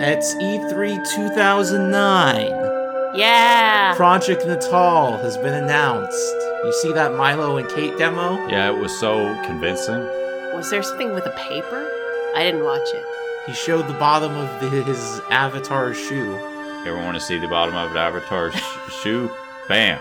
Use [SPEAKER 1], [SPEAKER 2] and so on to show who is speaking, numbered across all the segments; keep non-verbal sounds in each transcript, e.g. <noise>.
[SPEAKER 1] It's E E3 2009.
[SPEAKER 2] Yeah.
[SPEAKER 1] Project Natal has been announced. You see that Milo and Kate demo?
[SPEAKER 3] Yeah, it was so convincing.
[SPEAKER 2] Was there something with a paper? I didn't watch it.
[SPEAKER 1] He showed the bottom of the, his avatar shoe.
[SPEAKER 3] Ever want to see the bottom of an avatar's sh- <laughs> shoe? Bam.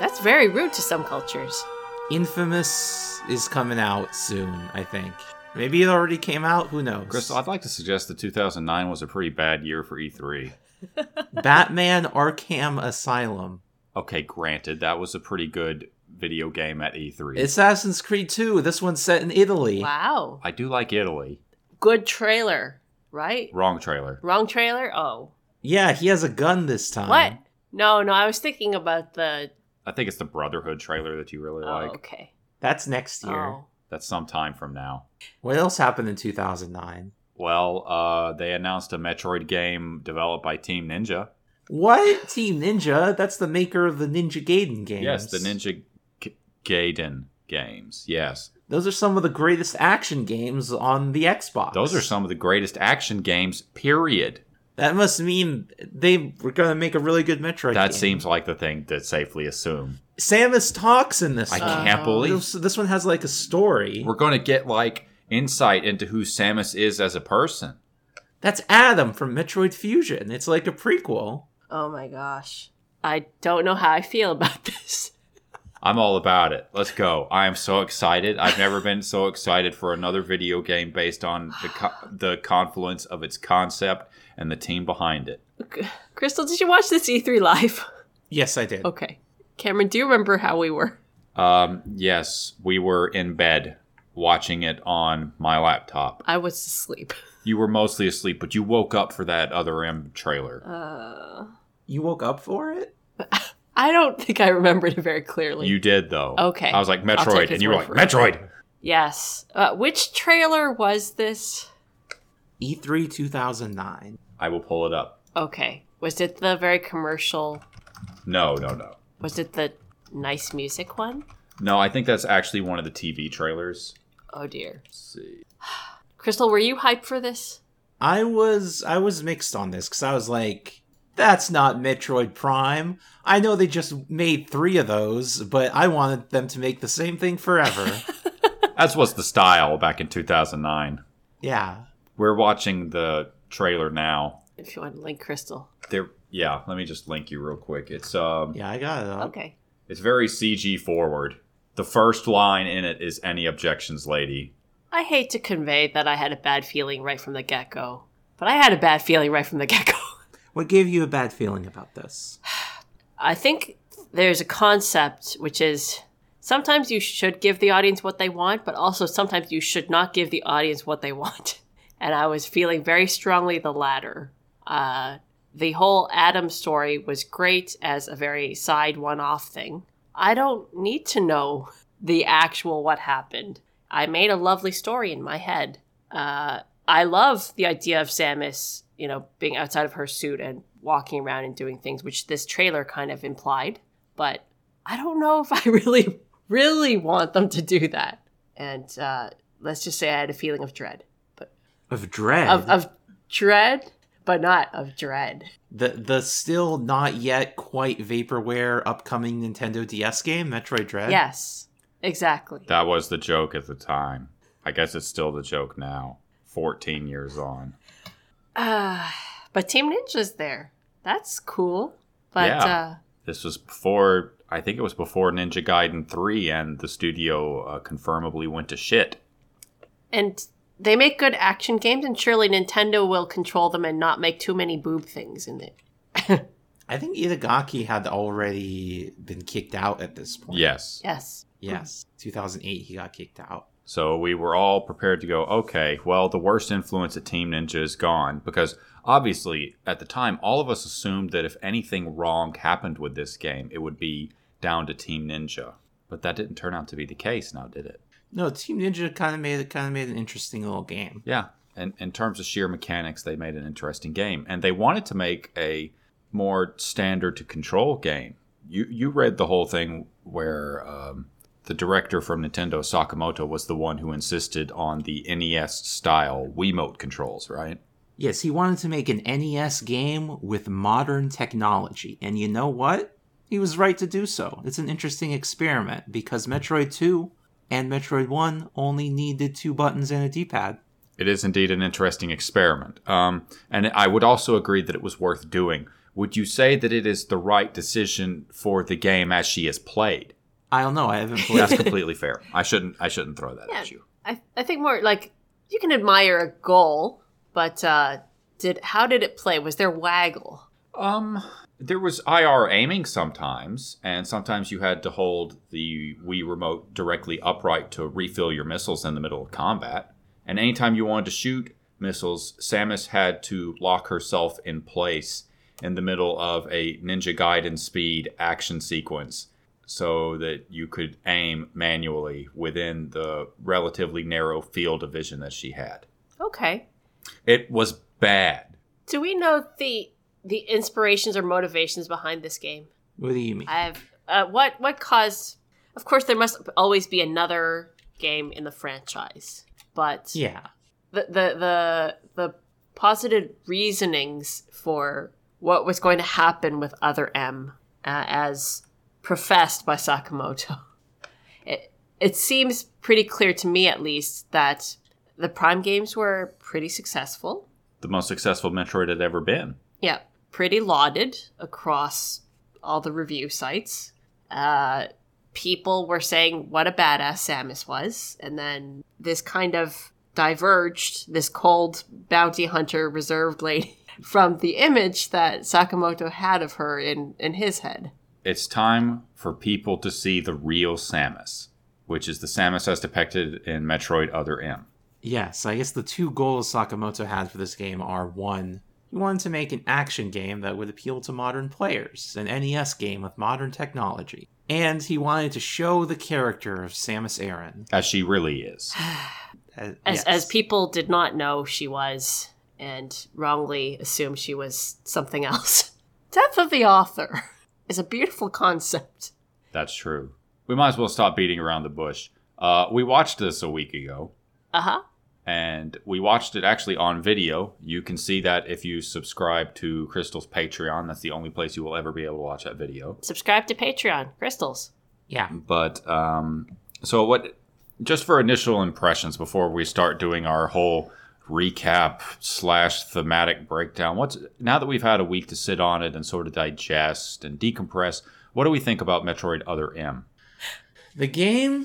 [SPEAKER 2] That's very rude to some cultures.
[SPEAKER 1] Infamous is coming out soon, I think. Maybe it already came out, who knows?
[SPEAKER 3] Crystal, I'd like to suggest that 2009 was a pretty bad year for E E3.
[SPEAKER 1] <laughs> Batman Arkham Asylum.
[SPEAKER 3] Okay, granted, that was a pretty good video game at E E3.
[SPEAKER 1] Assassin's Creed 2, this one's set in Italy.
[SPEAKER 2] Wow.
[SPEAKER 3] I do like Italy.
[SPEAKER 2] Good trailer, right?
[SPEAKER 3] Wrong trailer.
[SPEAKER 2] Wrong trailer? Oh.
[SPEAKER 1] Yeah, he has a gun this time.
[SPEAKER 2] What? No, no, I was thinking about the.
[SPEAKER 3] I think it's the Brotherhood trailer that you really
[SPEAKER 2] Oh,
[SPEAKER 3] like.
[SPEAKER 2] okay.
[SPEAKER 1] That's next year.
[SPEAKER 2] Oh.
[SPEAKER 3] That's some time from now.
[SPEAKER 1] What else happened in 2009?
[SPEAKER 3] Well, uh, they announced a Metroid game developed by Team Ninja.
[SPEAKER 1] What? Team Ninja? That's the maker of the Ninja Gaiden games.
[SPEAKER 3] Yes, the Ninja G- Gaiden games. Yes.
[SPEAKER 1] Those are some of the greatest action games on the Xbox.
[SPEAKER 3] Those are some of the greatest action games, period.
[SPEAKER 1] That must mean they were going to make a really good Metroid
[SPEAKER 3] that
[SPEAKER 1] game.
[SPEAKER 3] seems like the thing to safely assume.
[SPEAKER 1] Samus talks in this.
[SPEAKER 3] I
[SPEAKER 1] one.
[SPEAKER 3] can't
[SPEAKER 2] Uh,
[SPEAKER 3] believe
[SPEAKER 1] This, this one has like a story.
[SPEAKER 3] we're going to get like insight into who Samus is as a person.
[SPEAKER 1] That's Adam from Metroid Fusion. It's like a prequel.
[SPEAKER 2] Oh my gosh. I don't know how I feel about <laughs> this.
[SPEAKER 3] I'm all about it. Let's go. I am so excited.
[SPEAKER 2] <laughs>
[SPEAKER 3] I've never been so excited for another video game based on the co- the confluence of its concept and the team behind it.
[SPEAKER 2] Crystal, did you watch this E3 live? <laughs>
[SPEAKER 1] Yes, I did.
[SPEAKER 2] Okay. Cameron, do you remember how we were?
[SPEAKER 3] Um, yes, we were in bed watching it on my laptop.
[SPEAKER 2] I was asleep.
[SPEAKER 3] You were mostly asleep, but you woke up for that other M trailer.
[SPEAKER 2] Uh,
[SPEAKER 1] You woke up for it?
[SPEAKER 2] I don't think I remembered it very clearly.
[SPEAKER 3] you did though.
[SPEAKER 2] Okay.
[SPEAKER 3] I was like
[SPEAKER 2] I'll take
[SPEAKER 3] Metroid,
[SPEAKER 2] his
[SPEAKER 3] and you were
[SPEAKER 2] word
[SPEAKER 3] like
[SPEAKER 2] for it.
[SPEAKER 3] Metroid.
[SPEAKER 2] Yes. Uh, which trailer was this?
[SPEAKER 1] E3 2009.
[SPEAKER 3] I will pull it up.
[SPEAKER 2] Okay. Was it the very commercial?
[SPEAKER 3] No, no, no.
[SPEAKER 2] Was it the nice music one?
[SPEAKER 3] No, I think that's actually one of the TV trailers.
[SPEAKER 2] Oh dear.
[SPEAKER 3] Let's see.
[SPEAKER 2] <sighs> Crystal, were you hyped for this?
[SPEAKER 1] I was I was mixed on this because I was like, that's not Metroid Prime. I know they just made three of those, but I wanted them to make the same thing
[SPEAKER 2] <laughs>
[SPEAKER 1] forever.
[SPEAKER 3] That's what's the style back in 2009.
[SPEAKER 1] yeah.
[SPEAKER 3] We're watching the trailer now.
[SPEAKER 2] If you want to link Crystal.
[SPEAKER 3] There, yeah. Let me just link you real quick. It's um,
[SPEAKER 1] Yeah, I got it. up.
[SPEAKER 2] Okay.
[SPEAKER 3] it's very CG forward. The first line in it is "Any objections, lady."
[SPEAKER 2] I hate to convey that I had a bad feeling right from the get go, but I had a bad feeling right from the <laughs> get go.
[SPEAKER 1] What gave you a bad feeling about this?
[SPEAKER 2] I think there's a concept which is sometimes you should give the audience what they want, but also sometimes you should not give the audience what they want. <laughs> And I was feeling very strongly the latter. Uh, the whole Adam story was great as a very side one off thing. I don't need to know the actual what happened. I made a lovely story in my head. Uh, I love the idea of Samus, you know, being outside of her suit and walking around and doing things, which this trailer kind of implied. But I don't know if <laughs> I really, really want them to do that. And uh, let's just say I had a feeling of dread, but
[SPEAKER 1] Of dread.
[SPEAKER 2] of, uh, of dread, but not of dread.
[SPEAKER 1] the the still not yet quite vaporware upcoming Nintendo DS game, Metroid Dread.
[SPEAKER 2] Yes, exactly.
[SPEAKER 3] That was the joke at the time. I guess it's still the joke now. 14 years on.
[SPEAKER 2] Uh, but Team Ninja's there. That's cool. But
[SPEAKER 3] Yeah.
[SPEAKER 2] uh,
[SPEAKER 3] This was before. I think it was before Ninja Gaiden 3, and the studio uh, confirmably went to shit.
[SPEAKER 2] and they make good action games, and surely Nintendo will control them and not make too many boob things in it.
[SPEAKER 1] I think Itagaki had already been kicked out at this point.
[SPEAKER 3] Yes.
[SPEAKER 2] Yes.
[SPEAKER 1] Yes. 2008 he got kicked out.
[SPEAKER 3] So we were all prepared to go, okay, well, the worst influence at Team Ninja is gone. Because obviously, at the time, all of us assumed that if anything wrong happened with this game, it would be down to Team Ninja. But that didn't turn out to be the case now, did it?
[SPEAKER 1] No, Team Ninja kind of made it kind of made an interesting little game.
[SPEAKER 3] Yeah. And in terms of sheer mechanics, they made an interesting game. And they wanted to make a more standard to control game. You, you read the whole thing where um, the director from Nintendo, E Sakamoto, was the one who insisted on the NES style Wiimote controls, right?
[SPEAKER 1] Yes, he wanted to make an NES game with modern technology. And you know what? He was right to do so. It's an interesting experiment because Metroid 2 and Metroid 1 only needed two buttons and a D pad.
[SPEAKER 3] It is indeed an interesting experiment. Um, and I would also agree that it was worth doing. Would you say that it is the right decision for the game as she is played?
[SPEAKER 1] I don't know. I haven't played
[SPEAKER 2] <laughs>
[SPEAKER 1] <laughs>
[SPEAKER 3] That's completely fair. I shouldn't I shouldn't throw that at
[SPEAKER 2] Yeah.
[SPEAKER 3] you.
[SPEAKER 2] I, I think more like you can admire a goal, but uh, did how did it play? Was there waggle?
[SPEAKER 3] Um, there was IR aiming sometimes, and sometimes you had to hold the Wii remote directly upright to refill your missiles in the middle of combat. And anytime you wanted to shoot missiles, Samus had to lock herself in place in the middle of a Ninja Gaiden speed action sequence so that you could aim manually within the relatively narrow field of vision that she had.
[SPEAKER 2] Okay.
[SPEAKER 3] It was bad.
[SPEAKER 2] Do we know the the inspirations or motivations behind this game?
[SPEAKER 1] What do you mean?
[SPEAKER 2] I've uh, what what caused? Of course, there must always be another game in the franchise, but
[SPEAKER 1] yeah.
[SPEAKER 2] the the the the posited reasonings for what was going to happen with other M uh, as professed by Sakamoto. It it seems pretty clear to me at least that the prime games were pretty successful.
[SPEAKER 3] The most successful Metroid had ever been.
[SPEAKER 2] Yeah, pretty lauded across all the review sites. Uh, people were saying what a badass Samus was, and then this kind of diverged this cold bounty hunter reserved lady <laughs> from the image that Sakamoto had of her in in his head.
[SPEAKER 3] it's time for people to see the real Samus, which is the Samus as depicted in Metroid Other M.
[SPEAKER 1] Yes, I guess the two goals Sakamoto had for this game are one, he wanted to make an action game that would appeal to modern players, an NES game with modern technology, and he wanted to show the character of Samus Aran.
[SPEAKER 3] As she really is.
[SPEAKER 1] As,
[SPEAKER 2] As
[SPEAKER 1] yes.
[SPEAKER 2] as people did not know she was and wrongly assumed she was something <laughs> else. Death of the author is a beautiful concept.
[SPEAKER 3] That's true. We might as well stop beating around the bush. Uh, we watched this a week ago,
[SPEAKER 2] Uh-huh.
[SPEAKER 3] and we watched it actually on video. You can see that if you subscribe to Crystal's Patreon. That's the only place you will ever be able to watch that video.
[SPEAKER 2] subscribe to Patreon, Crystals.
[SPEAKER 1] Yeah.
[SPEAKER 3] But um, so what? Just for initial impressions before we start doing our whole recap slash thematic breakdown. What's now that we've had a week to sit on it and sort of digest and decompress? What do we think about Metroid Other M?
[SPEAKER 1] The game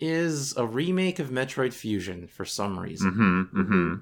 [SPEAKER 1] is a remake of Metroid Fusion for some reason.
[SPEAKER 3] Mm-hmm. Mm-hmm.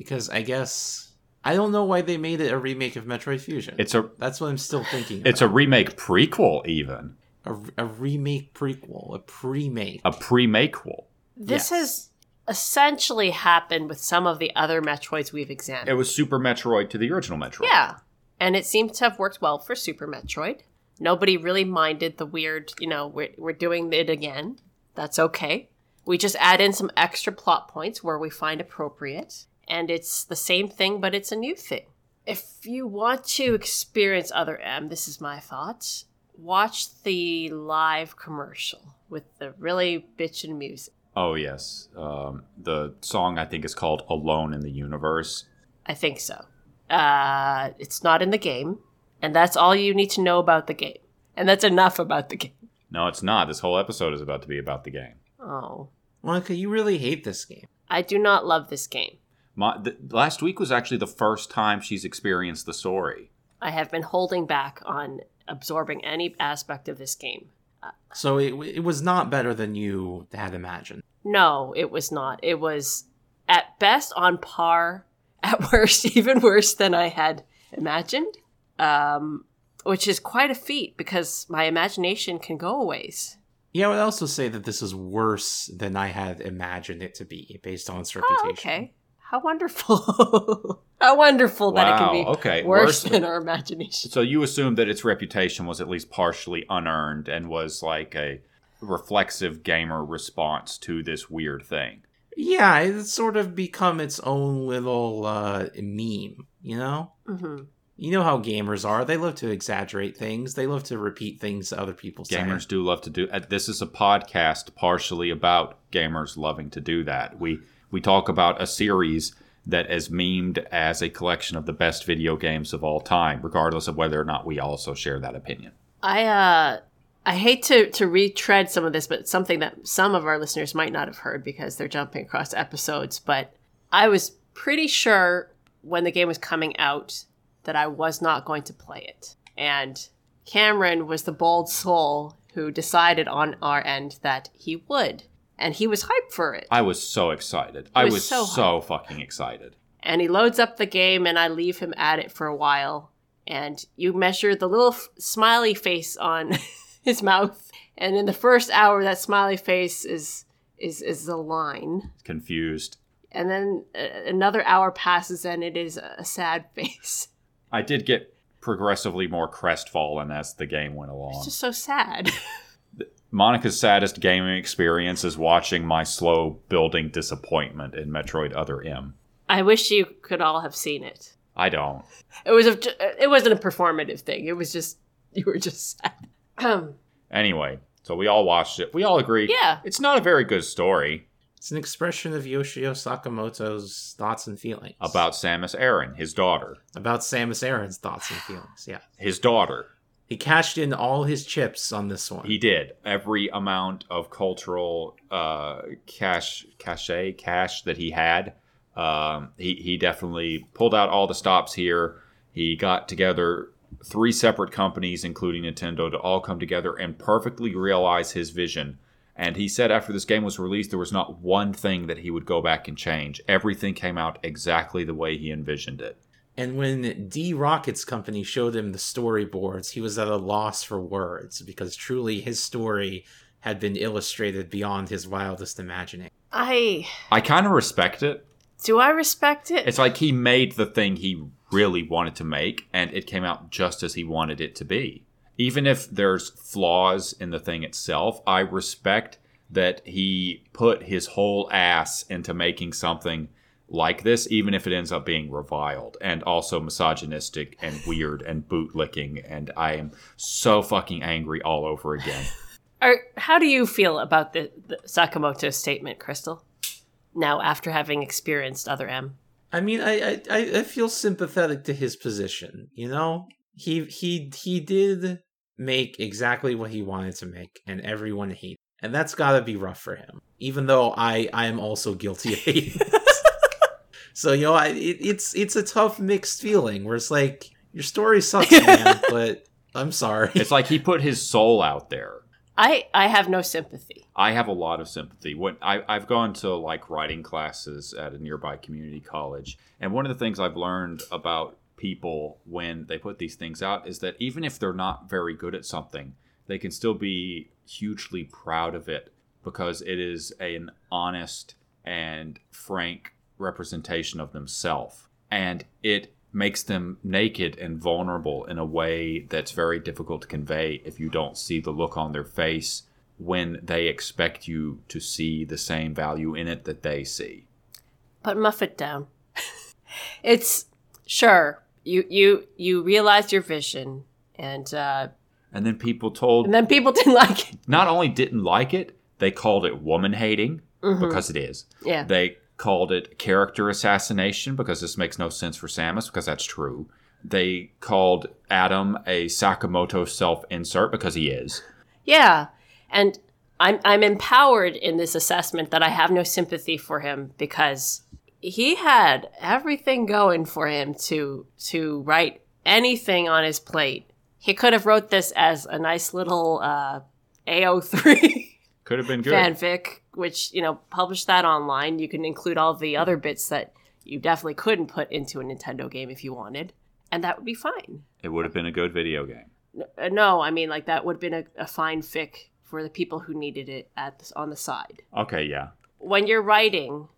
[SPEAKER 1] Because I guess I don't know why they made it a remake of Metroid Fusion.
[SPEAKER 3] It's a
[SPEAKER 1] that's what I'm still thinking.
[SPEAKER 3] it's a remake prequel, even
[SPEAKER 1] about. a, a remake prequel, a pre-make.
[SPEAKER 3] a pre-makequel.
[SPEAKER 2] This
[SPEAKER 1] Yes.
[SPEAKER 2] has essentially happened with some of the other Metroids we've examined.
[SPEAKER 3] It was Super Metroid to the original Metroid.
[SPEAKER 2] yeah. And it seems to have worked well for Super Metroid. Nobody really minded the weird, you know, we're, we're doing it again. That's okay. We just add in some extra plot points where we find appropriate. And it's the same thing, but it's a new thing. If you want to experience Other M, this is my thought. Watch the live commercial with the really bitchin' music.
[SPEAKER 3] Oh yes. Um, the song I think is called "Alone in the Universe."
[SPEAKER 2] I think so. Uh, it's not in the game, and that's all you need to know about the game. And that's enough about the <laughs> game.
[SPEAKER 3] No, it's not. This whole episode is about to be about the game.
[SPEAKER 2] Oh,
[SPEAKER 1] Monica, you really hate this game.
[SPEAKER 2] I do not love this game.
[SPEAKER 3] My, th- last week was actually the first time she's experienced the story.
[SPEAKER 2] I have been holding back on absorbing any aspect of this game.
[SPEAKER 1] So it it was not better than you had imagined.
[SPEAKER 2] No, it was not. It was at best on par, <laughs> at worst, even worse than I had imagined, um, which is quite a feat because my imagination can go a ways.
[SPEAKER 1] Yeah, I would also say that this is worse than I had imagined it to be based on its reputation.
[SPEAKER 2] Oh, okay. How wonderful. <laughs> How wonderful that it can be
[SPEAKER 3] Wow, okay,
[SPEAKER 2] worse,
[SPEAKER 3] worse-
[SPEAKER 2] than our imagination.
[SPEAKER 3] So you assume that its reputation was at least partially unearned and was like a reflexive gamer response to this weird thing.
[SPEAKER 1] Yeah, it's sort of become its own little uh, meme, you know?
[SPEAKER 2] hmm
[SPEAKER 1] You know how gamers are. They love to exaggerate things. They love to repeat things that other people say.
[SPEAKER 3] Gamers do love to do. uh, This is a podcast partially about gamers loving to do that. We we talk about a series that is memed as a collection of the best video games of all time, regardless of whether or not we also share that opinion.
[SPEAKER 2] I uh I hate to to retread some of this, but something that some of our listeners might not have heard because they're jumping across episodes, but I was pretty sure when the game was coming out that I was not going to play it. And Cameron was the bold soul who decided on our end that he would. And he was hyped for it.
[SPEAKER 3] I was so excited. I
[SPEAKER 2] was
[SPEAKER 3] was
[SPEAKER 2] so
[SPEAKER 3] so, fucking excited.
[SPEAKER 2] and he loads up the game and i leave him at it for a while and you measure the little f- smiley face on <laughs> his mouth and in the first hour that smiley face is is is a line
[SPEAKER 3] Confused.
[SPEAKER 2] and then uh, another hour passes and it is a sad <laughs> face
[SPEAKER 3] I did get progressively more crestfallen as the game went along.
[SPEAKER 2] it's just so sad <laughs>
[SPEAKER 3] Monica's saddest gaming experience is watching my slow building disappointment in Metroid Other M.
[SPEAKER 2] i wish you could all have seen it
[SPEAKER 3] I don't.
[SPEAKER 2] it was a, uh, it wasn't a performative thing it was just <laughs> you were just sad Um,
[SPEAKER 3] Anyway, so we all watched it. We all agreed.
[SPEAKER 2] Yeah.
[SPEAKER 3] It's not a very good story
[SPEAKER 1] It's an expression of Yoshio Sakamoto's thoughts and feelings
[SPEAKER 3] about Samus Aran, his daughter.
[SPEAKER 1] about Samus Aran's thoughts and feelings. Yeah,
[SPEAKER 3] His daughter.
[SPEAKER 1] he cashed in all his chips on this one.
[SPEAKER 3] He did every amount of cultural uh, cash, cachet, cash that he had. Um, he he definitely pulled out all the stops here. He got together three separate companies, including Nintendo, to all come together and perfectly realize his vision. And he said after this game was released, there was not one thing that he would go back and change. Everything came out exactly the way he envisioned it.
[SPEAKER 1] And when D Rockets Company showed him the storyboards, he was at a loss for words because truly his story had been illustrated beyond his wildest imagining.
[SPEAKER 2] i
[SPEAKER 3] I kind of respect it
[SPEAKER 2] do i respect it
[SPEAKER 3] It's like he made the thing he really wanted to make, and it came out just as he wanted it to be. Even if there's flaws in the thing itself, I respect that he put his whole ass into making something like this, even if it ends up being reviled and also misogynistic and weird and bootlicking. And I am so fucking angry all over again.
[SPEAKER 2] Are, how do you feel about the, the Sakamoto statement, Crystal? Now, after having experienced other M,
[SPEAKER 1] I mean, I I- I, I feel sympathetic to his position. You know, he he he did make exactly what he wanted to make, and everyone hated, it. and that's got to be rough for him. Even though I I am also guilty of hating. it. so you know, I, it, it's it's a tough mixed feeling where it's like your story sucks, man, but I'm sorry.
[SPEAKER 3] it's like he put his soul out there.
[SPEAKER 2] I I have no sympathy.
[SPEAKER 3] I have a lot of sympathy. When I, I've gone to like writing classes at a nearby community college, and one of the things I've learned about people when they put these things out is that even if they're not very good at something, they can still be hugely proud of it because it is an honest and frank representation of themselves, and it makes them naked and vulnerable in a way that's very difficult to convey if you don't see the look on their face when they expect you to see the same value in it that they see.
[SPEAKER 2] But muff it down. <laughs> it's sure you you you realized your vision, and uh,
[SPEAKER 3] And then people told
[SPEAKER 2] and then people <laughs> didn't like it.
[SPEAKER 3] not only didn't like it, they called it woman hating
[SPEAKER 2] Mhm.
[SPEAKER 3] because it is.
[SPEAKER 2] Yeah,
[SPEAKER 3] They called it character assassination because this makes no sense for Samus because that's true. They called Adam a Sakamoto self insert because he is.
[SPEAKER 2] yeah, and I'm I'm empowered in this assessment that I have no sympathy for him because he had everything going for him to to write anything on his plate. He could have wrote this as a nice little uh, AO3
[SPEAKER 3] Could have been good.
[SPEAKER 2] fanfic, which you know, publish that online. You can include all the other bits that you definitely couldn't put into a Nintendo game if you wanted, and that would be fine.
[SPEAKER 3] It would have been a good video game.
[SPEAKER 2] N- uh, No, I mean like that would have been a, a fine fic for the people who needed it at the, on the side.
[SPEAKER 3] Okay, yeah.
[SPEAKER 2] When you're writing,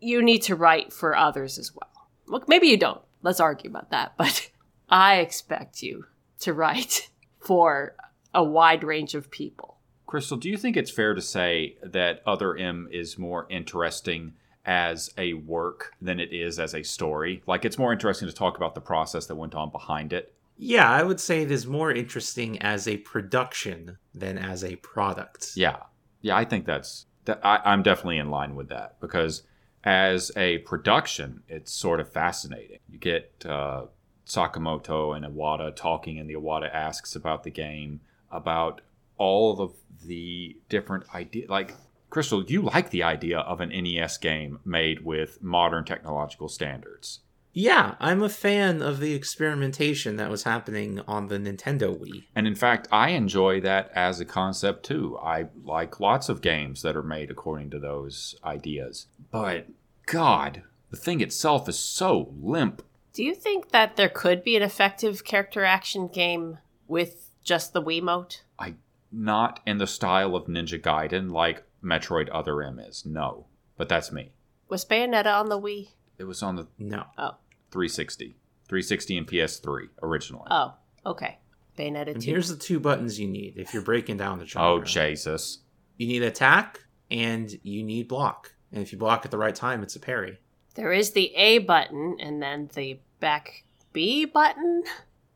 [SPEAKER 2] you need to write for others as well. Look, maybe you don't. Let's argue about that, <laughs> but I expect you to write <laughs> for a wide range of people.
[SPEAKER 3] Crystal, do you think it's fair to say that Other M is more interesting as a work than it is as a story? Like, it's more interesting to talk about the process that went on behind it.
[SPEAKER 1] <laughs> yeah, I would say it is more interesting as a production than as a product.
[SPEAKER 3] Yeah. Yeah, I think that's. That, I, I'm definitely in line with that because as a production, it's sort of fascinating. You get uh, Sakamoto and Iwata talking, and the Iwata asks about the game, about all of the different ideas. Like, Crystal, you like the idea of an NES game made with modern technological standards.
[SPEAKER 1] Yeah, I'm a fan of the experimentation that was happening on the Nintendo Wii.
[SPEAKER 3] And in fact, I enjoy that as a concept too. I like lots of games that are made according to those ideas. But God, the thing itself is so limp.
[SPEAKER 2] Do you think that there could be an effective character action game with just the Wiimote?
[SPEAKER 3] I not in the style of Ninja Gaiden like Metroid Other M is. No, but that's me.
[SPEAKER 2] Was Bayonetta on the Wii?
[SPEAKER 3] It was on the
[SPEAKER 1] No.
[SPEAKER 2] Oh,
[SPEAKER 3] 360, 360 and PS3 originally.
[SPEAKER 2] oh, okay. Bayonetta
[SPEAKER 1] And
[SPEAKER 2] 2.
[SPEAKER 1] here's the two buttons you need if you're breaking down the genre.
[SPEAKER 3] oh Jesus!
[SPEAKER 1] You need attack and you need block. And if you block at the right time, it's a parry.
[SPEAKER 2] There is the A button and then the back B button.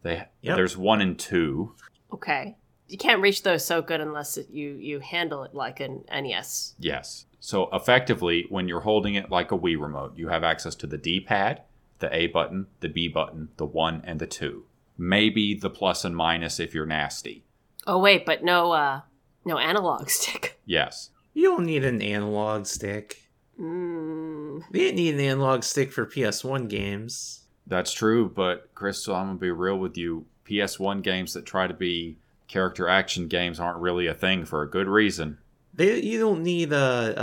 [SPEAKER 3] They
[SPEAKER 1] Yep.
[SPEAKER 3] there's one and two.
[SPEAKER 2] Okay. You can't reach those so good unless it, you you handle it like an E NES.
[SPEAKER 3] Yes. So effectively, when you're holding it like a Wii remote, you have access to the D-pad, the A button, the B button, the one, and the two. Maybe the plus and minus if you're nasty.
[SPEAKER 2] Oh wait, but no uh no analog <laughs> stick.
[SPEAKER 3] Yes.
[SPEAKER 1] You don't need an analog stick.
[SPEAKER 2] Mm.
[SPEAKER 1] You didn't need an analog stick for PS1 games.
[SPEAKER 3] That's true, but Crystal, I'm gonna be real with you. PS1 games that try to be character action games aren't really a thing for a good reason.
[SPEAKER 1] They, you don't need a,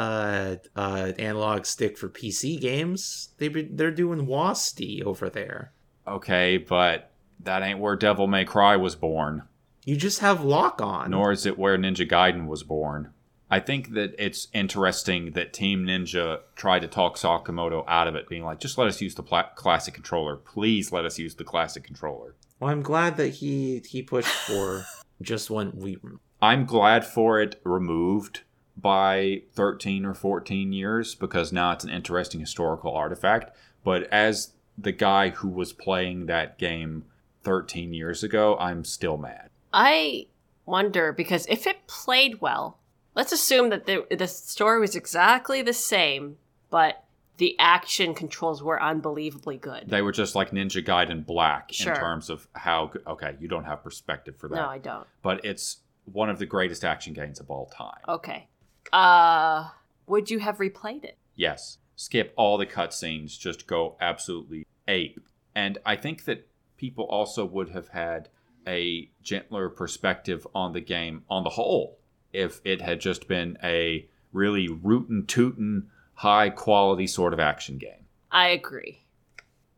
[SPEAKER 1] a, a analog stick for PC games. They be, they're doing WASD over there.
[SPEAKER 3] Okay, but that ain't where Devil May Cry was born.
[SPEAKER 1] You just have lock on.
[SPEAKER 3] nor is it where Ninja Gaiden was born. I think that it's interesting that Team Ninja tried to talk Sakamoto out of it, being like, just let us use the pla- classic controller. Please let us use the classic controller.
[SPEAKER 1] well, I'm glad that he he pushed
[SPEAKER 3] <laughs>
[SPEAKER 1] for just one Wii. remote.
[SPEAKER 3] I'm glad for it removed by 13 or 14 years because now it's an interesting historical artifact. But as the guy who was playing that game 13 years ago, I'm still mad.
[SPEAKER 2] I wonder because if it played well, let's assume that the the story was exactly the same, but the action controls were unbelievably good.
[SPEAKER 3] They were just like Ninja Gaiden Black
[SPEAKER 2] Sure.
[SPEAKER 3] in terms of how. go- Okay, you don't have perspective for that.
[SPEAKER 2] no, I don't.
[SPEAKER 3] but it's one of the greatest action games of all time.
[SPEAKER 2] Okay. Uh would you have replayed it?
[SPEAKER 3] Yes. Skip all the cutscenes, just go absolutely ape. And I think that people also would have had a gentler perspective on the game on the whole if it had just been a really rootin' tootin' high quality sort of action game.
[SPEAKER 2] I agree.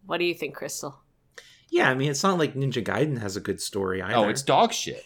[SPEAKER 2] What do you think, Crystal?
[SPEAKER 1] Yeah, I mean it's not like Ninja Gaiden has a good story either.
[SPEAKER 3] Oh, it's dog shit.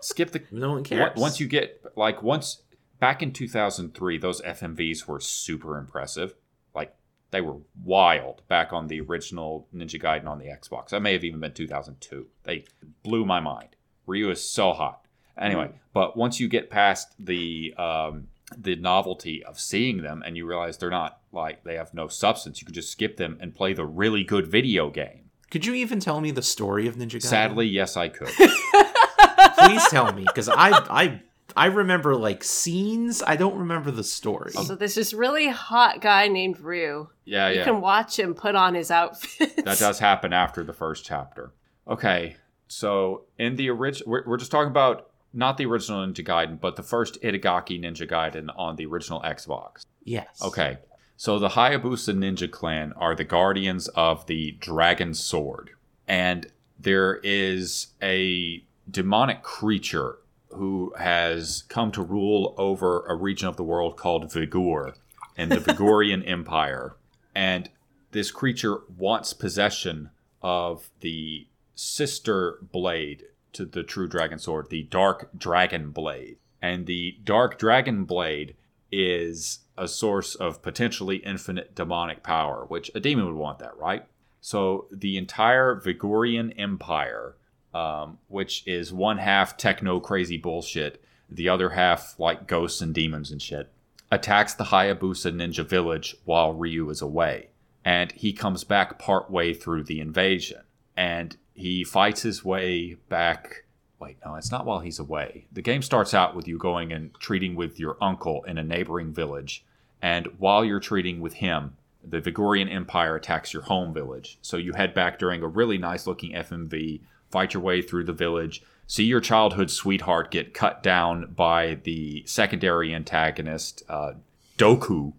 [SPEAKER 3] Skip the
[SPEAKER 1] no one
[SPEAKER 3] Wa-
[SPEAKER 1] cares.
[SPEAKER 3] Once you get like once back in 2003, those FMVs were super impressive. Like they were wild back on the original Ninja Gaiden on the Xbox. That may have even been 2002. They blew my mind. Ryu is so hot. Anyway,
[SPEAKER 2] Mm.
[SPEAKER 3] but once you get past the um, the novelty of seeing them and you realize they're not like they have no substance, you can just skip them and play the really good video game.
[SPEAKER 1] could you even tell me the story of Ninja Gaiden?
[SPEAKER 3] Sadly, yes,
[SPEAKER 2] <laughs>
[SPEAKER 3] I could.
[SPEAKER 1] <laughs> please tell me because I I I remember like scenes. I don't remember the story.
[SPEAKER 3] Oh,
[SPEAKER 2] So there's this really hot guy named Ryu. you
[SPEAKER 3] Yeah, Um, Uh, yeah.
[SPEAKER 2] can watch him put on his outfits.
[SPEAKER 3] that does happen after the first chapter. Okay, so in the original, we're, we're just talking about not the original Ninja Gaiden, but the first Itagaki Ninja Gaiden on the original Xbox.
[SPEAKER 1] Yes.
[SPEAKER 3] Okay, so the Hayabusa Ninja Clan are the guardians of the Dragon Sword, and there is a demonic creature who has come to rule over a region of the world called Vigur in the Vigorian Empire. And this creature wants possession of the sister blade to the true dragon sword, the Dark Dragon Blade. And the Dark Dragon Blade is a source of potentially infinite demonic power, which a demon would want that, right? So the entire Vigorian Empire, um, which is one half techno crazy bullshit, the other half like ghosts and demons and shit, attacks the Hayabusa Ninja Village while Ryu is away. And he comes back partway through the invasion. And he fights his way back. Wait, no, it's not while he's away. The game starts out with you going and treating with your uncle in a neighboring village And while you're treating with him, the Vigorian Empire attacks your home village. So you head back during a really nice looking FMV, fight your way through the village, see your childhood sweetheart get cut down by the secondary antagonist, uh, Doku.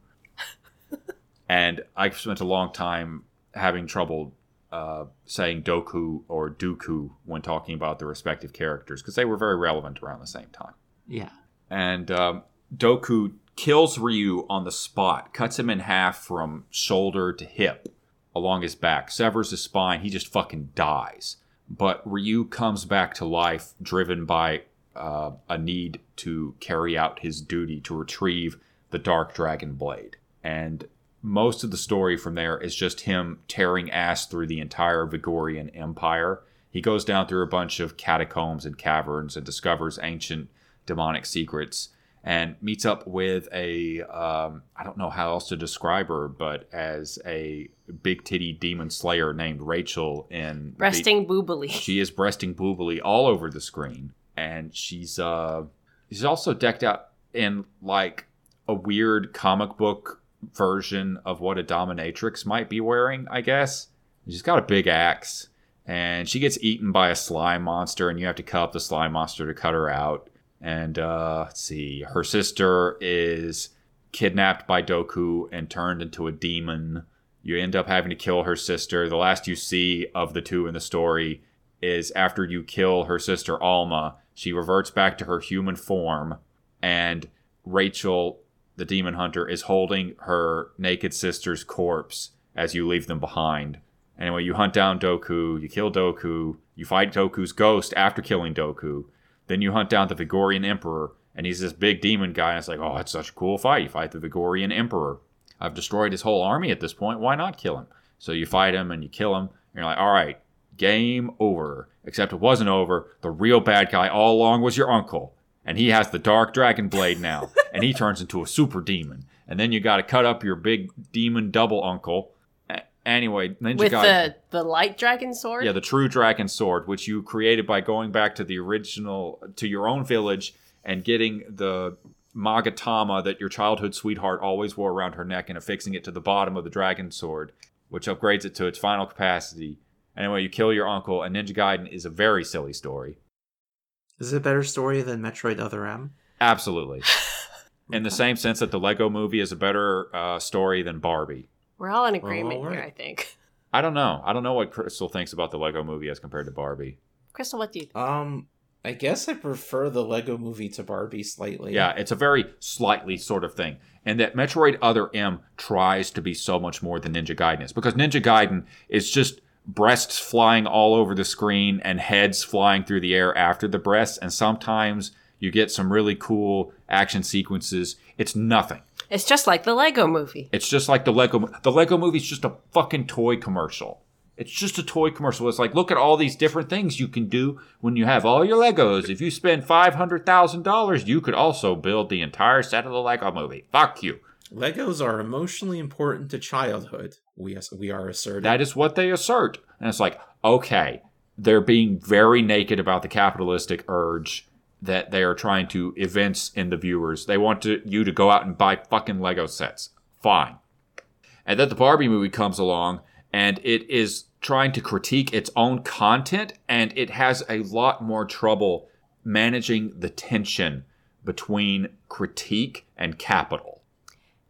[SPEAKER 3] and I spent a long time having trouble uh, saying Doku or Dooku when talking about the respective characters because they were very relevant around the same time.
[SPEAKER 1] Yeah.
[SPEAKER 3] And um, Doku kills Ryu on the spot, cuts him in half from shoulder to hip along his back, severs his spine. He just fucking dies. But Ryu comes back to life, driven by uh, a need to carry out his duty to retrieve the Dark Dragon Blade. And most of the story from there is just him tearing ass through the entire Vigorian Empire. He goes down through a bunch of catacombs and caverns and discovers ancient demonic secrets and meets up with a um, I don't know how else to describe her, but as a big titty demon slayer named Rachel in
[SPEAKER 2] <laughs>
[SPEAKER 3] the-
[SPEAKER 2] Resting boobily.
[SPEAKER 3] she is breasting boobily all over the screen, and she's uh she's also decked out in like a weird comic book version of what a dominatrix might be wearing, I guess. She's got a big axe, and she gets eaten by a slime monster, and you have to cut up the slime monster to cut her out. And uh, let's see, her sister is kidnapped by Doku and turned into a demon. You end up having to kill her sister. The last you see of the two in the story is after you kill her sister Alma, she reverts back to her human form, and Rachel, the demon hunter, is holding her naked sister's corpse as you leave them behind. Anyway, you hunt down Doku, you kill Doku, you fight Doku's ghost after killing Doku, then you hunt down the Vigorian Emperor, and he's this big demon guy, and it's like, oh, it's such a cool fight. You fight the Vigorian Emperor. I've destroyed his whole army at this point. Why not kill him? So you fight him and you kill him, and you're like, all right, game over. Except it wasn't over. The real bad guy all along was your uncle, and he has the dark dragon
[SPEAKER 2] <laughs>
[SPEAKER 3] blade now, and he turns into a super demon. And then you got to cut up your big demon double uncle. A- anyway, Ninja
[SPEAKER 2] <laughs> With
[SPEAKER 3] Gaiden-
[SPEAKER 2] the, the light dragon sword?
[SPEAKER 3] yeah, the true dragon sword, which you created by going back to the original, to your own village and getting the magatama that your childhood sweetheart always wore around her neck and affixing it to the bottom of the dragon sword, which upgrades it to its final capacity. Anyway, you kill your uncle, and Ninja Gaiden is a very silly story.
[SPEAKER 1] Is it a better story than Metroid Other M?
[SPEAKER 3] Absolutely. In the same sense that the Lego movie is a better uh, story than Barbie.
[SPEAKER 2] We're all in
[SPEAKER 1] all
[SPEAKER 2] agreement here,
[SPEAKER 1] right.
[SPEAKER 2] I think. <laughs>
[SPEAKER 3] I don't know. I don't know what Crystal thinks about the Lego movie as compared to Barbie.
[SPEAKER 2] Crystal, what do you
[SPEAKER 1] Um, I guess I prefer the Lego movie to Barbie slightly.
[SPEAKER 3] Yeah, it's a very slightly sort of thing. And that Metroid Other M tries to be so much more than Ninja Gaiden is because Ninja Gaiden is just breasts flying all over the screen and heads flying through the air after the breasts. And sometimes you get some really cool action sequences. It's nothing.
[SPEAKER 2] It's just like the Lego movie.
[SPEAKER 3] It's just like the Lego. mo- The Lego movie's just a fucking toy commercial. It's just a toy commercial. It's like, look at all these different things you can do when you have all your Legos. If you spend five hundred thousand dollars, you could also build the entire set of the Lego movie. Fuck you.
[SPEAKER 1] Legos are emotionally important to childhood. We we are asserting.
[SPEAKER 3] That is what they assert. And it's like, okay, they're being very naked about the capitalistic urge that they are trying to evince in the viewers. They want to, you to go out and buy fucking Lego sets. Fine. And then the Barbie movie comes along and it is trying to critique its own content and it has a lot more trouble managing the tension between critique and capital.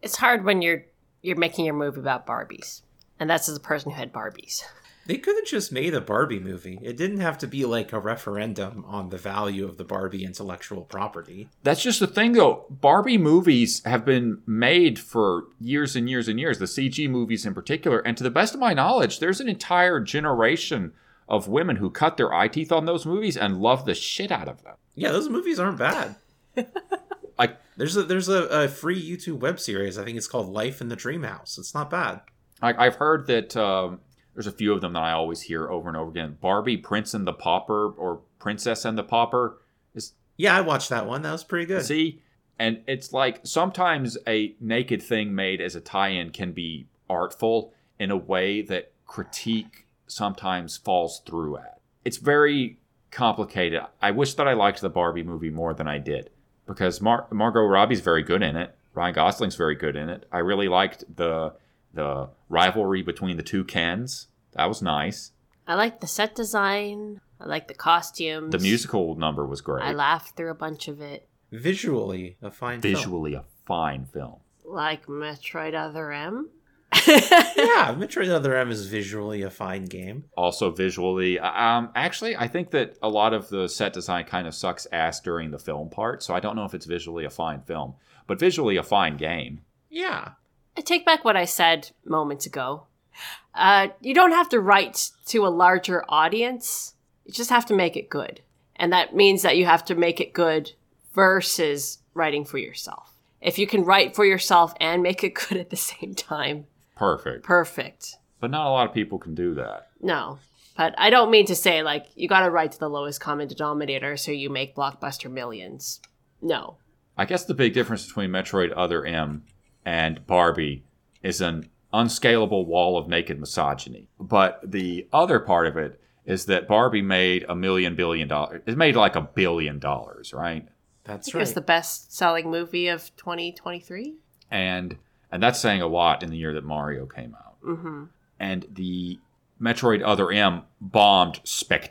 [SPEAKER 2] It's hard when you're you're making your movie about Barbies. And that's as a person who had Barbies.
[SPEAKER 1] They could have just made a Barbie movie. It didn't have to be like a referendum on the value of the Barbie intellectual property.
[SPEAKER 3] That's just the thing, though. Barbie movies have been made for years and years and years, the CG movies in particular. And to the best of my knowledge, there's an entire generation of women who cut their eye teeth on those movies and love the shit out of them.
[SPEAKER 1] Yeah, those movies aren't bad.
[SPEAKER 3] Like,
[SPEAKER 1] There's a there's a, a free YouTube web series. I think it's called Life in the Dream House. It's not bad.
[SPEAKER 3] I, I've heard that um, there's a few of them that I always hear over and over again Barbie, Prince and the Pauper, or Princess and the Pauper.
[SPEAKER 1] Yeah, I watched that one. That was pretty good.
[SPEAKER 3] See? And it's like sometimes a naked thing made as a tie in can be artful in a way that critique sometimes falls through at. It's very complicated. I wish that I liked the Barbie movie more than I did because Mar- Margot Robbie's very good in it. Ryan Gosling's very good in it. I really liked the the rivalry between the two Kens. That was nice.
[SPEAKER 2] I like the set design. I like the costumes.
[SPEAKER 3] The musical number was great.
[SPEAKER 2] I laughed through a bunch of it.
[SPEAKER 1] Visually, a fine film.
[SPEAKER 3] Visually, a fine film.
[SPEAKER 2] Like Metroid Other M.
[SPEAKER 1] <laughs>
[SPEAKER 2] <laughs>
[SPEAKER 1] yeah, Metroid Other M is visually a fine game.
[SPEAKER 3] Also visually, um, actually, I think that a lot of the set design kind of sucks ass during the film part, so I don't know if it's visually a fine film, but visually a fine game.
[SPEAKER 1] Yeah.
[SPEAKER 2] I take back what I said moments ago. Uh, you don't have to write to a larger audience. You just have to make it good. And that means that you have to make it good versus writing for yourself. If you can write for yourself and make it <laughs> good at the same time,
[SPEAKER 3] Perfect.
[SPEAKER 2] perfect.
[SPEAKER 3] But not a lot of people can do that.
[SPEAKER 2] No. But I don't mean to say, like, you gotta write to the lowest common denominator so you make blockbuster millions. No.
[SPEAKER 3] I guess the big difference between Metroid Other M and Barbie is an unscalable wall of naked misogyny. But the other part of it is that Barbie made a million billion dollars. It made like a billion dollars, right?
[SPEAKER 2] I
[SPEAKER 1] That's
[SPEAKER 2] think It was
[SPEAKER 1] right.
[SPEAKER 2] the best selling movie of 2023.
[SPEAKER 3] And and that's saying a lot in the year that Mario came out.
[SPEAKER 1] Mm-hmm.
[SPEAKER 2] hmm
[SPEAKER 3] And the Metroid Other M bombed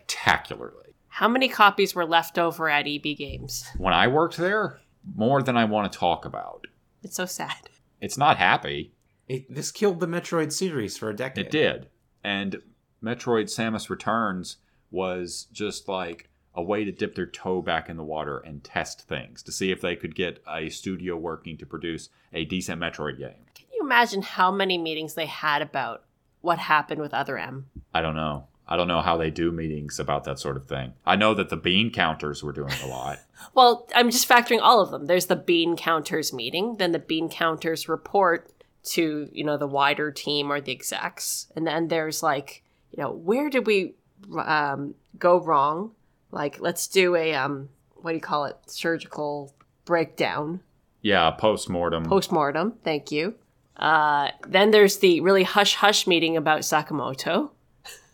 [SPEAKER 3] spectacularly.
[SPEAKER 2] How many copies were left over at EB Games?
[SPEAKER 3] When I worked there, more than I want to talk about.
[SPEAKER 2] It's so sad.
[SPEAKER 3] It's not happy.
[SPEAKER 1] It, this killed the Metroid series for a decade.
[SPEAKER 3] It did. And Metroid Samus Returns was just like a way to dip their toe back in the water and test things to see if they could get a studio working to produce a decent Metroid game.
[SPEAKER 2] Can you imagine how many meetings they had about what happened with Other M?
[SPEAKER 3] I don't know. I don't know how they do meetings about that sort of thing. I know that the bean counters were doing a lot.
[SPEAKER 2] Well, I'm just factoring all of them. There's the bean counters meeting, then the bean counters report to, you know, the wider team or the execs. And then there's like, you know, where did we um, go wrong? Like, let's do a, um, what do you call it? Surgical breakdown,
[SPEAKER 3] yeah, post mortem.
[SPEAKER 2] postmortem. Thank you. Uh, then there's the really hush hush meeting about Sakamoto.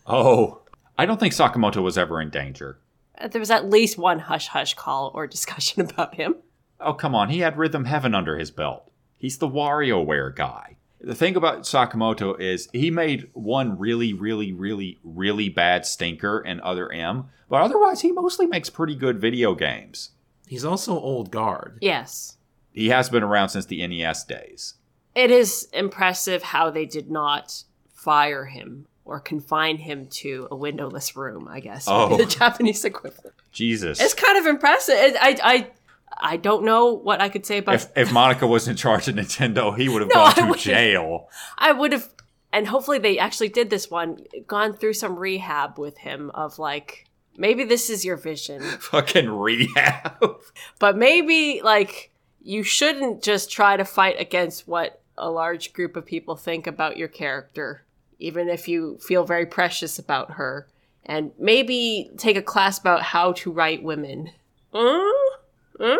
[SPEAKER 3] oh, I don't think Sakamoto was ever in danger.
[SPEAKER 2] Uh, There was at least one hush hush call or <laughs> discussion about him.
[SPEAKER 3] Oh, come on. He had Rhythm Heaven under his belt. He's the WarioWare guy. The thing about Sakamoto is he made one really, really, really, really bad stinker in Other M, but otherwise he mostly makes pretty good video games.
[SPEAKER 1] He's also old guard.
[SPEAKER 2] Yes.
[SPEAKER 3] He has been around since the NES days.
[SPEAKER 2] it is impressive how they did not fire him or confine him to a windowless room i guess would be
[SPEAKER 3] Oh.
[SPEAKER 2] the <laughs> japanese equivalent
[SPEAKER 3] Jesus.
[SPEAKER 2] it's kind of impressive It- i i i don't know what i could say about
[SPEAKER 3] If, if Monica was in charge of Nintendo, he would have
[SPEAKER 2] No, I
[SPEAKER 3] gone to
[SPEAKER 2] wouldn't.
[SPEAKER 3] jail.
[SPEAKER 2] i would have and hopefully they actually did this one gone through some rehab with him of like maybe this is your vision
[SPEAKER 3] Fucking rehab.
[SPEAKER 2] but maybe like you shouldn't just try to fight against what a large group of people think about your character even if you feel very precious about her and maybe take a class about how to write women Mm? Mm?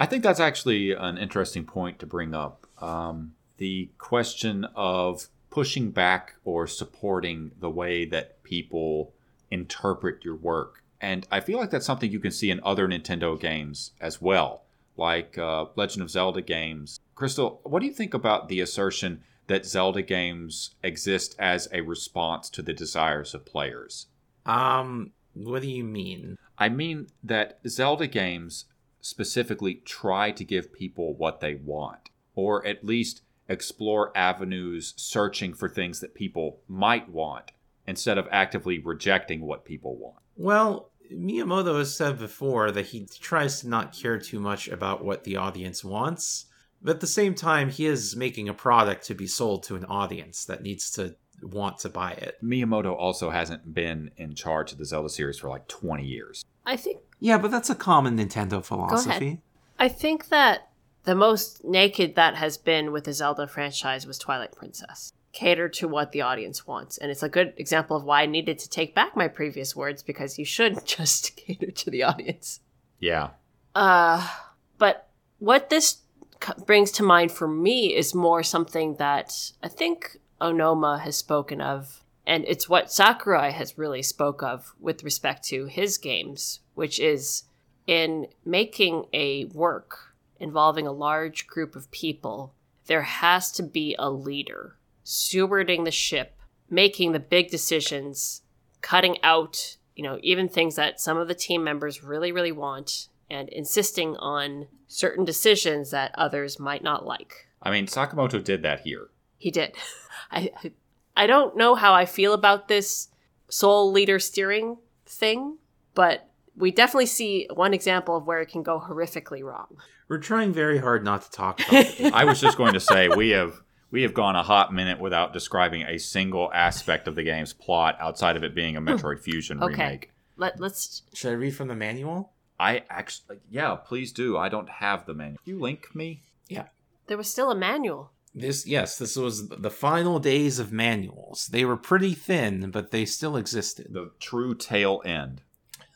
[SPEAKER 3] I think that's actually an interesting point to bring up. Um, the question of pushing back or supporting the way that people interpret your work. And I feel like that's something you can see in other Nintendo games as well, like uh, Legend of Zelda games. Crystal, what do you think about the assertion that Zelda games exist as a response to the desires of players?
[SPEAKER 1] Um, what do you mean?
[SPEAKER 3] I mean that Zelda games specifically try to give people what they want, or at least explore avenues searching for things that people might want instead of actively rejecting what people want.
[SPEAKER 1] Well, Miyamoto has said before that he tries to not care too much about what the audience wants, but at the same time, he is making a product to be sold to an audience that needs to want to buy it.
[SPEAKER 3] Miyamoto also hasn't been in charge of the Zelda series for like 20 years.
[SPEAKER 2] i think
[SPEAKER 1] Yeah, but that's a common Nintendo philosophy.
[SPEAKER 2] philosophy. i think that the most naked that has been with the zelda franchise was twilight princess cater to what the audience wants and it's a good example of why i needed to take back my previous words because you should <laughs> just cater to the audience
[SPEAKER 3] Yeah.
[SPEAKER 2] Uh, but what this co- brings to mind for me is more something that I think Onoma has spoken of, and it's what Sakurai has really spoke of with respect to his games, which is in making a work, involving a large group of people, there has to be a leader stewarding the ship, making the big decisions, cutting out, you know, even things that some of the team members really, really want, and insisting on certain decisions that others might not like.
[SPEAKER 3] I mean, Sakamoto did that here.
[SPEAKER 2] He did. <laughs> I I- I don't know how I feel about this sole leader steering thing, but we definitely see one example of where it can go horrifically wrong.
[SPEAKER 1] We're trying very hard not to talk about it.
[SPEAKER 3] <laughs> I was just going to say we have we have gone a hot minute without describing a single aspect of the game's plot outside of it being a Metroid Fusion
[SPEAKER 2] Okay.
[SPEAKER 3] remake.
[SPEAKER 2] Let, let's
[SPEAKER 1] Should I read from the manual?
[SPEAKER 3] I actually, yeah, please do. I don't have the menu. You link me.
[SPEAKER 2] There was still a manual.
[SPEAKER 1] This yes, this was the final days of manuals. They were pretty thin, but they still existed.
[SPEAKER 3] The true tail end.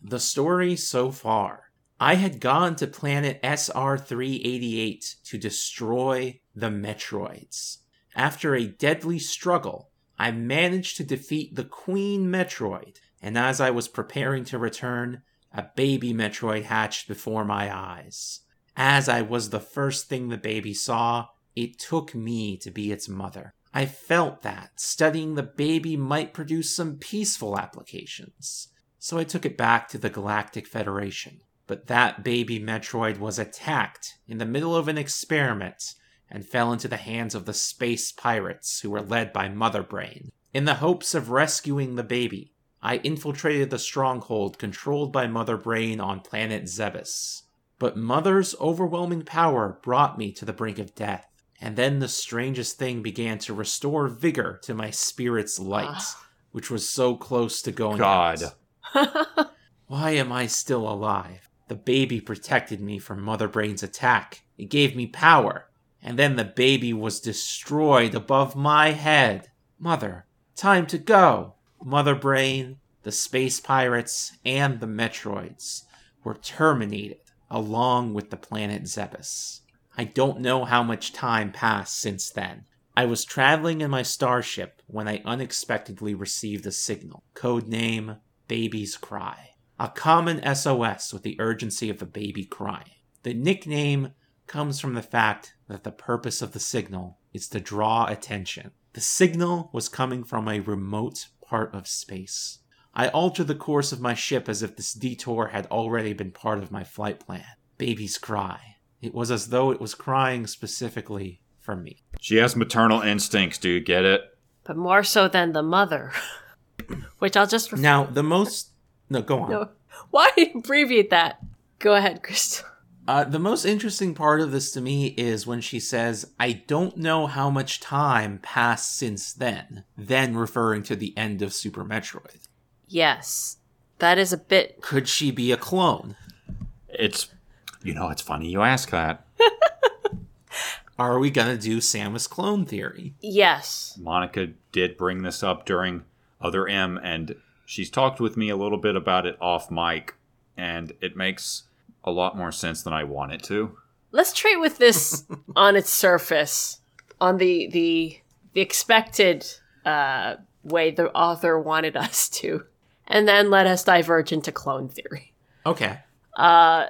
[SPEAKER 1] The story so far. I had gone to planet SR 388 to destroy the Metroids. After a deadly struggle, I managed to defeat the Queen Metroid, and as I was preparing to return, a baby Metroid hatched before my eyes. As I was the first thing the baby saw, it took me to be its mother. I felt that studying the baby might produce some peaceful applications so I took it back to the Galactic Federation. But that baby Metroid was attacked in the middle of an experiment and fell into the hands of the space pirates who were led by Mother Brain. In the hopes of rescuing the baby, I infiltrated the stronghold controlled by Mother Brain on planet Zebes. But Mother's overwhelming power brought me to the brink of death. And then the strangest thing began to restore vigor to my spirit's light,
[SPEAKER 2] Ah.
[SPEAKER 1] which was so close to going
[SPEAKER 3] God.
[SPEAKER 1] out. <laughs> Why am I still alive? The baby protected me from Mother Brain's attack. It gave me power. And then the baby was destroyed above my head. Mother, time to go. Mother Brain, the space pirates, and the Metroids were terminated along with the planet Zebes. I don't know how much time passed since then. I was traveling in my starship when I unexpectedly received a signal, codename Baby's Cry, a common SOS with the urgency of a baby crying. The nickname comes from the fact that the purpose of the signal is to draw attention. The signal was coming from a remote part of space. I altered the course of my ship as if this detour had already been part of my flight plan. Baby's cry. It was as though it was crying specifically for me.
[SPEAKER 3] She has maternal instincts, dude. Get it?
[SPEAKER 2] but more so than the mother, <laughs> which I'll just refer
[SPEAKER 1] Now, the most. No, go on.
[SPEAKER 2] <laughs> no. Why <laughs> abbreviate that? Go ahead, Crystal.
[SPEAKER 1] Uh, the most interesting part of this to me is when she says, I don't know how much time passed since then, then referring to the end of Super Metroid.
[SPEAKER 2] Yes, that is a bit.
[SPEAKER 1] Could she be a clone?
[SPEAKER 3] It's, you know, it's funny you ask that.
[SPEAKER 1] Are we gonna do Samus clone theory?
[SPEAKER 2] Yes,
[SPEAKER 3] Monica did bring this up during Other M, and she's talked with me a little bit about it off mic, and it makes a lot more sense than I want it to.
[SPEAKER 2] let's treat with this on its surface, on the the the expected uh, way the author wanted us to, and then let us diverge into clone theory.
[SPEAKER 1] Okay.
[SPEAKER 2] Uh,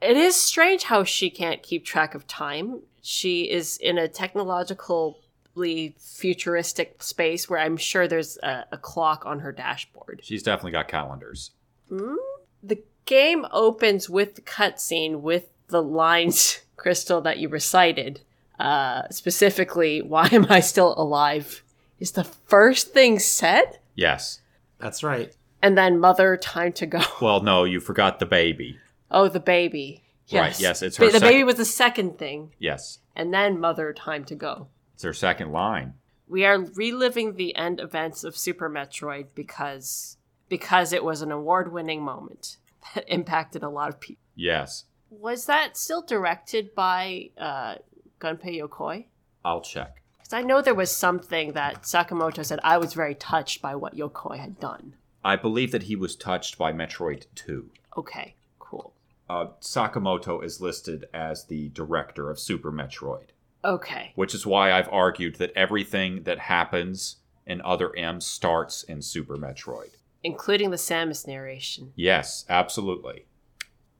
[SPEAKER 2] it is strange how she can't keep track of time. She is in a technologically futuristic space where I'm sure there's a, a clock on her dashboard.
[SPEAKER 3] She's definitely got calendars.
[SPEAKER 2] Hmm? The game opens with the cutscene with the lines, <laughs> Crystal, that you recited. Uh, specifically, why am I still alive? Is the first thing said,
[SPEAKER 3] Yes.
[SPEAKER 1] That's right.
[SPEAKER 2] and then mother, time to go. <laughs>
[SPEAKER 3] Well, no, you forgot the baby.
[SPEAKER 2] Oh, the baby.
[SPEAKER 3] Right,
[SPEAKER 2] Yes,
[SPEAKER 3] yes, it's
[SPEAKER 2] Ba-
[SPEAKER 3] her
[SPEAKER 2] the baby
[SPEAKER 3] second-
[SPEAKER 2] was the second thing.
[SPEAKER 3] Yes.
[SPEAKER 2] and then Mother Time to Go.
[SPEAKER 3] It's her second line.
[SPEAKER 2] We are reliving the end events of Super Metroid because because it was an award-winning moment <laughs> that impacted a lot of people.
[SPEAKER 3] Yes.
[SPEAKER 2] Was that still directed by uh, Gunpei Yokoi?
[SPEAKER 3] I'll check.
[SPEAKER 2] Because I know there was something that Sakamoto said. I was very touched by what Yokoi had done.
[SPEAKER 3] I believe that he was touched by Metroid 2.
[SPEAKER 2] Okay, cool.
[SPEAKER 3] Uh, Sakamoto is listed as the director of Super Metroid,
[SPEAKER 2] Okay,
[SPEAKER 3] which is why I've argued that everything that happens in Other M starts in Super Metroid.
[SPEAKER 2] including the Samus narration.
[SPEAKER 3] Yes, absolutely.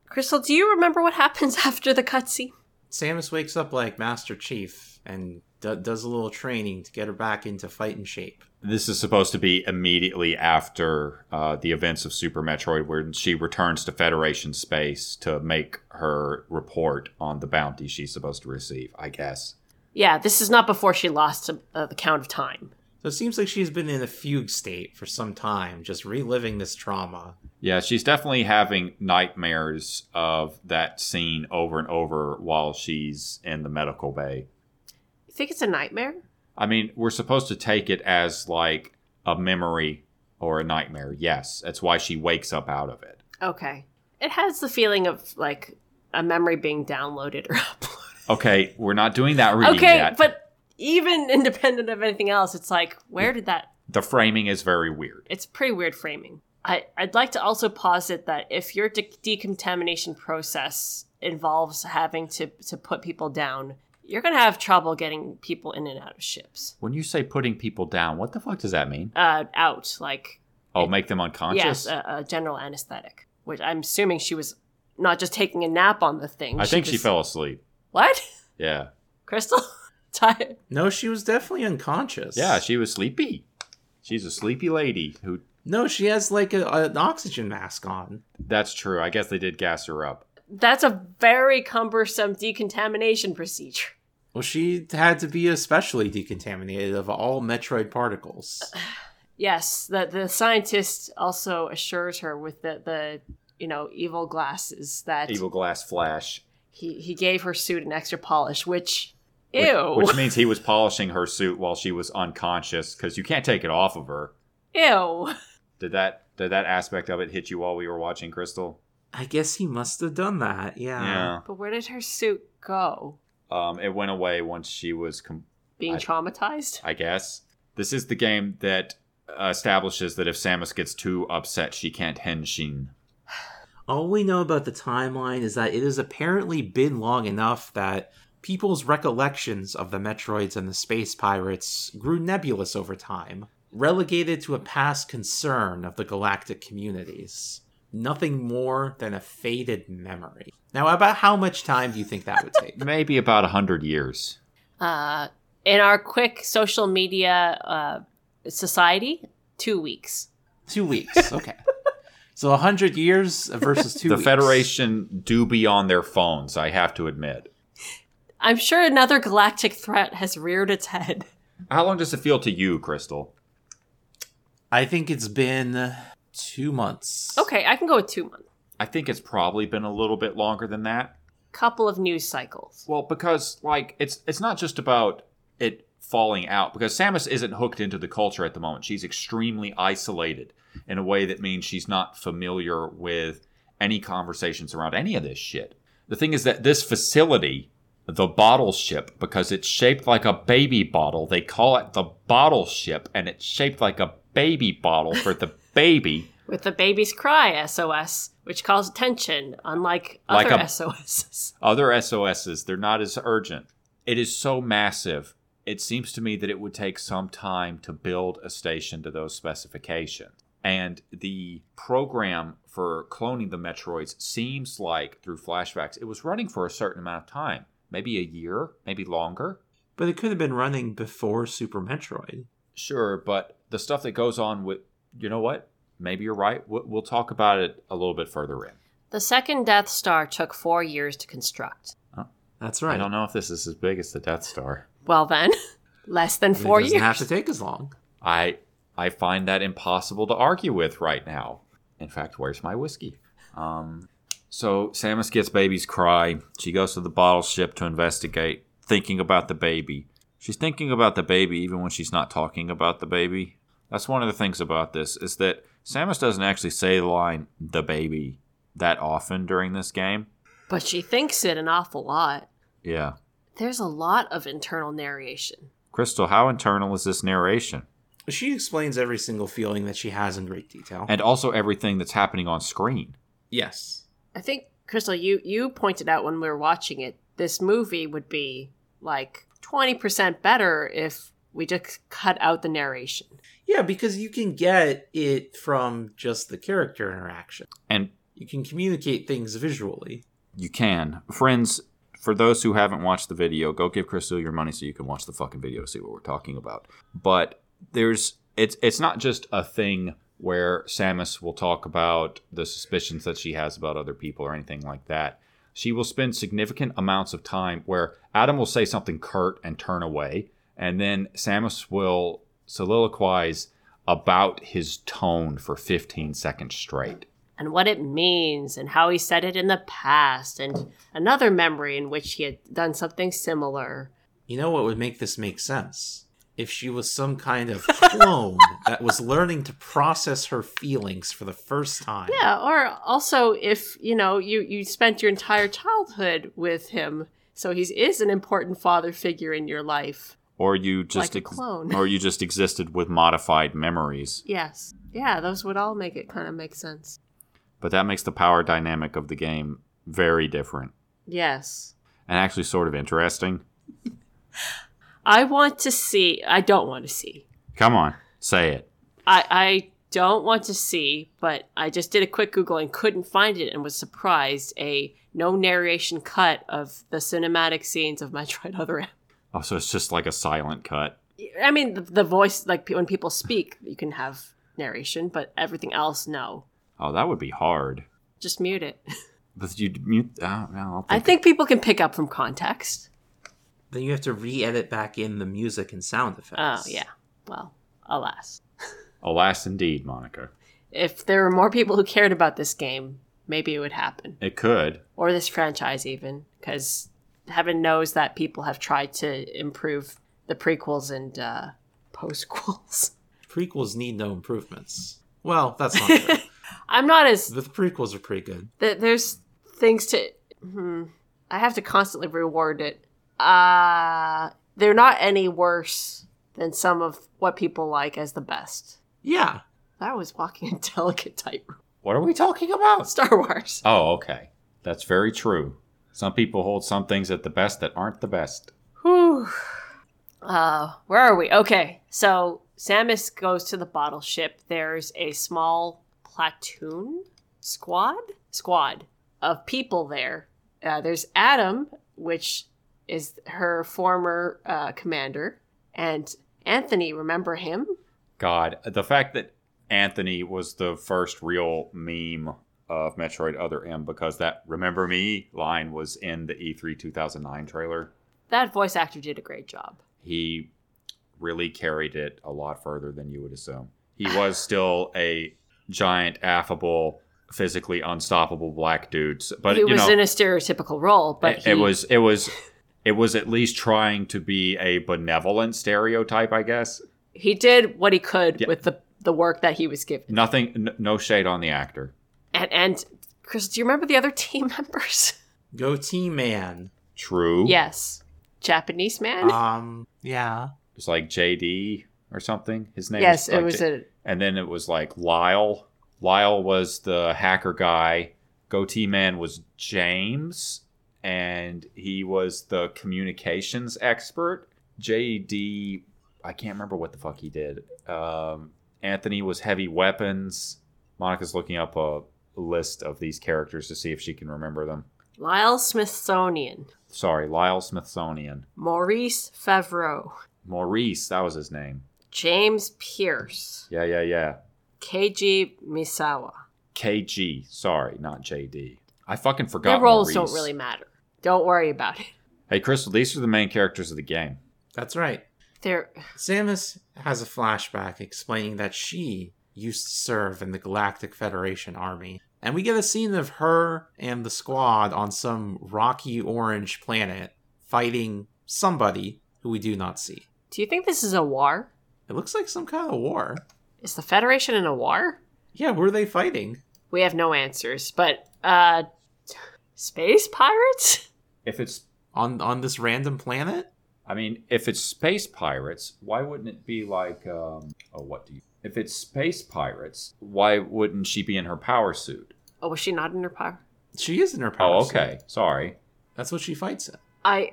[SPEAKER 2] Crystal, do you remember what happens <laughs> after the cutscene?
[SPEAKER 1] Samus wakes up like Master Chief and d- does a little training to get her back into fighting shape.
[SPEAKER 3] This is supposed to be immediately after uh, the events of Super Metroid, where she returns to Federation space to make her report on the bounty she's supposed to receive, I guess.
[SPEAKER 2] Yeah, this is not before she lost uh, the count of time.
[SPEAKER 1] So it seems like she's been in a fugue state for some time, just reliving this trauma.
[SPEAKER 3] Yeah, she's definitely having nightmares of that scene over and over while she's in the medical bay.
[SPEAKER 2] You think it's a nightmare?
[SPEAKER 3] I mean, we're supposed to take it as like a memory or a nightmare. Yes, that's why she wakes up out of it.
[SPEAKER 2] Okay. It has the feeling of like a memory being downloaded or <laughs> uploaded.
[SPEAKER 3] Okay, we're not doing that reading
[SPEAKER 2] Okay,
[SPEAKER 3] yet.
[SPEAKER 2] but even independent of anything else, it's like, where did that
[SPEAKER 3] the framing is very weird.
[SPEAKER 2] it's pretty weird framing. I, I'd like to also posit that if your de- decontamination process involves having to, to put people down, you're going to have trouble getting people in and out of ships.
[SPEAKER 3] When you say putting people down, what the fuck does that mean?
[SPEAKER 2] Uh, out, like,
[SPEAKER 3] Oh, make them unconscious?
[SPEAKER 2] yes, uh, a, a general anesthetic, which I'm assuming she was not just taking a nap on the thing.
[SPEAKER 3] I think she
[SPEAKER 2] was-
[SPEAKER 3] fell asleep.
[SPEAKER 2] What? <laughs>
[SPEAKER 3] Yeah.
[SPEAKER 2] Crystal? <laughs> Tired?
[SPEAKER 1] No, she was definitely unconscious.
[SPEAKER 3] Yeah, she was sleepy. She's a sleepy lady who
[SPEAKER 1] No, she has like a, an oxygen mask on.
[SPEAKER 3] that's true. I guess they did gas her up.
[SPEAKER 2] That's a very cumbersome decontamination procedure.
[SPEAKER 1] Well, she had to be especially decontaminated of all Metroid particles.
[SPEAKER 2] Yes, the the scientist also assures her with the the you know evil glasses that
[SPEAKER 3] Evil glass flash.
[SPEAKER 2] he he gave her suit an extra polish, which
[SPEAKER 3] which-
[SPEAKER 2] ew
[SPEAKER 3] Which, means he was polishing her suit while she was unconscious because you can't take it off of her.
[SPEAKER 2] <laughs> ew.
[SPEAKER 3] Did that did that aspect of it hit you while we were watching Crystal?
[SPEAKER 1] I guess he must have done that. Yeah.
[SPEAKER 2] But where did her suit go?
[SPEAKER 3] Um, it went away once she was com-
[SPEAKER 2] Being
[SPEAKER 3] I-
[SPEAKER 2] traumatized.
[SPEAKER 3] I guess. This is the game that establishes that if Samus gets too upset, she can't henshin.
[SPEAKER 1] All we know about the timeline is that it has apparently been long enough that people's recollections of the Metroids and the Space Pirates grew nebulous over time, relegated to a past concern of the galactic communities. Nothing more than a faded memory. Now, about how much time do you think that would <laughs> take?
[SPEAKER 3] Maybe about a hundred years.
[SPEAKER 2] Uh, in our quick social media uh, society, two weeks.
[SPEAKER 1] Two weeks. <laughs> Okay. So 100 years versus two
[SPEAKER 3] the
[SPEAKER 1] weeks.
[SPEAKER 3] Federation do be on their phones, I have to admit.
[SPEAKER 2] I'm sure another galactic threat has reared its head.
[SPEAKER 3] How long does it feel to you, Crystal?
[SPEAKER 1] I think it's been two months.
[SPEAKER 2] Okay, I can go with two months.
[SPEAKER 3] I think it's probably been a little bit longer than that.
[SPEAKER 2] Couple of news cycles.
[SPEAKER 3] Well, because like it's it's not just about it falling out because Samus isn't hooked into the culture at the moment. She's extremely isolated in a way that means she's not familiar with any conversations around any of this shit. The thing is that this facility, the bottle ship, because it's shaped like a baby bottle, they call it the bottle ship, and it's shaped like a baby bottle for the <laughs> baby.
[SPEAKER 2] with the baby's cry SOS, which calls attention, unlike
[SPEAKER 3] Like
[SPEAKER 2] other
[SPEAKER 3] a-
[SPEAKER 2] SOSs.
[SPEAKER 3] other SOSs, they're not as urgent. It is so massive. It seems to me that it would take some time to build a station to those specifications. And the program for cloning the Metroids seems like, through flashbacks, it was running for a certain amount of time maybe a year, maybe longer.
[SPEAKER 1] But it could have been running before Super Metroid.
[SPEAKER 3] Sure, but the stuff that goes on with, you know what? Maybe you're right. We'll, we'll talk about it a little bit further in.
[SPEAKER 2] The second Death Star took four years to construct.
[SPEAKER 1] That's right.
[SPEAKER 3] I don't know if this is as big as the Death Star.
[SPEAKER 2] Well, then, <laughs> less than
[SPEAKER 1] It
[SPEAKER 2] four
[SPEAKER 1] doesn't
[SPEAKER 2] years.
[SPEAKER 1] have to take as long.
[SPEAKER 3] I I find that impossible to argue with right now. In fact, where's my whiskey? Um, so Samus gets baby's cry. She goes to the bottle ship to investigate, thinking about the baby. She's thinking about the baby even when she's not talking about the baby. That's one of the things about this is that Samus doesn't actually say the line "the baby" that often during this game.
[SPEAKER 2] But she thinks it an awful lot.
[SPEAKER 3] Yeah,
[SPEAKER 2] There's a lot of internal narration.
[SPEAKER 3] Crystal, how internal is this narration?
[SPEAKER 1] She explains every single feeling that she has in great detail.
[SPEAKER 3] And also everything that's happening on screen.
[SPEAKER 1] yes.
[SPEAKER 2] I think, Crystal, you, you pointed out when we were watching it, this movie would be like 20% better if we just cut out the narration.
[SPEAKER 1] Yeah, because you can get it from just the character interaction.
[SPEAKER 3] And
[SPEAKER 1] You can communicate things visually.
[SPEAKER 3] You can. Friends, for those who haven't watched the video, go give Crystal your money so you can watch the fucking video, see what we're talking about. But there's it's it's not just a thing where Samus will talk about the suspicions that she has about other people or anything like that. She will spend significant amounts of time where Adam will say something curt and turn away, and then Samus will soliloquize about his tone for 15 seconds straight.
[SPEAKER 2] and what it means and how he said it in the past and another memory in which he had done something similar.
[SPEAKER 1] You know what would make this make sense? If she was some kind of <laughs> clone that was learning to process her feelings for the first time.
[SPEAKER 2] Yeah, or also if, you know, you you spent your entire childhood with him, so he is an important father figure in your life.
[SPEAKER 3] Or you just oh.
[SPEAKER 2] Like a clone.
[SPEAKER 3] <laughs> or you just existed with modified memories.
[SPEAKER 2] <laughs> Yes. Yeah, those would all make it kind of make sense.
[SPEAKER 3] But that makes the power dynamic of the game very different
[SPEAKER 2] Yes.
[SPEAKER 3] and actually sort of interesting.
[SPEAKER 2] I want to see I don't want to see.
[SPEAKER 3] Come on, say it.
[SPEAKER 2] I I don't want to see, but I just did a quick Google and couldn't find it and was surprised a no narration cut of the cinematic scenes of Metroid Other M.
[SPEAKER 3] Oh, so it's just like a silent cut.
[SPEAKER 2] I mean, the, the voice, like pe- when people speak, you can have narration, but everything else, no.
[SPEAKER 3] Oh, that would be hard.
[SPEAKER 2] Just mute it. <laughs>
[SPEAKER 3] But you mute. Oh, no, I'll
[SPEAKER 2] I think people can pick up from context.
[SPEAKER 1] Then you have to re edit back in the music and sound
[SPEAKER 2] Oh,
[SPEAKER 1] effects.
[SPEAKER 2] yeah. Well, alas.
[SPEAKER 3] Alas, indeed, Monica.
[SPEAKER 2] If there were more people who cared about this game, maybe it would happen.
[SPEAKER 3] It could.
[SPEAKER 2] or this franchise even because heaven knows that people have tried to improve the prequels and uh, postquels <laughs>
[SPEAKER 1] Prequels need no improvements. Well, that's not
[SPEAKER 2] <laughs>
[SPEAKER 1] true.
[SPEAKER 2] i'm not as
[SPEAKER 1] but the prequels are pretty good.
[SPEAKER 2] th- there's things to hmm, i have to constantly reward it uh they're not any worse than some of what people like as the best
[SPEAKER 1] Yeah.
[SPEAKER 2] that was walking <laughs> a delicate tightrope
[SPEAKER 3] What are we talking about?
[SPEAKER 2] star wars
[SPEAKER 3] Oh, okay. That's very true. Some people hold some things at the best that aren't the best.
[SPEAKER 2] Whew. Uh, where are we? Okay, so Samus goes to the bottle ship. There's a small platoon squad squad of people there. Uh, there's Adam, which is her former uh, commander, and Anthony. Remember him?
[SPEAKER 3] God, the fact that Anthony was the first real meme of Metroid Other M because that "Remember Me" line was in the E E3 2009 trailer.
[SPEAKER 2] That voice actor did a great job.
[SPEAKER 3] he really carried it a lot further than you would assume. He was still a giant, affable, physically unstoppable black dude, s- but
[SPEAKER 2] he
[SPEAKER 3] you
[SPEAKER 2] was
[SPEAKER 3] know,
[SPEAKER 2] in a stereotypical role, but
[SPEAKER 3] it,
[SPEAKER 2] he,
[SPEAKER 3] it was it was it was at least trying to be a benevolent stereotype, I guess.
[SPEAKER 2] he did what he could
[SPEAKER 3] Yeah.
[SPEAKER 2] with the the work that he was given.
[SPEAKER 3] Nothing, n- no shade on the actor.
[SPEAKER 2] And and Chris, do you remember the other <laughs> team members?
[SPEAKER 1] Go team man.
[SPEAKER 3] True.
[SPEAKER 2] Yes. Japanese man?
[SPEAKER 1] Um, yeah.
[SPEAKER 3] it's like JD or something. His name.
[SPEAKER 2] yes,
[SPEAKER 3] like
[SPEAKER 2] it was
[SPEAKER 3] J-
[SPEAKER 2] a
[SPEAKER 3] and then it was like Lyle. Lyle was the hacker guy. Goatee Man was James, and he was the communications expert. JD, I can't remember what the fuck he did. Um, Anthony was heavy weapons. Monica's looking up a list of these characters to see if she can remember them.
[SPEAKER 2] Lyle Smithsonian,
[SPEAKER 3] Sorry, Lyle Smithsonian.
[SPEAKER 2] Maurice Favreau,
[SPEAKER 3] Maurice, that was his name.
[SPEAKER 2] James Pierce,
[SPEAKER 3] Yeah, yeah, yeah.
[SPEAKER 2] Keiji Misawa.
[SPEAKER 3] KG, sorry, not JD. I fucking forgot.
[SPEAKER 2] Their roles
[SPEAKER 3] Maurice.
[SPEAKER 2] don't really matter. Don't worry about it. <laughs>
[SPEAKER 3] Hey, Crystal, these are the main characters of the game.
[SPEAKER 1] That's right.
[SPEAKER 2] They're
[SPEAKER 1] Samus has a flashback explaining that she used to serve in the Galactic Federation Army. And we get a scene of her and the squad on some rocky orange planet fighting somebody who we do not see.
[SPEAKER 2] Do you think this is a war?
[SPEAKER 1] It looks like some kind of war.
[SPEAKER 2] Is the Federation in a war?
[SPEAKER 1] Yeah, who are they fighting?
[SPEAKER 2] We have no answers, but uh space pirates?
[SPEAKER 3] If it's,
[SPEAKER 1] On on this random planet?
[SPEAKER 3] I mean, if it's space pirates, why wouldn't it be like, um, oh, what do you? If it's space pirates, why wouldn't she be in her power suit?
[SPEAKER 2] Oh, was she not in her power?
[SPEAKER 1] She is in her power.
[SPEAKER 3] Oh,
[SPEAKER 1] suit.
[SPEAKER 3] okay, sorry.
[SPEAKER 1] That's what she fights in.
[SPEAKER 2] I.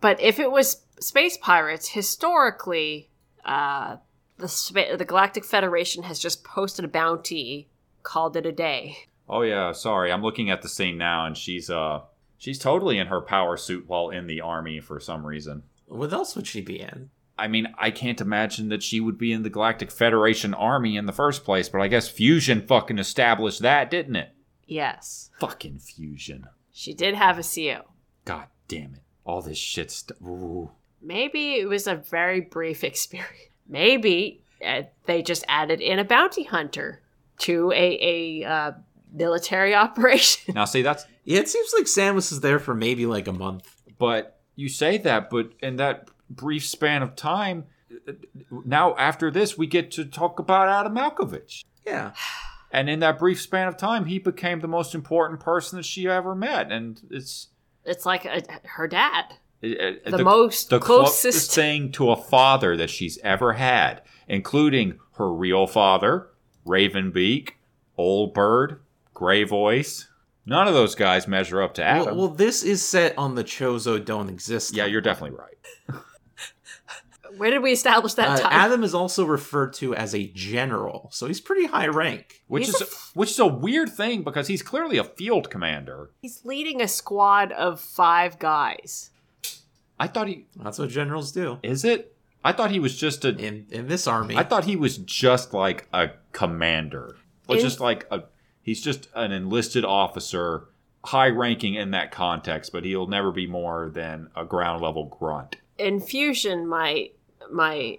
[SPEAKER 2] But if it was space pirates, historically, uh, the spa- the Galactic Federation has just posted a bounty, called it a day.
[SPEAKER 3] Oh yeah, sorry. I'm looking at the scene now, and she's uh, She's totally in her power suit while in the army for some reason.
[SPEAKER 1] What else would she be in?
[SPEAKER 3] I mean, I can't imagine that she would be in the Galactic Federation army in the first place, but I guess fusion fucking established that, didn't it?
[SPEAKER 2] Yes.
[SPEAKER 3] Fucking fusion.
[SPEAKER 2] She did have a CO.
[SPEAKER 3] God damn it. All this shit st- ooh.
[SPEAKER 2] Maybe it was a very brief <laughs> experience. Maybe uh, they just added in a bounty hunter to a, a uh, military <laughs> operation.
[SPEAKER 3] Now see that's
[SPEAKER 1] Yeah, it seems like Samus is there for maybe like a month.
[SPEAKER 3] But you say that, but in that brief span of time, now after this, we get to talk about Adam Malkovich.
[SPEAKER 1] Yeah.
[SPEAKER 3] And in that brief span of time, he became the most important person that she ever met. And it's
[SPEAKER 2] it's like a, her dad.
[SPEAKER 3] the,
[SPEAKER 2] Uh, The most closest-
[SPEAKER 3] thing to a father that she's ever had, including her real father, Ravenbeak, Old Bird, Gray Voice. None of those guys measure up to Adam.
[SPEAKER 1] Well, well, this is set on the Chozo don't exist.
[SPEAKER 3] yeah, you're definitely right.
[SPEAKER 2] Where did we establish that
[SPEAKER 1] Uh,
[SPEAKER 2] time?
[SPEAKER 1] Adam is also referred to as a general, so he's pretty high rank.
[SPEAKER 3] which
[SPEAKER 2] He's
[SPEAKER 3] is which is a weird thing because he's clearly a field commander.
[SPEAKER 2] He's leading a squad of five guys.
[SPEAKER 3] I thought he
[SPEAKER 1] That's what generals do
[SPEAKER 3] is it. I thought he was just a. I
[SPEAKER 1] in in this army.
[SPEAKER 3] thought he was just like a commander, or
[SPEAKER 2] In-
[SPEAKER 3] just like a. He's just an enlisted officer, high ranking in that context, but he'll never be more than a ground level grunt.
[SPEAKER 2] In Fusion, my my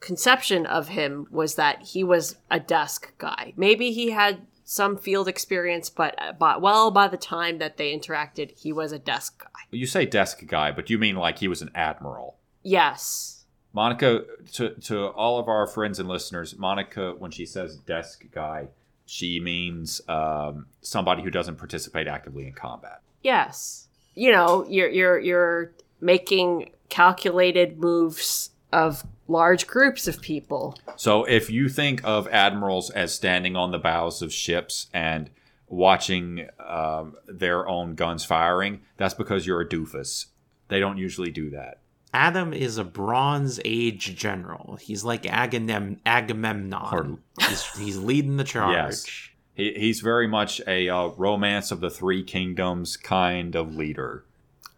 [SPEAKER 2] conception of him was that he was a desk guy. Maybe he had some field experience, but uh, but well, by the time that they interacted, he was a desk guy.
[SPEAKER 3] You say desk guy, but you mean like he was an admiral.
[SPEAKER 2] Yes,
[SPEAKER 3] Monica, to, to all of our friends and listeners, Monica, when she says desk guy, she means um, somebody who doesn't participate actively in combat.
[SPEAKER 2] yes. You know, you're you're you're making calculated moves of large groups of people.
[SPEAKER 3] So if you think of admirals as standing on the bows of ships and watching um, their own guns firing, that's because you're a doofus. They don't usually do that.
[SPEAKER 1] Adam is a Bronze Age general. He's like Agamem- Agamemnon.
[SPEAKER 3] Pardon.
[SPEAKER 1] He's, he's leading the charge.
[SPEAKER 3] Yes. He, he's very much a uh, romance of the three kingdoms kind of leader.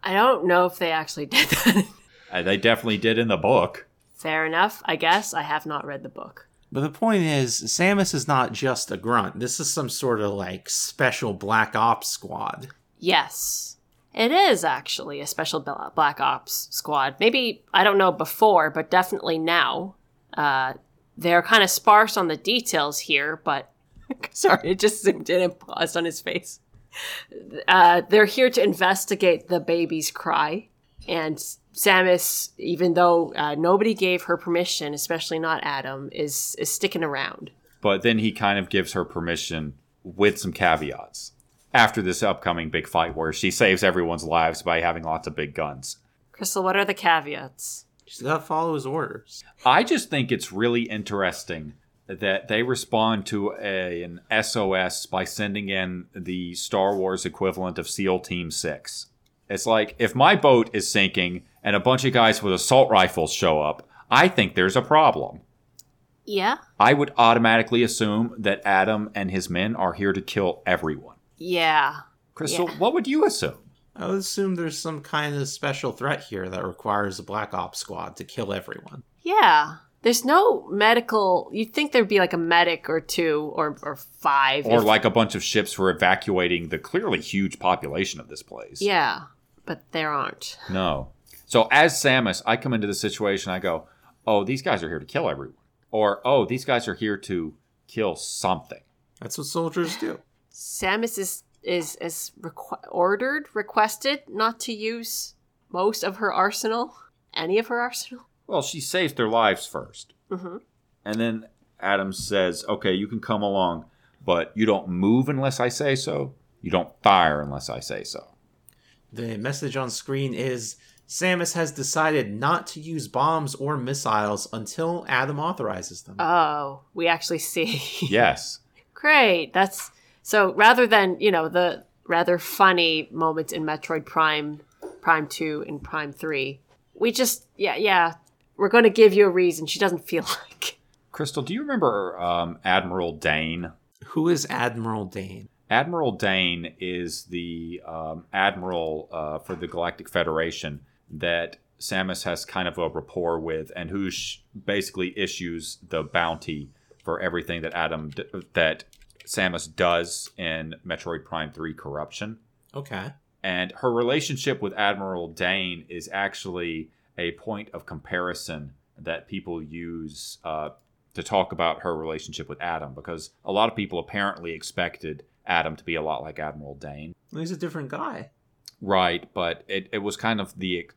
[SPEAKER 2] I don't know if they actually <laughs> did that.
[SPEAKER 3] Uh, they definitely did in the book.
[SPEAKER 2] Fair enough, I guess. I have not read the book.
[SPEAKER 1] But the point is, Samus is not just a grunt. This is some sort of like special black ops squad.
[SPEAKER 2] Yes. It is actually a special Bla- Black Ops squad. Maybe, I don't know before, but definitely now. Uh, they're kind of sparse on the details here, but. <laughs> Sorry, it just zoomed in and paused on his face. Uh, they're here to investigate the baby's cry. And Samus, even though uh, nobody gave her permission, especially not Adam, is, is sticking around.
[SPEAKER 3] but then he kind of gives her permission with some caveats after this upcoming big fight where she saves everyone's lives by having lots of big guns.
[SPEAKER 2] Crystal, what are the caveats?
[SPEAKER 1] She's got to follow his orders.
[SPEAKER 3] I just think it's really interesting that they respond to a, an SOS by sending in the Star Wars equivalent of SEAL Team 6. It's like if my boat is sinking and a bunch of guys with assault rifles show up, I think there's a problem.
[SPEAKER 2] Yeah?
[SPEAKER 3] I would automatically assume that Adam and his men are here to kill everyone.
[SPEAKER 2] Yeah.
[SPEAKER 3] Crystal,
[SPEAKER 2] Yeah.
[SPEAKER 3] what would you assume?
[SPEAKER 1] I would assume there's some kind of special threat here that requires a black ops squad to kill everyone.
[SPEAKER 2] Yeah. There's no medical. You'd think there'd be like a medic or two or, or five.
[SPEAKER 3] Or
[SPEAKER 2] if-
[SPEAKER 3] like a bunch of ships were evacuating the clearly huge population of this place.
[SPEAKER 2] Yeah. But there aren't.
[SPEAKER 3] No. So as Samus, I come into the situation, I go, oh, these guys are here to kill everyone. Or, oh, these guys are here to kill something.
[SPEAKER 1] That's what soldiers do.
[SPEAKER 2] Samus is is is requ- ordered requested not to use most of her arsenal, any of her arsenal.
[SPEAKER 3] Well, she saves their lives first.
[SPEAKER 2] hmm
[SPEAKER 3] And then Adam says, okay, you can come along, but you don't move unless I say so. You don't fire unless I say so.
[SPEAKER 1] The message on screen is Samus has decided not to use bombs or missiles until Adam authorizes them.
[SPEAKER 2] Oh, we actually <laughs> see.
[SPEAKER 3] Yes.
[SPEAKER 2] Great. That's so rather than, you know, the rather funny moments in Metroid Prime, Prime 2 and Prime 3. We just yeah, yeah, we're going to give you a reason she doesn't feel <laughs> like.
[SPEAKER 3] Crystal, do you remember um, Admiral Dane?
[SPEAKER 1] Who is Admiral Dane?
[SPEAKER 3] Admiral Dane is the um, admiral uh, for the Galactic Federation that Samus has kind of a rapport with, and who sh- basically issues the bounty for everything that Adam d- that Samus does in Metroid Prime Three Corruption.
[SPEAKER 1] Okay.
[SPEAKER 3] And her relationship with Admiral Dane is actually a point of comparison that people use uh, to talk about her relationship with Adam because a lot of people apparently expected Adam to be a lot like Admiral Dane.
[SPEAKER 1] He's a different guy.
[SPEAKER 3] Right, but it, it was kind of the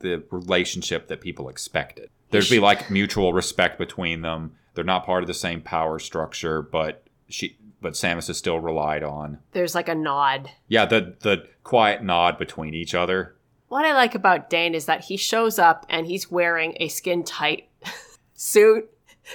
[SPEAKER 3] the relationship that people expected. There'd be like mutual respect between them. They're not part of the same power structure, but she but Samus is still relied on.
[SPEAKER 2] There's like a nod.
[SPEAKER 3] Yeah, the the quiet nod between each other.
[SPEAKER 2] What I like about Dane is that he shows up and he's wearing a skin tight <laughs> suit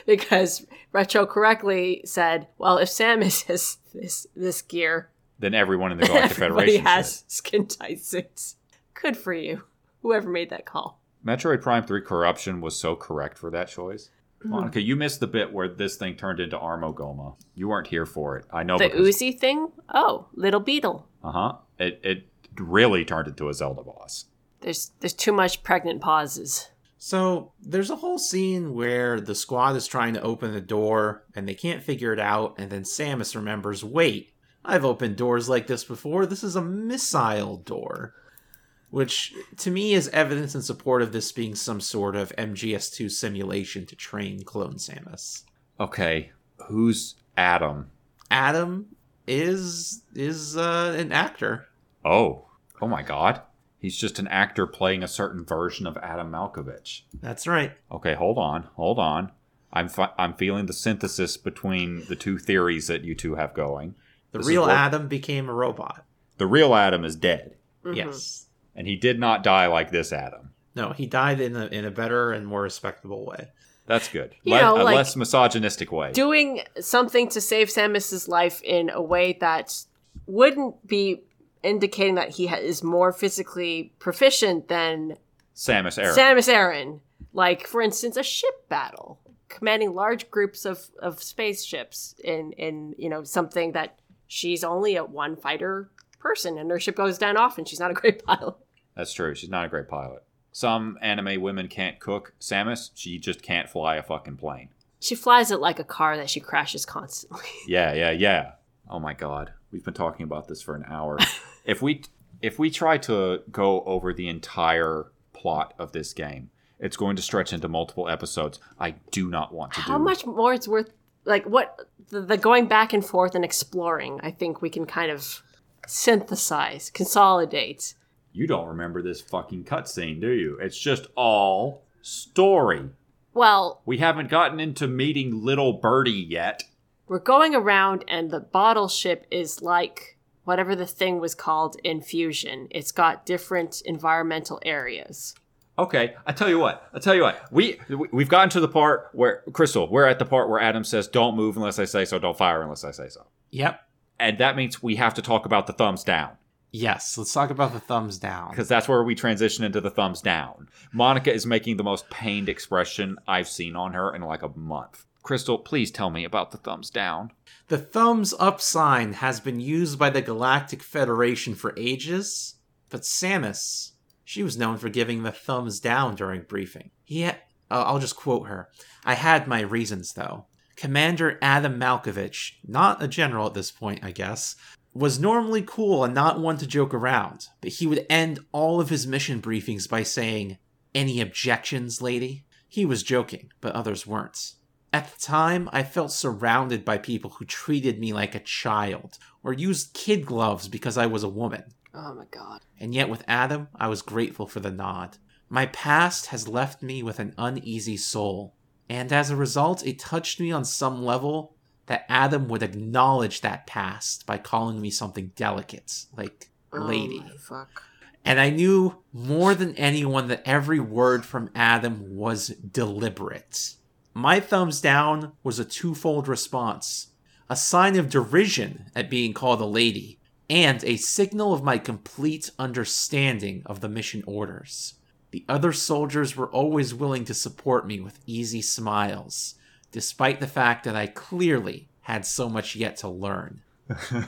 [SPEAKER 2] because Retro correctly said, "Well, if Samus has this this gear,
[SPEAKER 3] Then
[SPEAKER 2] <laughs>
[SPEAKER 3] everyone in the Galactic
[SPEAKER 2] everybody
[SPEAKER 3] Federation
[SPEAKER 2] has
[SPEAKER 3] should.
[SPEAKER 2] skin tight suits." Good for you, whoever made that call.
[SPEAKER 3] Metroid Prime 3 Corruption was so correct for that choice.
[SPEAKER 2] Mm-hmm.
[SPEAKER 3] Monica, you missed the bit where this thing turned into Armogoma. You weren't here for it. I know
[SPEAKER 2] The
[SPEAKER 3] because
[SPEAKER 2] Uzi thing? Oh, little beetle.
[SPEAKER 3] uh-huh. It it really turned into a Zelda boss.
[SPEAKER 2] There's there's too much pregnant pauses.
[SPEAKER 1] So there's a whole scene where the squad is trying to open the door and they can't figure it out, and then Samus remembers, wait, I've opened doors like this before. This is a missile door. Which to me is evidence in support of this being some sort of MGS2 simulation to train clone Samus.
[SPEAKER 3] Okay, who's Adam?
[SPEAKER 1] Adam is is uh, an actor.
[SPEAKER 3] Oh. Oh my god. He's just an actor playing a certain version of Adam Malkovich.
[SPEAKER 1] That's right.
[SPEAKER 3] Okay, hold on. Hold on. I'm fi- I'm feeling the synthesis between the two theories that you two have going.
[SPEAKER 1] The
[SPEAKER 3] This is
[SPEAKER 1] real
[SPEAKER 3] what-
[SPEAKER 1] Adam became a robot.
[SPEAKER 3] The real Adam is dead,
[SPEAKER 2] Mhm.
[SPEAKER 1] Yes.
[SPEAKER 3] and he did not die like this Adam.
[SPEAKER 1] No, he died in a in a better and more respectable way.
[SPEAKER 3] That's good.
[SPEAKER 2] You
[SPEAKER 3] Le-
[SPEAKER 2] know,
[SPEAKER 3] a
[SPEAKER 2] like-
[SPEAKER 3] less misogynistic way.
[SPEAKER 2] doing something to save Samus's life in a way that wouldn't be indicating that he ha- is more physically proficient than
[SPEAKER 3] Samus Aran.
[SPEAKER 2] Samus Aran. Like, for instance, a ship battle, commanding large groups of, of spaceships in, in, you know, something that she's only a one fighter person and her ship goes down often. She's not a great <laughs> pilot.
[SPEAKER 3] That's true. She's not a great pilot. Some anime women can't cook. Samus, she just can't fly a fucking plane.
[SPEAKER 2] She flies it like a car that she crashes constantly.
[SPEAKER 3] Yeah, yeah, yeah. Oh my god, we've been talking about this for an
[SPEAKER 2] <laughs>
[SPEAKER 3] hour. if we if we try to go over the entire plot of this game, it's going to stretch into multiple episodes. I do not want to
[SPEAKER 2] how
[SPEAKER 3] do.
[SPEAKER 2] much more it's worth like what the, the going back and forth and exploring i think we can kind of synthesize consolidate
[SPEAKER 3] You don't remember this fucking cutscene, do you? It's just all story.
[SPEAKER 2] well
[SPEAKER 3] We haven't gotten into meeting little birdie yet.
[SPEAKER 2] we're going around and the bottle ship is like whatever the thing was called in fusion it's got different environmental areas
[SPEAKER 3] Okay, I tell you what. I tell you what. We we- we've gotten to the part where Crystal. We're at the part where Adam says, "Don't move unless I say so. Don't fire unless I say so."
[SPEAKER 1] Yep.
[SPEAKER 3] And that means we have to talk about the thumbs down
[SPEAKER 1] Yes. Let's talk about the thumbs down.
[SPEAKER 3] because that's where we transition into the thumbs down. Monica is making the most pained expression I've seen on her in like a month. Crystal, please tell me about the thumbs down.
[SPEAKER 1] The thumbs up sign has been used by the Galactic Federation for ages, but Samus, she was known for giving the thumbs down during briefing. He ha- uh, I'll just quote her. I had my reasons though. Commander Adam Malkovich, not a general at this point, I guess, was normally cool and not one to joke around, but he would end all of his mission briefings by saying, "Any objections, lady?" He was joking, but others weren't. At the time, I felt surrounded by people who treated me like a child or used kid gloves because I was a woman.
[SPEAKER 2] oh my god
[SPEAKER 1] And yet, with Adam, I was grateful for the nod. My past has left me with an uneasy soul, and as a result, it touched me on some level that Adam would acknowledge that past by calling me something delicate, like lady.
[SPEAKER 2] oh my fuck
[SPEAKER 1] And I knew more than anyone that every word from Adam was deliberate. My thumbs down was a twofold response a sign of derision at being called a lady, and a signal of my complete understanding of the mission orders. The other soldiers were always willing to support me with easy smiles, despite the fact that I clearly had so much yet to learn.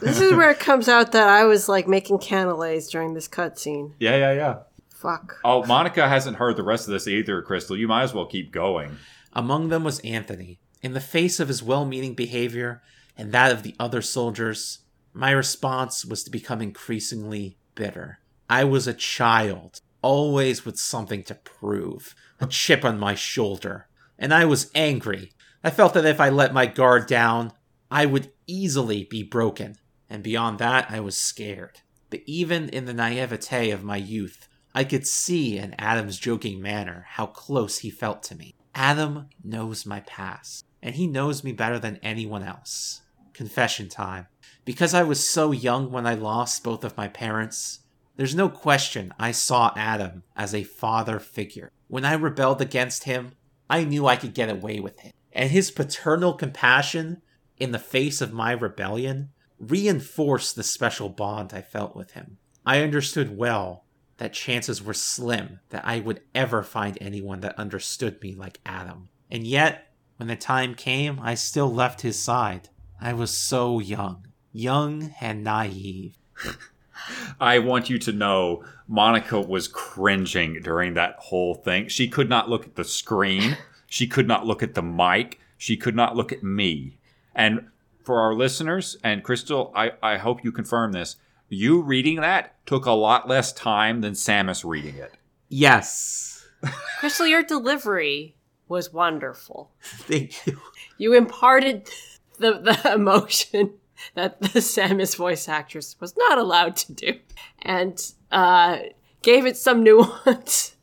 [SPEAKER 4] This is where it comes out that I was like making canapes during this cutscene.
[SPEAKER 3] Yeah, yeah, yeah.
[SPEAKER 4] Fuck.
[SPEAKER 3] Oh, Monica hasn't heard the rest of this either, Crystal. You might as well keep going.
[SPEAKER 1] Among them was Anthony. In the face of his well meaning behavior and that of the other soldiers, my response was to become increasingly bitter. I was a child, always with something to prove, a chip on my shoulder, and I was angry. I felt that if I let my guard down, I would easily be broken, and beyond that, I was scared. But even in the naivete of my youth, I could see in Adam's joking manner how close he felt to me. Adam knows my past, and he knows me better than anyone else. Confession time. Because I was so young when I lost both of my parents, there's no question I saw Adam as a father figure. When I rebelled against him, I knew I could get away with it. And his paternal compassion in the face of my rebellion reinforced the special bond I felt with him. I understood well that chances were slim that I would ever find anyone that understood me like Adam. And yet, when the time came, I still left his side. I was so young, young and naive.
[SPEAKER 3] I want you to know Monica was cringing during that whole thing. She could not look at the screen, she could not look at the mic, she could not look at me. And for our listeners, and Crystal, I, I hope you confirm this. You reading that took a lot less time than Samus reading it. <laughs>
[SPEAKER 1] Yes. <laughs>
[SPEAKER 2] Crystal, your delivery was wonderful.
[SPEAKER 1] Thank you.
[SPEAKER 2] You imparted the, the <laughs> emotion that the Samus voice actress was not allowed to do and uh, gave it some <laughs> nuance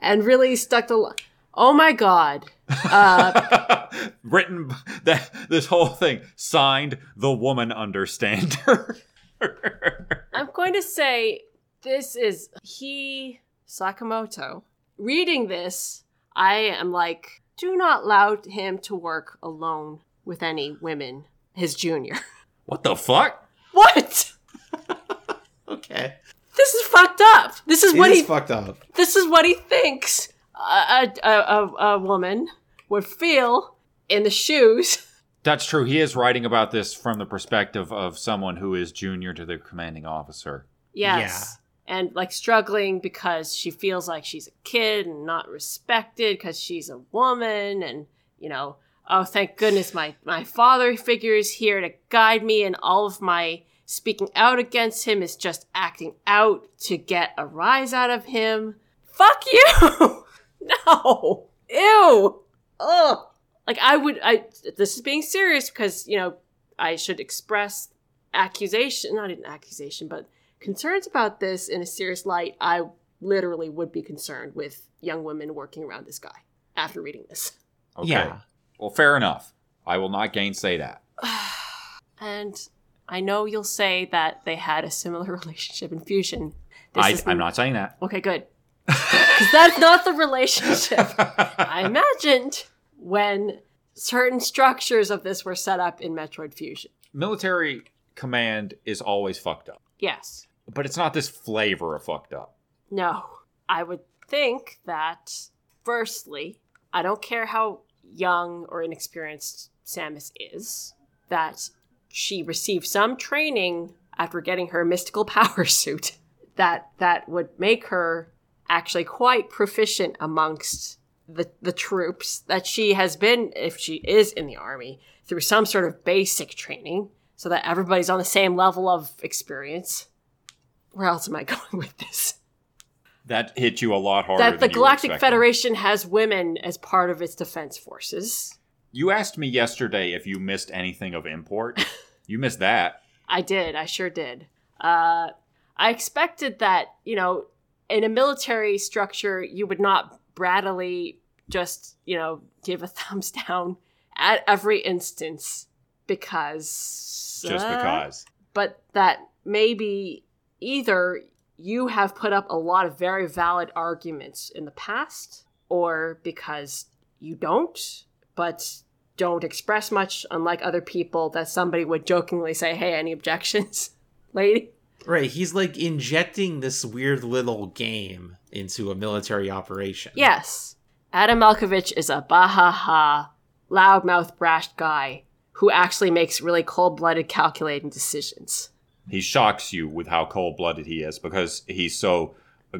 [SPEAKER 2] and really stuck to. Oh my god. Uh,
[SPEAKER 1] <laughs>
[SPEAKER 3] Written that this whole thing signed the woman understander. <laughs>
[SPEAKER 2] I'm going to say this is he Sakamoto. Reading this, I am like, do not allow him to work alone with any women. His junior. <laughs>
[SPEAKER 3] what the fuck?
[SPEAKER 2] What?
[SPEAKER 1] Okay.
[SPEAKER 2] This is fucked up. This is what
[SPEAKER 1] It is
[SPEAKER 2] he.
[SPEAKER 1] fucked up.
[SPEAKER 2] this is what he thinks a a, a a woman would feel in the shoes.
[SPEAKER 3] That's true. He is writing about this from the perspective of someone who is junior to the commanding officer.
[SPEAKER 2] Yes. And like struggling because she feels like she's a kid and not respected because she's a woman and you know oh thank goodness my my father figure is here to guide me and all of my speaking out against him is just acting out to get a rise out of him. Fuck you. <laughs> no. Ew. Ugh. Like I would I this is being serious because you know I should express accusation not an accusation but concerns about this in a serious light, I literally would be concerned with young women working around this guy after reading this.
[SPEAKER 3] Okay.
[SPEAKER 1] Yeah.
[SPEAKER 3] Well, fair enough. I will not gainsay that.
[SPEAKER 2] And I know you'll say that they had a similar <laughs> relationship in Fusion. This
[SPEAKER 3] I,
[SPEAKER 2] is-
[SPEAKER 3] I'm not
[SPEAKER 2] <laughs>
[SPEAKER 3] saying that.
[SPEAKER 2] Okay, good. Because that's not the relationship I imagined when certain structures of this were set up in Metroid Fusion.
[SPEAKER 3] Military command is always fucked up,
[SPEAKER 2] Yes.
[SPEAKER 3] but it's not this flavor of fucked up.
[SPEAKER 2] No. I would think that, firstly, I don't care how young or inexperienced Samus is, that she received some training after getting her mystical <laughs> power suit that that would make her actually quite proficient amongst the the troops that she has been if she is in the army through some sort of basic training so that everybody's on the same level of experience where else am i <laughs> going with this
[SPEAKER 3] That hit you a lot harder.
[SPEAKER 2] that the
[SPEAKER 3] than you were
[SPEAKER 2] Galactic
[SPEAKER 3] expecting.
[SPEAKER 2] Federation has women as part of its defense forces.
[SPEAKER 3] You asked me yesterday if you missed anything
[SPEAKER 2] <laughs>
[SPEAKER 3] of import. you missed that.
[SPEAKER 2] I did. I sure did. Uh, I expected that, you know, in a military structure, you would not bratty just, you know, give a <laughs> thumbs down at every instance because.
[SPEAKER 3] Just
[SPEAKER 2] uh,
[SPEAKER 3] because.
[SPEAKER 2] but that maybe either you have put up a lot of very valid arguments in the past, or because you don't, but don't express much, unlike other people, that somebody would jokingly say, Hey, any objections, <laughs> lady?
[SPEAKER 1] Right, he's like injecting this weird little game into a military operation.
[SPEAKER 2] Yes, Adam Malkovich is a bahaha, loudmouth, brash guy who actually makes really cold blooded calculating decisions.
[SPEAKER 3] He shocks you with how cold blooded he is because he's so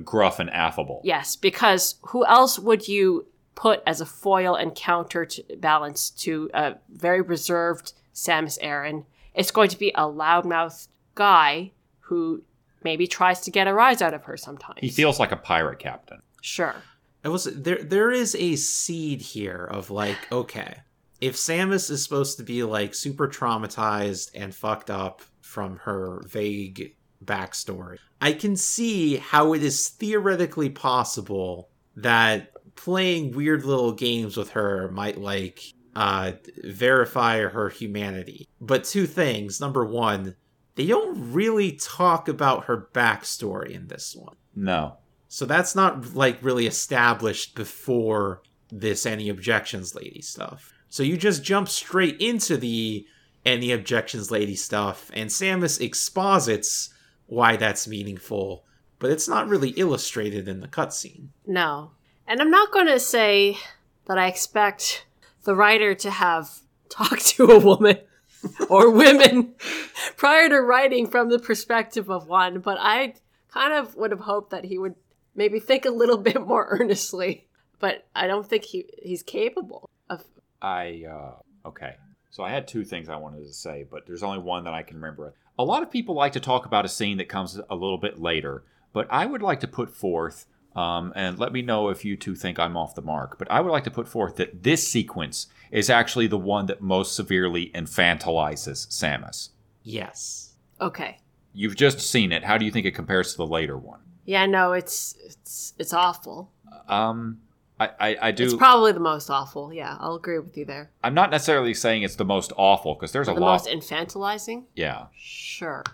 [SPEAKER 3] gruff and affable.
[SPEAKER 2] Yes, because who else would you put as a foil and counter to balance to a very reserved Samus Aran? It's going to be a loudmouthed guy who maybe tries to get a rise out of her sometimes.
[SPEAKER 3] He feels like a pirate captain.
[SPEAKER 2] sure.
[SPEAKER 1] I will say there there is a seed here of like, okay, if Samus is supposed to be like super traumatized and fucked up from her vague backstory, I can see how it is theoretically possible that playing weird little games with her might like uh verify her humanity. But two things. Number one, they don't really talk about her backstory in this one.
[SPEAKER 3] No.
[SPEAKER 1] So that's not like really established before this any objections lady stuff. So you just jump straight into the any objections lady stuff, and Samus exposits why that's meaningful, but it's not really illustrated in the cutscene.
[SPEAKER 2] No. And I'm not going to say that I expect the writer to have <laughs> talked to a woman <laughs> or women <laughs> prior to writing from the perspective of one, but I kind of would have hoped that he would maybe think a little <laughs> bit more earnestly. But I don't think he, he's capable of.
[SPEAKER 3] I uh okay. So I had two things I wanted to say, but there's only one that I can remember. A lot of people like to talk about a scene that comes a little bit later, but I would like to put forth um, and let me know if you two think I'm off the mark. But I would like to put forth that this sequence is actually the one that most severely infantilizes Samus.
[SPEAKER 1] Yes.
[SPEAKER 2] Okay.
[SPEAKER 3] You've just seen it. How do you think it compares to the later one?
[SPEAKER 2] Yeah, no, it's it's it's awful.
[SPEAKER 3] Um, I, I, I do.
[SPEAKER 2] It's probably the most awful. Yeah, I'll agree with you there.
[SPEAKER 3] I'm not necessarily saying it's the most awful because there's a
[SPEAKER 2] The
[SPEAKER 3] lot.
[SPEAKER 2] most infantilizing?
[SPEAKER 3] yeah,
[SPEAKER 2] Sure.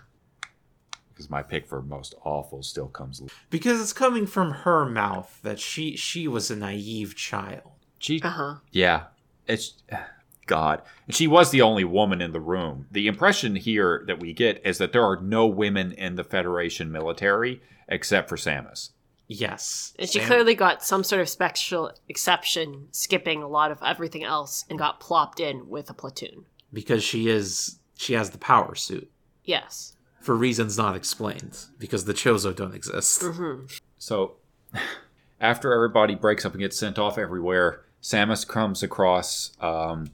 [SPEAKER 3] because my pick for most awful still comes. l-
[SPEAKER 1] Because it's coming from her mouth that she she was a naive child.
[SPEAKER 3] She,
[SPEAKER 2] Uh-huh.
[SPEAKER 3] yeah, it's <sighs> God. And she was the only woman in the room. The impression here that we get is that there are no women in the Federation military except for Samus.
[SPEAKER 1] Yes.
[SPEAKER 2] And she
[SPEAKER 1] Sam-
[SPEAKER 2] clearly got some sort of special exception, skipping a lot of everything else, and got plopped in with a platoon.
[SPEAKER 1] because she is she has the power suit
[SPEAKER 2] Yes.
[SPEAKER 1] for reasons not explained because the Chozo don't exist.
[SPEAKER 2] hmm
[SPEAKER 3] So, <sighs> after everybody breaks up and gets sent off everywhere, Samus comes across um,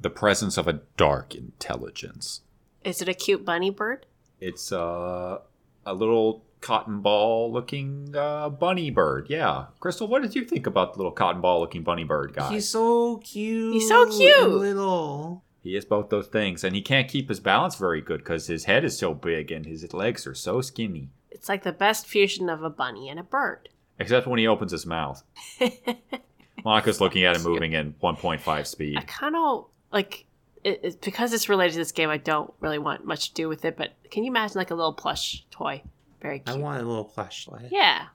[SPEAKER 3] the presence of a dark intelligence.
[SPEAKER 2] Is it a cute bunny bird?
[SPEAKER 3] It's uh, a little cotton ball looking uh, bunny bird. Yeah. Crystal, what did you think about the little cotton ball looking bunny bird guy?
[SPEAKER 1] He's so cute.
[SPEAKER 2] He's so cute.
[SPEAKER 1] and Little.
[SPEAKER 3] he is both those things, and he can't keep his balance very good because his head is so big and his legs are so skinny.
[SPEAKER 2] It's like the best fusion of a bunny and a bird. <laughs>
[SPEAKER 3] Except when he opens his mouth. Monica's looking at him moving in 1.5
[SPEAKER 2] I
[SPEAKER 3] speed.
[SPEAKER 2] kind of like it, it, because it's related to this game. I don't really want much to do with it, but can you imagine like a little plush toy? Very
[SPEAKER 1] I
[SPEAKER 2] cute.
[SPEAKER 1] want a little flashlight.
[SPEAKER 2] yeah.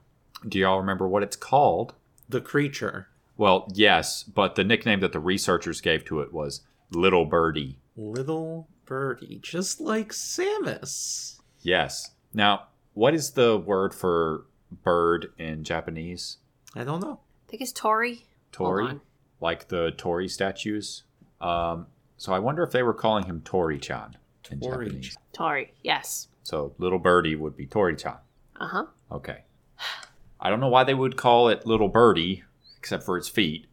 [SPEAKER 3] Do y'all remember what it's called?
[SPEAKER 1] The creature.
[SPEAKER 3] Well, yes, but the nickname that the researchers gave to it was Little Birdie.
[SPEAKER 1] Little birdie. Just like Samus.
[SPEAKER 3] Yes. Now, what is the word for bird in Japanese?
[SPEAKER 1] I don't know.
[SPEAKER 2] I think it's Tori. Hold
[SPEAKER 3] Tori?
[SPEAKER 2] on.
[SPEAKER 3] Like the Tori statues? Um, so I wonder if they were calling him Tori chan in
[SPEAKER 1] Tori-chan.
[SPEAKER 3] Japanese.
[SPEAKER 2] Tori. Yes.
[SPEAKER 3] So little birdie would be Tori chan.
[SPEAKER 2] Uh huh.
[SPEAKER 3] Okay. I don't know why they would call it little birdie, except for its feet.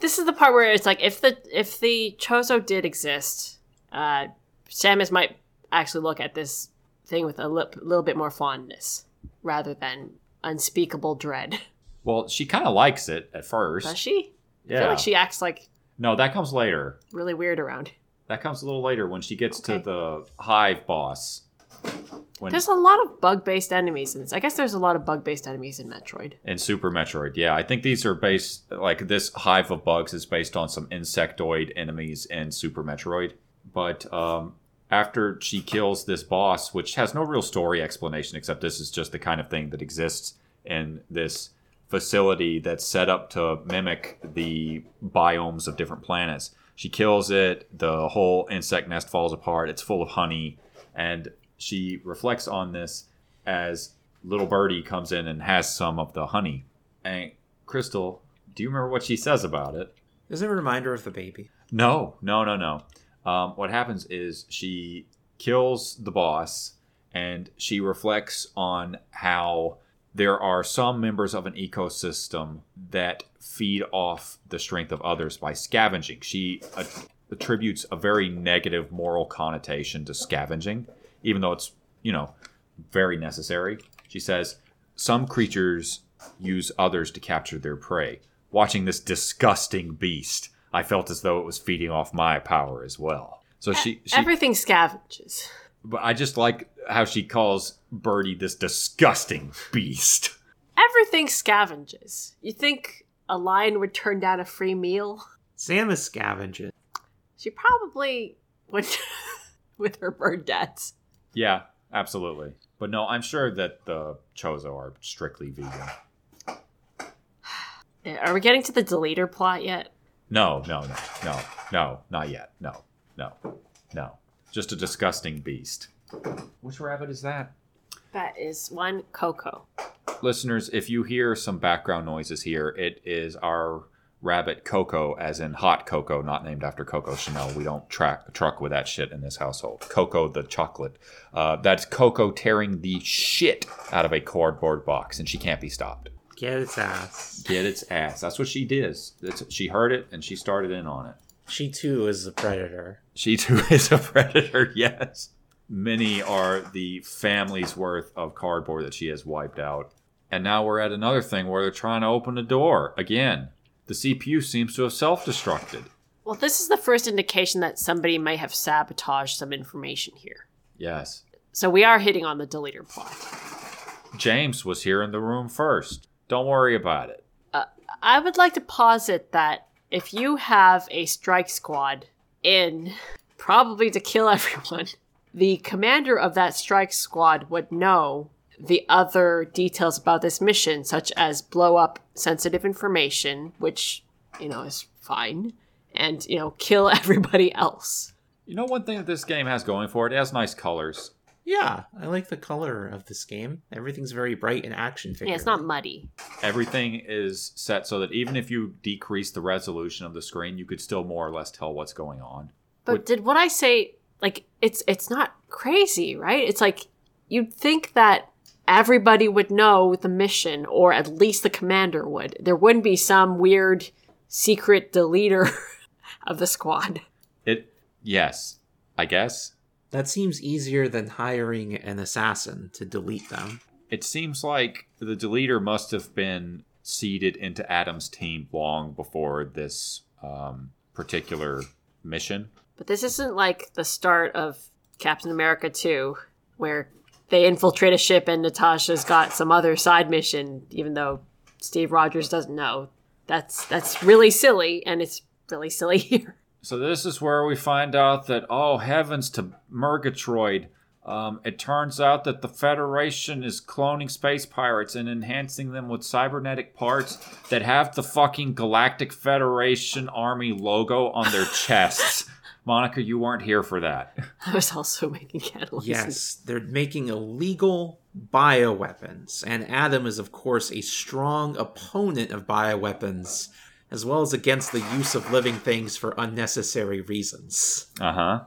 [SPEAKER 2] this is the part where it's like if the if the chozo did exist uh samus might actually look at this thing with a lip, little bit more fondness rather than unspeakable dread <laughs>
[SPEAKER 3] Well, she kind of likes it at first.
[SPEAKER 2] does she i
[SPEAKER 3] Yeah.
[SPEAKER 2] feel like she acts like
[SPEAKER 3] no, that comes later.
[SPEAKER 2] really weird around
[SPEAKER 3] That comes a little later when she gets
[SPEAKER 2] Okay.
[SPEAKER 3] to the hive boss. When
[SPEAKER 2] there's a lot of bug-based enemies in this i guess there's a lot of bug-based enemies in metroid
[SPEAKER 3] in Super Metroid, yeah, I think these are based like this hive of bugs is based on some insectoid enemies in Super Metroid. But um, after she kills this boss, which has no real story explanation except this is just the kind of thing that exists in this facility that's set up to mimic the biomes of different planets. She kills it, the whole insect nest falls apart, it's full of honey, and she reflects on this as little birdie comes in and has some of the honey. And Crystal, do you remember what she says about it?
[SPEAKER 1] Is it a reminder of the baby?
[SPEAKER 3] No, no, no, no. um, what happens is she kills the boss and she reflects on how there are some members of an ecosystem that feed off the strength of others by scavenging. She at- attributes a very negative moral connotation to scavenging, even though it's, you know, very necessary. She says, Some creatures use others to capture their prey. Watching this disgusting beast, I felt as though it was feeding off my power as well. So she, she
[SPEAKER 2] Everything scavenges.
[SPEAKER 3] but I just like how she calls Birdie this disgusting beast. <laughs>
[SPEAKER 2] Everything scavenges. You think a lion would turn down a free meal?
[SPEAKER 1] Sam is scavenging.
[SPEAKER 2] She probably would <laughs> with her bird dads.
[SPEAKER 3] Yeah, absolutely. But no, I'm sure that the Chozo are strictly vegan.
[SPEAKER 2] Are we getting to the deleter plot yet?
[SPEAKER 3] No, no, no, no, no, not yet. No, no, no. Just a disgusting beast. Which rabbit is that?
[SPEAKER 2] That is one Coco.
[SPEAKER 3] Listeners, if you hear some background noises here, it is our rabbit Coco, as in hot cocoa, not named after Coco Chanel. We don't track truck with that shit in this household. Coco the chocolate. Uh, that's Coco tearing the shit out of a cardboard box, and she can't be stopped.
[SPEAKER 1] Get its ass.
[SPEAKER 3] Get its ass. That's what she did. That's, she heard it and she started in on it.
[SPEAKER 1] She too is a predator.
[SPEAKER 3] She too <laughs> is a predator, yes. Many are the family's worth of cardboard that she has wiped out. And now we're at another thing where they're trying to open a door again. The CPU seems to have self destructed.
[SPEAKER 2] Well, this is the first indication that somebody may have sabotaged some information here.
[SPEAKER 3] Yes.
[SPEAKER 2] So we are hitting on the deleter plot.
[SPEAKER 3] James was here in the room first. Don't worry about it.
[SPEAKER 2] I would like to posit that if you have a strike squad in probably to kill <laughs> everyone, the commander of that strike squad would know the other details about this mission, such as blow up sensitive information, which, you know, is fine, and, you know, kill <laughs> everybody else.
[SPEAKER 3] You know, one thing that this game has going for it, it has nice colors.
[SPEAKER 1] Yeah, I like the color of this game. Everything's very bright and action figure.
[SPEAKER 2] Yeah, it's not muddy.
[SPEAKER 3] Everything is set so that even if you decrease the resolution of the screen, you could still more or less tell what's going on.
[SPEAKER 2] But
[SPEAKER 3] Would-
[SPEAKER 2] did what I say like it's it's not crazy, right? It's like you'd think that everybody would know the mission or at least the commander would. There wouldn't be some weird secret deleter <laughs> of the squad.
[SPEAKER 3] It, yes, I guess.
[SPEAKER 1] That seems easier than hiring an assassin to delete them.
[SPEAKER 3] It seems like the deleter must have been seeded into Adam's team long before this um, particular mission.
[SPEAKER 2] But this isn't like the start of Captain America 2 where they infiltrate a ship and Natasha's got some other side mission even though Steve Rogers doesn't know. That's that's really silly and it's really <laughs> silly here.
[SPEAKER 3] So this is where we find out that oh heavens to Murgatroyd. Um, it turns out that the Federation is cloning space pirates and enhancing them with cybernetic parts that have the fucking Galactic Federation Army logo on their chests. Monica, you weren't here for that.
[SPEAKER 2] <laughs> I was also making candles. <laughs>
[SPEAKER 1] Yes, they're making illegal bioweapons, and Adam is, of course, a strong opponent of bioweapons, as well as against the use of living things for unnecessary reasons. <laughs>
[SPEAKER 3] Uh huh.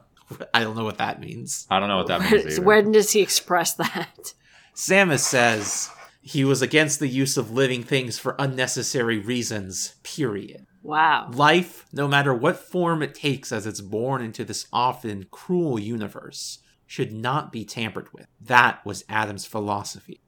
[SPEAKER 1] I don't know what that means.
[SPEAKER 3] I don't know what that means.
[SPEAKER 2] Where,
[SPEAKER 3] either.
[SPEAKER 2] when does he express that? <laughs>
[SPEAKER 1] Samus says he was against the use of living things for unnecessary reasons, period.
[SPEAKER 2] Wow.
[SPEAKER 1] Life, no matter what form it takes as it's born into this often cruel universe, should not be tampered with. That was Adam's philosophy.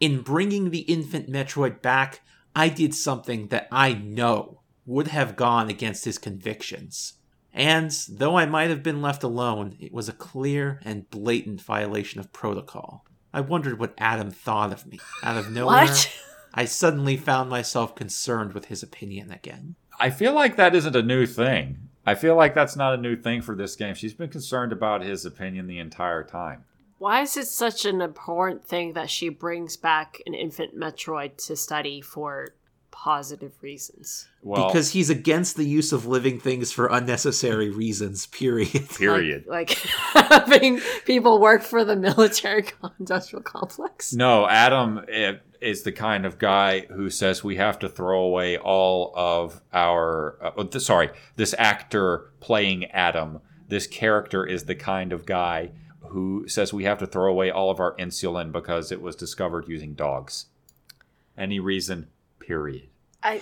[SPEAKER 1] In bringing the infant Metroid back, I did something that I know would have gone against his convictions. And though I might have been left alone, it was a clear and blatant violation of protocol. I wondered what Adam thought of me. Out of nowhere,
[SPEAKER 2] What? <laughs>
[SPEAKER 1] I suddenly found myself concerned with his opinion again.
[SPEAKER 3] I feel like that isn't a new thing. I feel like that's not a new thing for this game. She's been concerned about his opinion the entire time.
[SPEAKER 2] Why is it such an abhorrent thing that she brings back an infant Metroid to study for positive reasons?
[SPEAKER 3] Well,
[SPEAKER 1] because he's against the use of living things for unnecessary reasons, <laughs> period.
[SPEAKER 3] period.
[SPEAKER 2] Like, <laughs> like having people work for the military <laughs> industrial complex.
[SPEAKER 3] No, Adam i- is the kind of guy who says we have to throw away all of our. Uh, oh, th- sorry, this actor playing Adam. this character is the kind of guy who says we have to throw away all of our insulin because it was discovered using dogs. Any reason, period.
[SPEAKER 2] I,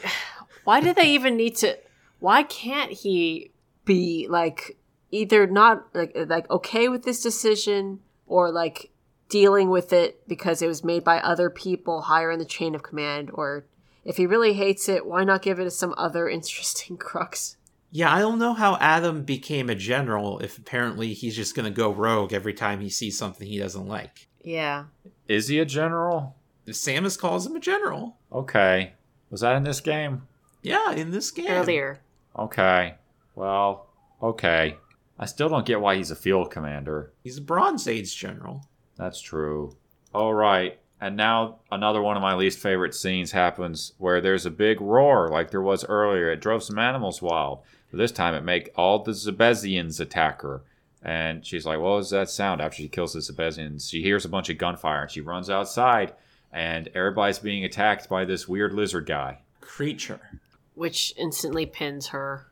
[SPEAKER 2] why do they even need to? Why can't he be like either not like like okay with this decision or like dealing with it because it was made by other people higher in the chain of command? Or if he really hates it, why not give it to some other <laughs> interesting crux?
[SPEAKER 1] Yeah, I don't know how Adam became a general if apparently he's just going to go rogue every time he sees something he doesn't like.
[SPEAKER 2] Yeah,
[SPEAKER 3] Is he a general?
[SPEAKER 1] Samus calls him a general.
[SPEAKER 3] Okay. Was that in this game?
[SPEAKER 1] Yeah, in this game.
[SPEAKER 2] earlier.
[SPEAKER 3] Okay. Well, okay. I still don't get why he's a field commander.
[SPEAKER 1] He's a Bronze Age general.
[SPEAKER 3] That's true. All right. And now another one of my least favorite scenes happens where there's a big roar like there was earlier. It drove some animals wild. But this time it make all the Zebezians attack her. And she's like, What was that sound after she kills the Zebezians? She hears a bunch of gunfire and she runs outside and everybody's being attacked by this weird lizard guy.
[SPEAKER 1] Creature.
[SPEAKER 2] Which instantly pins her.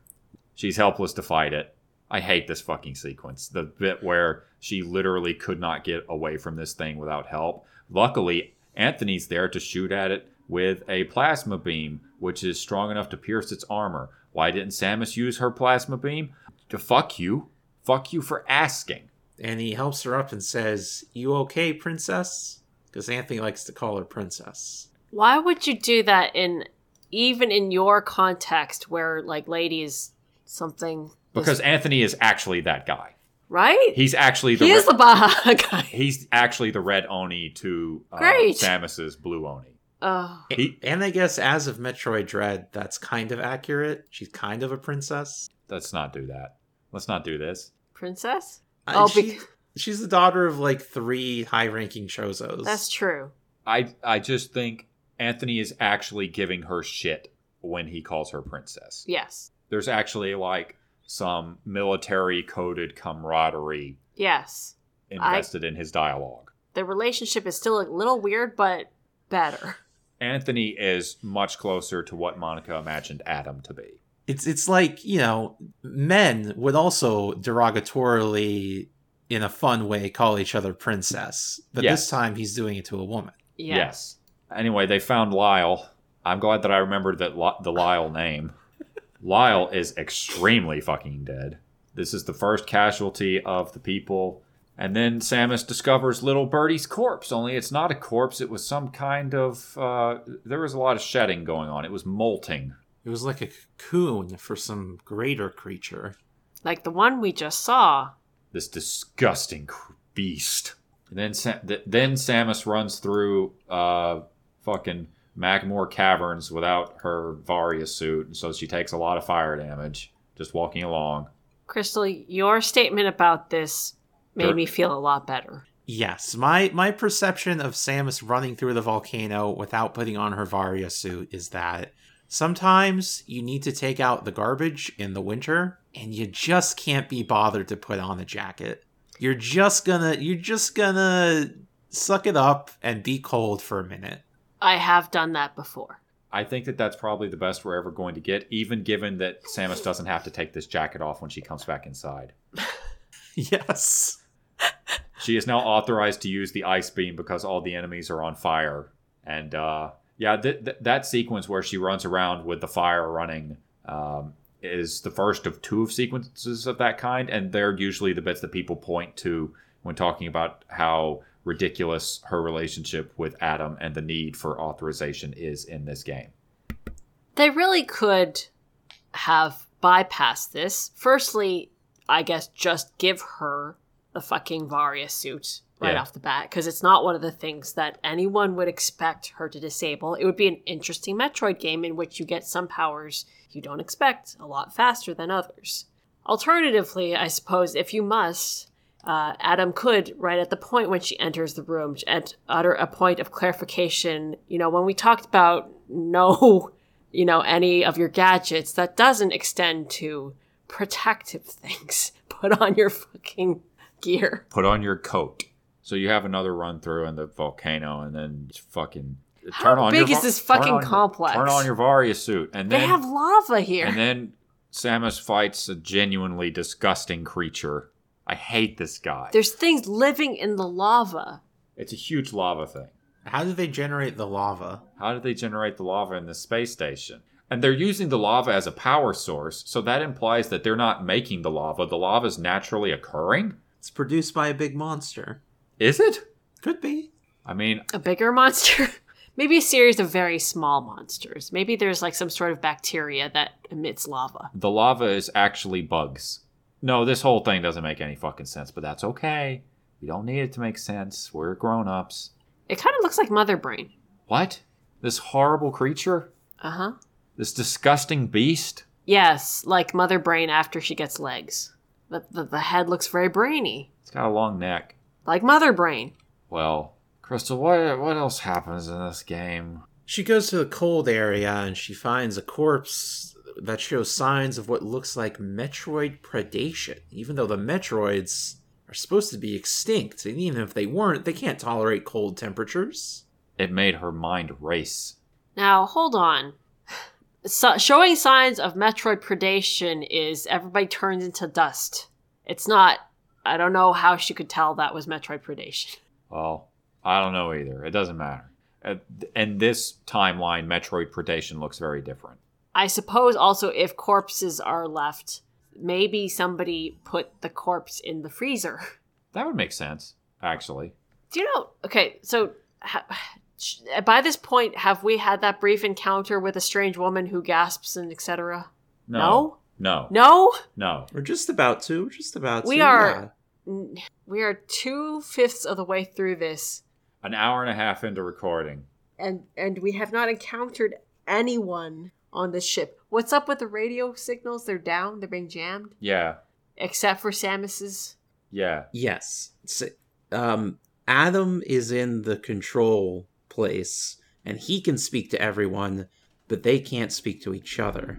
[SPEAKER 3] She's helpless to fight it. I hate this fucking sequence. The bit where she literally could not get away from this thing without help. Luckily, Anthony's there to shoot at it with a plasma beam, which is strong enough to pierce its armor. Why didn't Samus use her plasma beam? To fuck you. Fuck you for asking.
[SPEAKER 1] And he helps her up and says, You okay, princess? Because Anthony likes to call her princess.
[SPEAKER 2] Why would you do that in even in your context where like ladies something
[SPEAKER 3] Because Anthony is actually that guy.
[SPEAKER 2] right?
[SPEAKER 3] He's actually the
[SPEAKER 2] He is
[SPEAKER 3] re-
[SPEAKER 2] the Baja <laughs> guy.
[SPEAKER 3] he's actually the red oni to uh,
[SPEAKER 2] Great.
[SPEAKER 3] Samus's blue oni.
[SPEAKER 2] Oh,
[SPEAKER 3] He-
[SPEAKER 1] And I guess as of Metroid Dread, that's kind of accurate. She's kind of a princess.
[SPEAKER 3] Let's not do that. Let's not do this.
[SPEAKER 2] princess?
[SPEAKER 1] Uh,
[SPEAKER 2] Oh,
[SPEAKER 1] she-
[SPEAKER 2] bec-
[SPEAKER 1] she's the daughter of like three high ranking Chozos.
[SPEAKER 2] That's true.
[SPEAKER 3] I I just think Anthony is actually giving her shit when he calls her princess.
[SPEAKER 2] Yes.
[SPEAKER 3] There's actually like some military coded camaraderie
[SPEAKER 2] Yes. I-
[SPEAKER 3] invested in his dialogue.
[SPEAKER 2] The relationship is still a little weird but better.
[SPEAKER 3] Anthony is much closer to what Monica imagined Adam to be.
[SPEAKER 1] It's it's like you know, men would also derogatorily, in a fun way, call each other princess, but
[SPEAKER 3] Yes.
[SPEAKER 1] this time he's doing it to a woman.
[SPEAKER 2] Yeah.
[SPEAKER 3] Anyway, they found Lyle. I'm glad that I remembered that Li- the Lyle name. Lyle is extremely fucking dead. This is the first casualty of the people. And then Samus discovers little Birdie's corpse, only it's not a corpse. It was some kind of. Uh, there was a lot of shedding going on. It was molting.
[SPEAKER 1] It was like a cocoon for some greater creature.
[SPEAKER 2] Like the one we just saw.
[SPEAKER 3] This disgusting cr- beast. And then, Sa- th- then Samus runs through uh, fucking Magmore Caverns without her Varia suit, and so she takes a lot of fire damage just walking along.
[SPEAKER 2] Crystal, your statement about this made
[SPEAKER 3] Sure.
[SPEAKER 2] me feel a lot better.
[SPEAKER 1] Yes, my my perception of Samus running through the volcano without putting on her Varia suit is that sometimes you need to take out the garbage in the winter and you just can't be bothered to put on a jacket. You're just gonna you're just gonna suck it up and be cold for a minute. <laughs>
[SPEAKER 2] I have done that before.
[SPEAKER 3] I think that that's probably the best we're ever going to get, even given that Samus doesn't have to take this jacket off when she comes back inside.
[SPEAKER 1] Yes.
[SPEAKER 3] She is now authorized to use the ice beam because all the enemies are on fire. And uh, yeah, th- th- that sequence where she runs around with the fire running um, is the first of two of sequences of that kind. And they're usually the bits that people point to when talking about how ridiculous her relationship with Adam and the need for authorization is in this game.
[SPEAKER 2] They really could have bypassed this. Firstly, I guess just give her the fucking Varia suit right
[SPEAKER 3] Yeah.
[SPEAKER 2] off the bat because it's not one of the things that anyone would expect her to disable. It would be an interesting Metroid game in which you get some powers you don't expect a lot faster than others. Alternatively, I suppose if you must, uh, Adam could, right at the point when she enters the room, and utter a point of clarification. You know, when we talked about <laughs> no, you know, any of your gadgets, that doesn't extend to protective <laughs> things. Put on your fucking gear.
[SPEAKER 3] Put on your coat. So you have another run through in the volcano and then fucking
[SPEAKER 2] How
[SPEAKER 3] turn on your
[SPEAKER 2] big is
[SPEAKER 3] va-
[SPEAKER 2] this
[SPEAKER 3] turn
[SPEAKER 2] fucking
[SPEAKER 3] on your-
[SPEAKER 2] complex?
[SPEAKER 3] Turn on your Varia suit and
[SPEAKER 2] They
[SPEAKER 3] then
[SPEAKER 2] have lava here.
[SPEAKER 3] And then Samus fights a genuinely disgusting creature. I hate this guy.
[SPEAKER 2] There's things living in the lava.
[SPEAKER 3] It's a huge lava thing.
[SPEAKER 1] How do they generate the lava?
[SPEAKER 3] How did they generate the lava in the space station? And they're using the lava as a power source, so that implies that they're not making the lava. The lava is naturally occurring?
[SPEAKER 1] It's produced by a big monster.
[SPEAKER 3] Is it?
[SPEAKER 1] Could be.
[SPEAKER 3] I mean,
[SPEAKER 2] A bigger <laughs> monster? Maybe a series of very small monsters. Maybe there's like some sort of bacteria that emits lava.
[SPEAKER 3] the lava is actually bugs. No, this whole thing doesn't make any fucking sense, but that's okay. We don't need it to make sense. We're grown ups.
[SPEAKER 2] It kind of looks like Mother Brain.
[SPEAKER 3] What? This horrible creature?
[SPEAKER 2] Uh huh.
[SPEAKER 3] This disgusting beast?
[SPEAKER 2] Yes, like Mother Brain after she gets legs. The, the, the head looks very brainy,
[SPEAKER 3] It's got a long neck.
[SPEAKER 2] like Mother Brain.
[SPEAKER 3] Well, Crystal, what, what else happens in this game?
[SPEAKER 1] She goes to the cold area and she finds a corpse that shows signs of what looks like Metroid predation, even though the Metroids are supposed to be extinct. And even if they weren't, they can't tolerate cold temperatures.
[SPEAKER 3] It made her mind race.
[SPEAKER 2] Now, hold on. So, showing signs of Metroid predation is everybody turns into dust. It's not. I don't know how she could tell that was Metroid predation.
[SPEAKER 3] Well, I don't know either. It doesn't matter. At- In this timeline, Metroid predation looks very different.
[SPEAKER 2] I suppose also if corpses are left, maybe somebody put the corpse in the freezer. <laughs>
[SPEAKER 3] That would make sense, actually.
[SPEAKER 2] Do you know? Okay, so ha, <sighs> sh- by this point, have we had that brief encounter with a strange woman who gasps and etc.?
[SPEAKER 3] No. No.
[SPEAKER 2] No,
[SPEAKER 3] No.
[SPEAKER 1] We're just about to. We're just about
[SPEAKER 2] We
[SPEAKER 1] to.
[SPEAKER 2] are-
[SPEAKER 1] yeah.
[SPEAKER 2] N- we are two fifths of the way through this,
[SPEAKER 3] An hour and a half into recording.
[SPEAKER 4] and and we have not encountered anyone on the ship.
[SPEAKER 2] What's up with the radio signals? They're down. They're being jammed,
[SPEAKER 3] Yeah.
[SPEAKER 2] except for Samus's.
[SPEAKER 3] Yeah.
[SPEAKER 1] Yes. S- um, Adam is in the control place, and he can speak to everyone, but they can't speak to each other.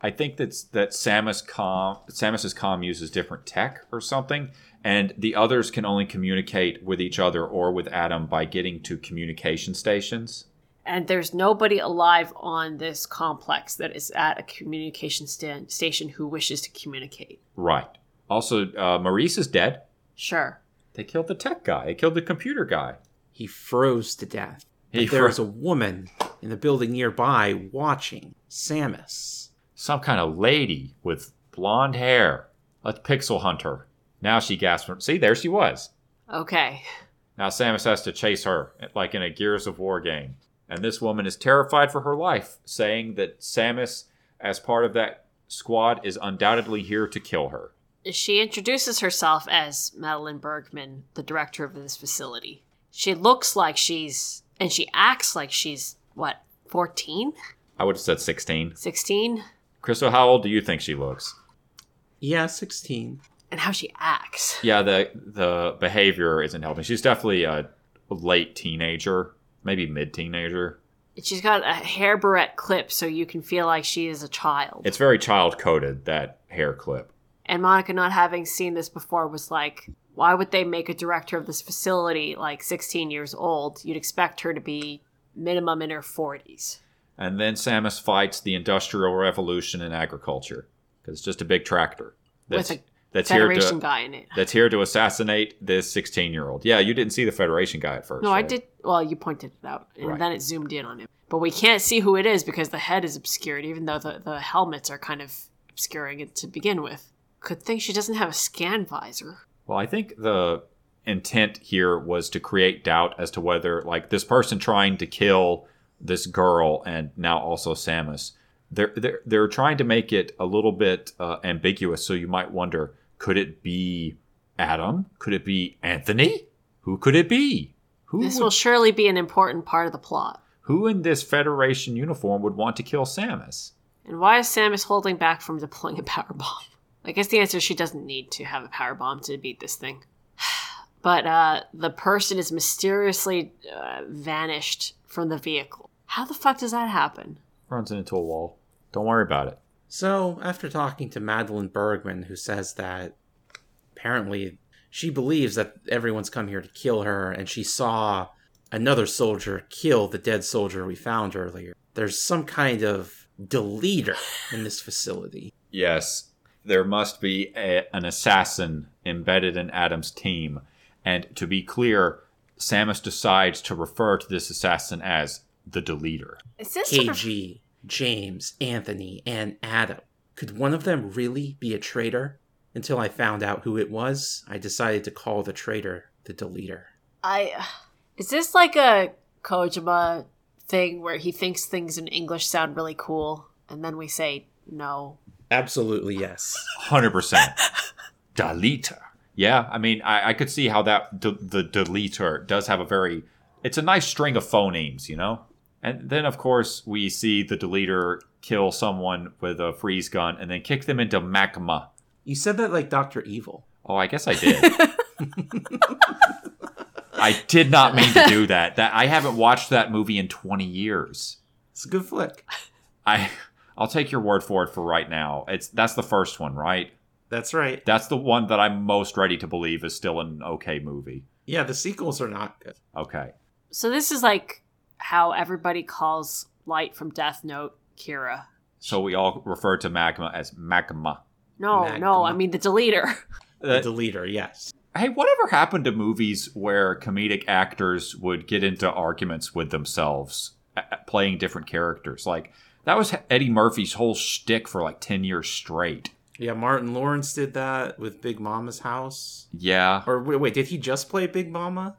[SPEAKER 3] I think that's that Samus com Samus's com uses different tech or something, and the others can only communicate with each other or with Adam by getting to communication stations.
[SPEAKER 2] And there's nobody alive on this complex that is at a communication stand- station who wishes to communicate.
[SPEAKER 3] Right. Also, uh, Maurice is dead.
[SPEAKER 2] Sure.
[SPEAKER 3] They killed the tech guy. They killed the computer guy.
[SPEAKER 1] He froze to death.
[SPEAKER 3] He
[SPEAKER 1] But there
[SPEAKER 3] fro-
[SPEAKER 1] is a woman in the building nearby watching Samus.
[SPEAKER 3] Some kind of lady with blonde hair. Let's pixel hunt her. Now she gasps. See, there she was.
[SPEAKER 2] Okay.
[SPEAKER 3] Now Samus has to chase her, like in a Gears of War game. And this woman is terrified for her life, saying that Samus, as part of that squad, is undoubtedly here to kill her.
[SPEAKER 2] She introduces herself as Madeline Bergman, the director of this facility. She looks like she's, and she acts like she's, what, 14?
[SPEAKER 3] I would have said 16.
[SPEAKER 2] 16?
[SPEAKER 3] Crystal, how old do you think she looks?
[SPEAKER 1] Yeah, 16.
[SPEAKER 2] And how she acts. <laughs>
[SPEAKER 3] Yeah, the the behavior isn't helping. She's definitely a late teenager, maybe mid teenager.
[SPEAKER 2] And She's got a hair barrette clip so you can feel like she is a child.
[SPEAKER 3] It's very child coded that hair clip.
[SPEAKER 2] and Monica, not having seen this before, was like, why would they make a director of this facility like 16 years old? You'd expect her to be minimum in her 40s.
[SPEAKER 3] And then Samus fights the Industrial Revolution in agriculture because it's just a big tractor that's
[SPEAKER 2] With a
[SPEAKER 3] that's here
[SPEAKER 2] Federation
[SPEAKER 3] to
[SPEAKER 2] guy in it.
[SPEAKER 3] that's here to assassinate this sixteen year old. Yeah, you didn't see the Federation guy at first.
[SPEAKER 2] No, I
[SPEAKER 3] right?
[SPEAKER 2] did. Well, you pointed it out, and
[SPEAKER 3] Right.
[SPEAKER 2] then it zoomed in on him. But we can't see who it is because the head is obscured, even though the, the helmets are kind of obscuring it to begin with. Good thing she doesn't have a scan visor.
[SPEAKER 3] Well, I think the intent here was to create doubt as to whether, like, this person trying to kill this girl and now also Samus, they're they're, they're trying to make it a little bit uh, ambiguous. So you might wonder, could it be Adam? Could it be Anthony? Who could it be? Who
[SPEAKER 2] This
[SPEAKER 3] would-
[SPEAKER 2] will surely be an important part of the plot.
[SPEAKER 3] who in this Federation uniform would want to kill Samus?
[SPEAKER 2] And why is Samus holding back from deploying a power bomb? I guess the answer is she doesn't need to have a power bomb to beat this thing. <sighs> But uh, the person is mysteriously uh, vanished from the vehicle. How the fuck does that happen?
[SPEAKER 3] Runs into a wall. Don't worry about it.
[SPEAKER 1] So, after talking to Madeline Bergman, who says that apparently she believes that everyone's come here to kill her, and she saw another soldier kill the dead soldier we found earlier, there's some kind of deleter in this facility.
[SPEAKER 3] Yes, there must be a, an assassin embedded in Adam's team. And to be clear, Samus decides to refer to this assassin as the deleter.
[SPEAKER 2] Is this a ref-
[SPEAKER 1] KG, James, Anthony, and Adam. Could one of them really be a traitor? Until I found out who it was, I decided to call the traitor the deleter.
[SPEAKER 2] I uh, is this like a Kojima thing where he thinks things in English sound really cool and then we say no.
[SPEAKER 1] Absolutely, yes.
[SPEAKER 3] 100%. deleter. Yeah, I mean, I, I could see how that d- the deleter does have a very, it's a nice string of phonemes, you know? And then, of course, we see the deleter kill someone with a freeze gun and then kick them into magma.
[SPEAKER 1] You said that like Dr. Evil.
[SPEAKER 3] Oh, I guess I did. I did not mean to do that. That I haven't watched that movie in 20 years.
[SPEAKER 1] It's a good flick.
[SPEAKER 3] I I'll take your word for it for right now. It's that's the first one, right?
[SPEAKER 1] That's right.
[SPEAKER 3] That's the one that I'm most ready to believe is still an okay movie.
[SPEAKER 1] Yeah, the sequels are not good.
[SPEAKER 3] Okay.
[SPEAKER 2] So this is like how everybody calls Light from Death Note Kira.
[SPEAKER 3] So we all refer to magma as magma.
[SPEAKER 2] No,
[SPEAKER 1] Magdalene.
[SPEAKER 2] no, I mean the deleter. <laughs>
[SPEAKER 1] The
[SPEAKER 3] Uh,
[SPEAKER 1] deleter, yes.
[SPEAKER 3] hey, whatever happened to movies where comedic actors would get into arguments with themselves uh, uh, playing different characters? Like that was Eddie Murphy's whole shtick for like 10 years straight.
[SPEAKER 1] Yeah, Martin Lawrence did that with Big Mama's house.
[SPEAKER 3] Yeah.
[SPEAKER 1] Or wait, wait, did he just play Big Mama?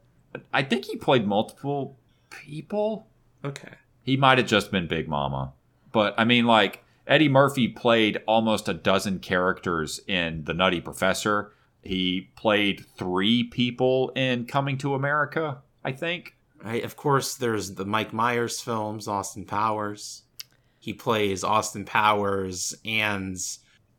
[SPEAKER 3] I think he played multiple people.
[SPEAKER 1] Okay.
[SPEAKER 3] He might have just been Big Mama. But I mean, like, Eddie Murphy played almost a dozen characters in The Nutty Professor. He played three people in Coming to America, I think.
[SPEAKER 1] Right. Of course, there's the Mike Myers films, Austin Powers. He plays Austin Powers and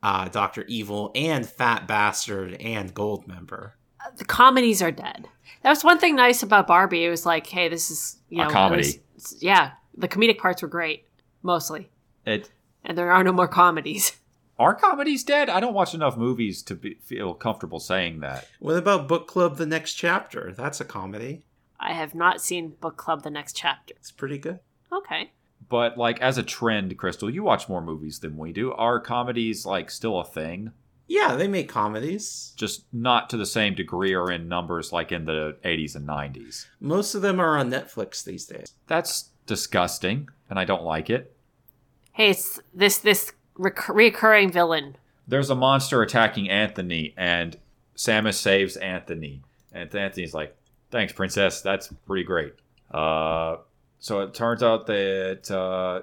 [SPEAKER 1] uh, Doctor Evil and Fat Bastard and Goldmember.
[SPEAKER 2] the comedies are dead. That was one thing nice about Barbie. It was like, hey, this is you
[SPEAKER 3] A
[SPEAKER 2] know
[SPEAKER 3] comedy.
[SPEAKER 2] it was- yeah, the comedic parts were great mostly,
[SPEAKER 3] It,
[SPEAKER 2] and there are no more comedies. <laughs>
[SPEAKER 3] are comedies dead? I don't watch enough movies to be, feel comfortable saying that.
[SPEAKER 1] What about Book Club: The Next Chapter? That's a comedy.
[SPEAKER 2] I have not seen Book Club: The Next Chapter.
[SPEAKER 1] It's pretty good.
[SPEAKER 2] Okay,
[SPEAKER 3] But, like, as a trend, Crystal, you watch more movies than we do. Are comedies, like, still a thing?
[SPEAKER 1] Yeah, they make comedies.
[SPEAKER 3] just not to the same degree or in numbers like in the 80s and 90s.
[SPEAKER 1] Most of them are on Netflix these days.
[SPEAKER 3] That's disgusting, and I don't like it.
[SPEAKER 2] hey, it's this this rec- reoccurring villain.
[SPEAKER 3] There's a monster attacking Anthony, and Samus saves Anthony. And Anthony's like, Thanks, Princess. That's pretty great. Uh, so it turns out that uh,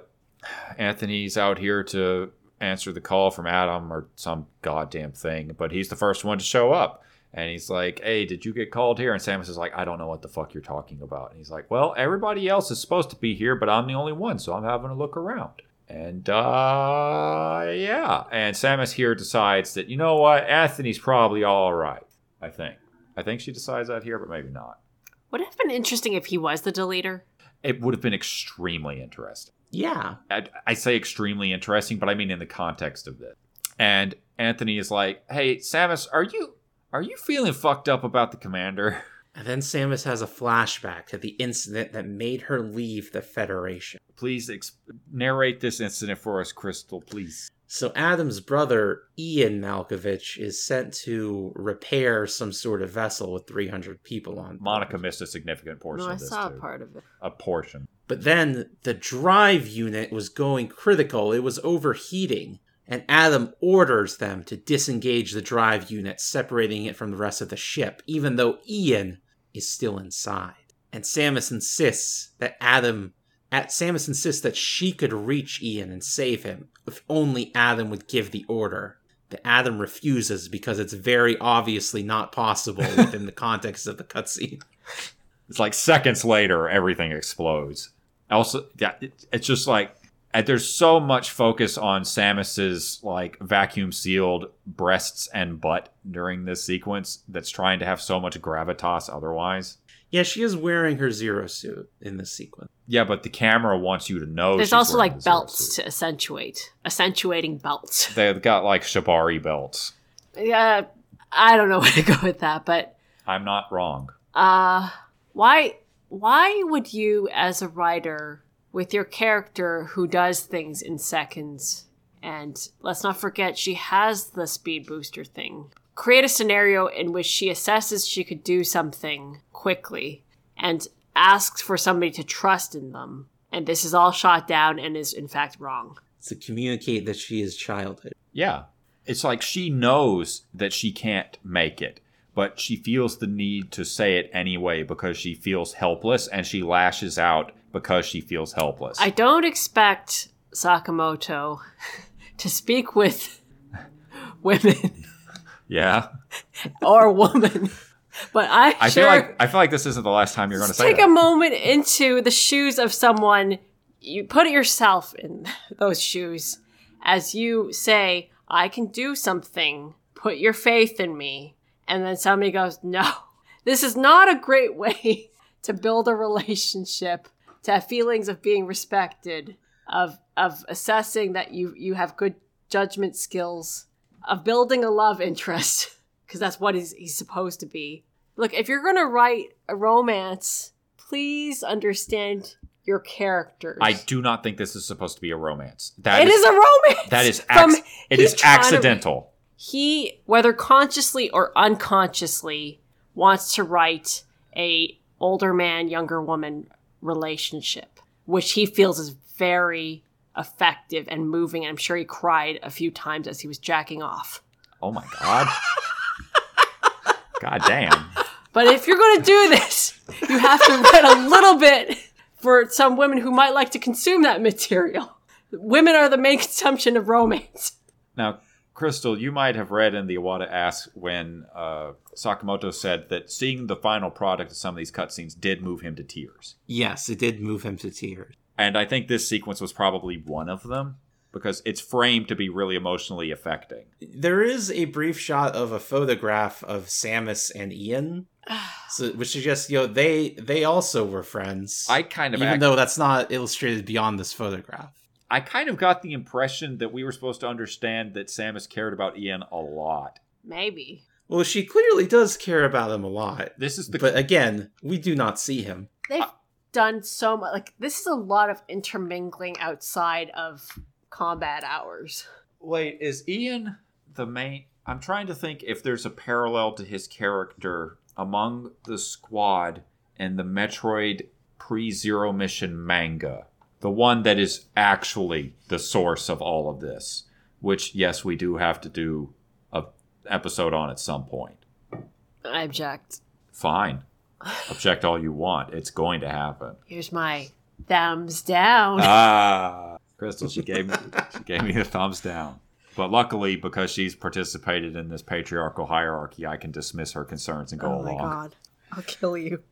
[SPEAKER 3] Anthony's out here to answer the call from Adam or some goddamn thing, but he's the first one to show up. And he's like, Hey, did you get called here? And Samus is like, I don't know what the fuck you're talking about. And he's like, Well, everybody else is supposed to be here, but I'm the only one, so I'm having a look around. And uh yeah. And Samus here decides that, you know what, Anthony's probably all right, I think. I think she decides that here, but maybe not.
[SPEAKER 2] Would have been interesting if he was the deleter.
[SPEAKER 3] It would have been extremely interesting.
[SPEAKER 1] Yeah,
[SPEAKER 3] I, I say extremely interesting, but I mean in the context of this. And Anthony is like, "Hey, Samus, are you are you feeling fucked up about the commander?" <laughs>
[SPEAKER 1] and then Samus has a flashback to the incident that made her leave the Federation.
[SPEAKER 3] Please ex- narrate this incident for us, Crystal, please.
[SPEAKER 1] So Adam's brother, Ian Malkovich, is sent to repair some sort of vessel with 300 people on. board.
[SPEAKER 3] Monica missed a significant portion
[SPEAKER 2] No, I
[SPEAKER 3] of this
[SPEAKER 2] saw
[SPEAKER 3] too.
[SPEAKER 2] a part of it.
[SPEAKER 3] A portion.
[SPEAKER 1] But then the drive unit was going critical. It was overheating. And Adam orders them to disengage the drive unit, separating it from the rest of the ship, even though Ian is still inside. And Samus insists that Adam at Samus insists that she could reach Ian and save him if only Adam would give the order. But Adam refuses because it's very obviously not possible within the context of the cutscene.
[SPEAKER 3] It's like seconds later, everything explodes. Also, yeah, it, it's just like and there's so much focus on Samus's like vacuum sealed breasts and butt during this sequence that's trying to have so much gravitas otherwise.
[SPEAKER 1] Yeah, she is wearing her zero suit in this sequence.
[SPEAKER 3] Yeah, but the camera wants you to know.
[SPEAKER 2] There's
[SPEAKER 3] Oh, she's
[SPEAKER 2] also
[SPEAKER 3] wearing
[SPEAKER 2] like
[SPEAKER 3] the zero
[SPEAKER 2] belts
[SPEAKER 3] suit.
[SPEAKER 2] to accentuate, accentuating belts. <laughs>
[SPEAKER 3] They've got like shibari belts.
[SPEAKER 2] Yeah, I don't know <laughs> where to go with that, but
[SPEAKER 3] I'm not wrong.
[SPEAKER 2] Uh, why why would you as a writer with your character who does things in seconds. And let's not forget, she has the speed booster thing. Create a scenario in which she assesses she could do something quickly and asks for somebody to trust in them. And this is all shot down and is, in fact, wrong.
[SPEAKER 1] to communicate that she is childhood.
[SPEAKER 3] Yeah. It's like she knows that she can't make it, but she feels the need to say it anyway because she feels helpless and she lashes out because she feels helpless.
[SPEAKER 2] I don't expect Sakamoto <laughs> to speak with <laughs> women
[SPEAKER 3] yeah.
[SPEAKER 2] or woman, <laughs> but I,
[SPEAKER 3] I
[SPEAKER 2] sure
[SPEAKER 3] feel like I feel like this isn't the last time you're going to
[SPEAKER 2] Just
[SPEAKER 3] say
[SPEAKER 2] take
[SPEAKER 3] that.
[SPEAKER 2] a moment into the shoes of someone. You put yourself in <laughs> those shoes as you say, "I can do something." Put your faith in me, and then somebody goes, "No, <laughs> this is not a great way to build a relationship. To have feelings of being respected, of of assessing that you you have good judgment skills, of building a love interest, <laughs> because that's what he's, he's supposed to be." Look, if you're going to write a romance, please understand your characters.
[SPEAKER 3] I do not think this is supposed to be a romance. That
[SPEAKER 2] It is a romance.
[SPEAKER 3] that is
[SPEAKER 2] From-
[SPEAKER 3] acc- it
[SPEAKER 2] he's
[SPEAKER 3] is
[SPEAKER 2] trying to-
[SPEAKER 3] accidental.
[SPEAKER 2] he, whether consciously or unconsciously, wants to write a older man younger woman relationship, which he feels is very effective and moving. I'm sure he cried a few times as he was jacking off.
[SPEAKER 3] Oh my
[SPEAKER 2] <laughs>
[SPEAKER 3] god. god damn.
[SPEAKER 2] But if you're going to do this, <laughs> you have to write a little bit for some women who might like to consume that material. Women are the main consumption of romance.
[SPEAKER 3] Now, Crystal, you might have read in the Iwata Ask when uh, Sakamoto said that seeing the final product of some of these cutscenes did move him to tears.
[SPEAKER 1] Yes, it did move him to tears.
[SPEAKER 3] And I think this sequence was probably one of them because it's framed to be really emotionally affecting.
[SPEAKER 1] There is a brief shot of a photograph of Samus and <sighs> Ian, so, which suggests you know they they also were friends.
[SPEAKER 3] I kind of
[SPEAKER 1] even
[SPEAKER 3] act-
[SPEAKER 1] though that's not illustrated beyond this photograph.
[SPEAKER 3] I kind of got the impression that we were supposed to understand that Samus cared about Ian a lot.
[SPEAKER 2] Maybe.
[SPEAKER 1] Well, she clearly does care about him a lot,
[SPEAKER 3] This is the
[SPEAKER 1] but again, we do not see him.
[SPEAKER 2] They've done so much. Like, this is a lot of intermingling outside of combat hours.
[SPEAKER 3] Wait, is Ian the main? I'm trying to think if there's a parallel to his character among the squad in the Metroid Pre Zero Mission manga, the one that is actually the source of all of this. Which, yes, we do have to do a episode on at some point.
[SPEAKER 2] I object.
[SPEAKER 3] Fine, object all you want. It's going to happen.
[SPEAKER 2] Here's my thumbs down.
[SPEAKER 3] Ah, Crystal, she gave me she gave me the thumbs down. But luckily, because she's participated in this patriarchal hierarchy, I can dismiss her concerns and go
[SPEAKER 4] oh my
[SPEAKER 3] along.
[SPEAKER 4] god. I'll kill you.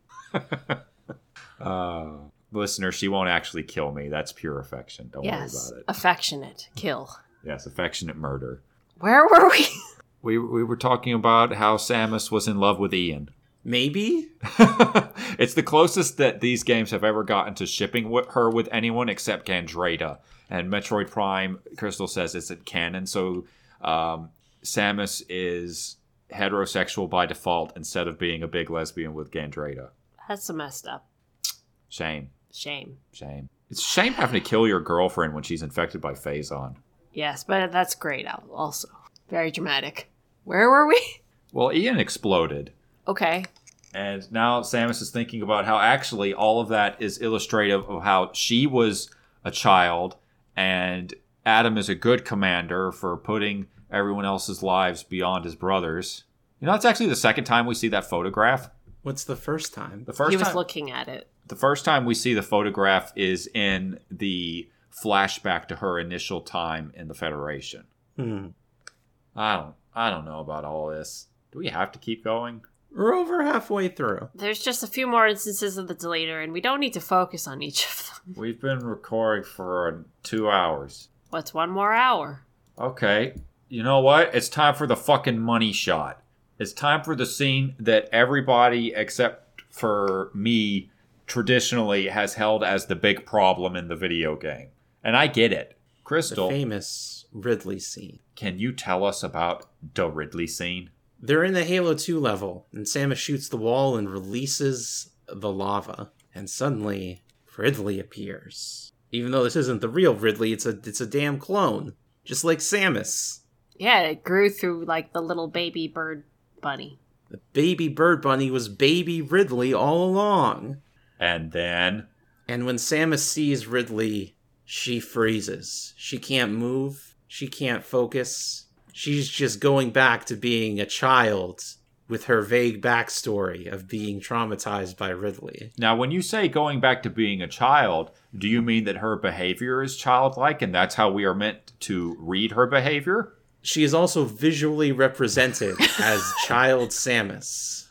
[SPEAKER 3] Uh, listener, she won't actually kill me. That's pure affection. Don't
[SPEAKER 2] yes.
[SPEAKER 3] worry about
[SPEAKER 2] Affectionate. Kill.
[SPEAKER 3] it. Yes, affectionate murder.
[SPEAKER 2] Where were we? <laughs>
[SPEAKER 3] We, we were talking about how Samus was in love with Ian.
[SPEAKER 1] Maybe
[SPEAKER 3] <laughs> it's the closest that these games have ever gotten to shipping wi- her with anyone except Gandreda. And Metroid Prime, Crystal says, isn't canon. So um, Samus is heterosexual by default instead of being a big lesbian with Gandreda.
[SPEAKER 2] That's a messed up.
[SPEAKER 3] Shame.
[SPEAKER 2] Shame.
[SPEAKER 3] Shame. It's a shame having to kill your girlfriend when she's infected by Phazon.
[SPEAKER 2] Yes, but that's great al- also. Very dramatic. Where were we? <laughs>
[SPEAKER 3] Well, Ian exploded.
[SPEAKER 2] Okay.
[SPEAKER 3] And now Samus is thinking about how actually all of that is illustrative of how she was a child, and Adam is a good commander for putting everyone else's lives beyond his brothers. You know, that's actually the second time we see that photograph.
[SPEAKER 1] what's the first time?
[SPEAKER 3] The first
[SPEAKER 2] he was
[SPEAKER 3] time,
[SPEAKER 2] looking at it.
[SPEAKER 3] the first time we see the photograph is in the flashback to her initial time in the Federation.
[SPEAKER 1] Hmm.
[SPEAKER 3] I don't, I don't know about all this. Do we have to keep going?
[SPEAKER 1] We're over halfway through.
[SPEAKER 2] There's just a few more instances of the deleter, and we don't need to focus on each of them.
[SPEAKER 3] We've been recording for uh, two hours.
[SPEAKER 2] What's one more hour?
[SPEAKER 3] Okay. You know what? It's time for the fucking money shot. It's time for the scene that everybody except for me traditionally has held as the big problem in the video game. And I get it.
[SPEAKER 1] The
[SPEAKER 3] Crystal,
[SPEAKER 1] famous Ridley scene.
[SPEAKER 3] can you tell us about the Ridley scene?
[SPEAKER 1] They're in the Halo 2 level, and Samus shoots the wall and releases the lava. And suddenly, Ridley appears. Even though this isn't the real Ridley, it's a it's a damn clone, just like Samus.
[SPEAKER 2] Yeah, it grew through like the little baby bird bunny.
[SPEAKER 1] The baby bird bunny was baby Ridley all along.
[SPEAKER 3] And then
[SPEAKER 1] And when Samus sees Ridley, she freezes. She can't move. She can't focus. She's just going back to being a child with her vague backstory of being traumatized by Ridley.
[SPEAKER 3] now when you say going back to being a child, do you mean that her behavior is childlike and that's how we are meant to read her behavior?
[SPEAKER 1] She is also visually represented as child Samus.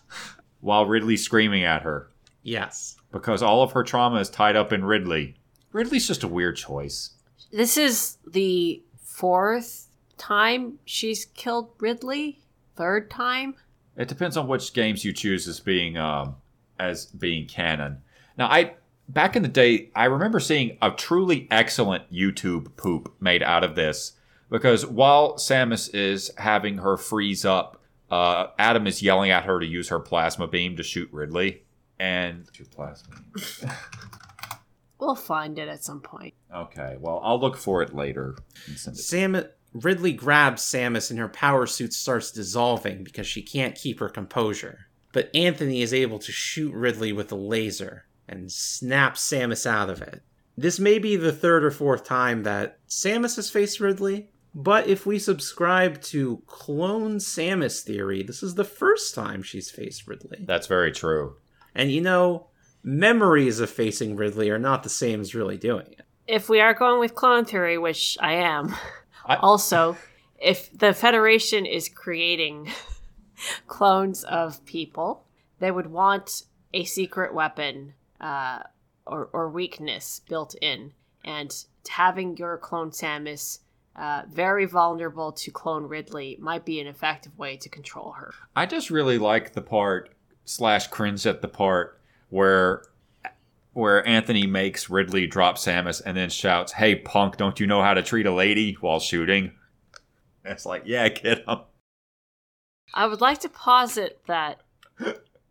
[SPEAKER 3] While Ridley screaming at her.
[SPEAKER 1] Yes.
[SPEAKER 3] Because all of her trauma is tied up in Ridley. Ridley's just a weird choice.
[SPEAKER 2] This is the fourth time she's killed Ridley. Third time.
[SPEAKER 3] It depends on which games you choose as being um, as being canon. Now, I back in the day, I remember seeing a truly excellent YouTube poop made out of this because while Samus is having her freeze up, uh, Adam is yelling at her to use her plasma beam to shoot Ridley and shoot plasma.
[SPEAKER 2] We'll find it at some point.
[SPEAKER 3] <laughs> Okay, well, I'll look for it later. and send it.
[SPEAKER 1] Sam Ridley grabs Samus and her power suit starts dissolving because she can't keep her composure. But Anthony is able to shoot Ridley with a laser and snap Samus out of it. This may be the third or fourth time that Samus has faced Ridley, but if we subscribe to clone Samus theory, this is the first time she's faced Ridley.
[SPEAKER 3] That's very true.
[SPEAKER 1] And you know, memories of facing Ridley are not the same as really doing it.
[SPEAKER 2] If we are going with clone theory, which I am, <laughs>
[SPEAKER 3] I-
[SPEAKER 2] also, if the Federation is creating <laughs> clones of people, they would want a secret weapon uh, or, or weakness built in. And having your clone Samus uh, very vulnerable to clone Ridley might be an effective way to control her.
[SPEAKER 3] I just really like the part slash cringe at the part where where Anthony makes Ridley drop Samus and then shouts, "Hey punk, don't you know how to treat a lady?" while shooting. It's like, yeah, kid. I'm...
[SPEAKER 2] I would like to posit that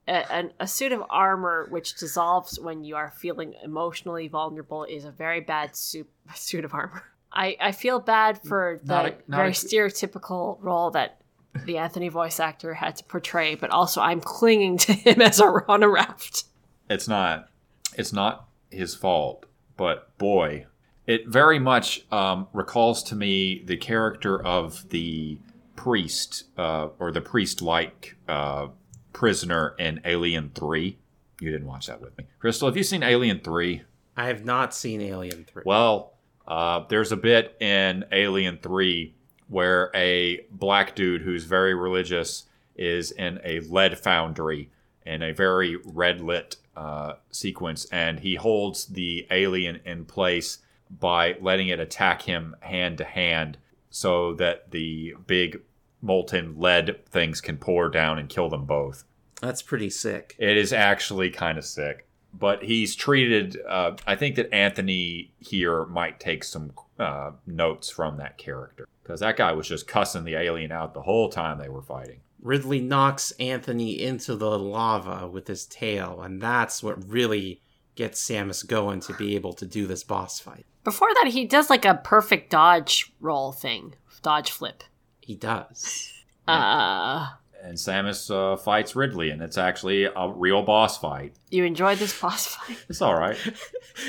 [SPEAKER 2] a, an, a suit of armor which dissolves when you are feeling emotionally vulnerable is a very bad suit, <laughs> suit of armor. I, I feel bad for the
[SPEAKER 3] Not a- not
[SPEAKER 2] very
[SPEAKER 3] a-
[SPEAKER 2] stereotypical role that the Anthony voice actor had to portray, but also I'm clinging to him <laughs> as a, on a raft.
[SPEAKER 3] It's not. It's not his fault, but boy, it very much um, recalls to me the character of the priest uh, or the priest-like uh, prisoner in Alien Three. You didn't watch that with me, Crystal. Have you seen Alien Three?
[SPEAKER 1] I have not seen Alien 3.
[SPEAKER 3] Well, uh, there's a bit in Alien 3 where a black dude who's very religious is in a lead foundry in a very red lit uh, sequence, and he holds the alien in place by letting it attack him hand to hand so that the big molten lead things can pour down and kill them both.
[SPEAKER 1] That's pretty sick.
[SPEAKER 3] It is actually kind of sick. But he's treated. Uh, I think that Anthony here might take some uh, notes from that character because that guy was just cussing the alien out the whole time they were fighting.
[SPEAKER 1] Ridley knocks Anthony into the lava with his tail, and that's what really gets Samus going to be able to do this boss fight.
[SPEAKER 2] Before that, he does like a perfect dodge roll thing, dodge flip.
[SPEAKER 1] He does.
[SPEAKER 2] Uh,
[SPEAKER 3] And Samus uh, fights Ridley, and it's actually a real boss fight.
[SPEAKER 2] you enjoyed this boss fight? <laughs>
[SPEAKER 3] It's all right,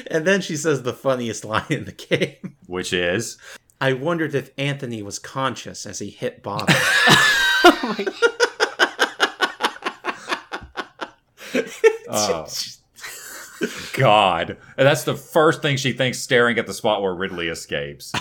[SPEAKER 1] And then she says the funniest line in the game <laughs>
[SPEAKER 2] <laughs>
[SPEAKER 3] which is
[SPEAKER 1] I wondered if Anthony was conscious as he hit bottom.
[SPEAKER 2] Oh my
[SPEAKER 3] oh, God. And that's the first thing she thinks, staring at the spot where Ridley escapes.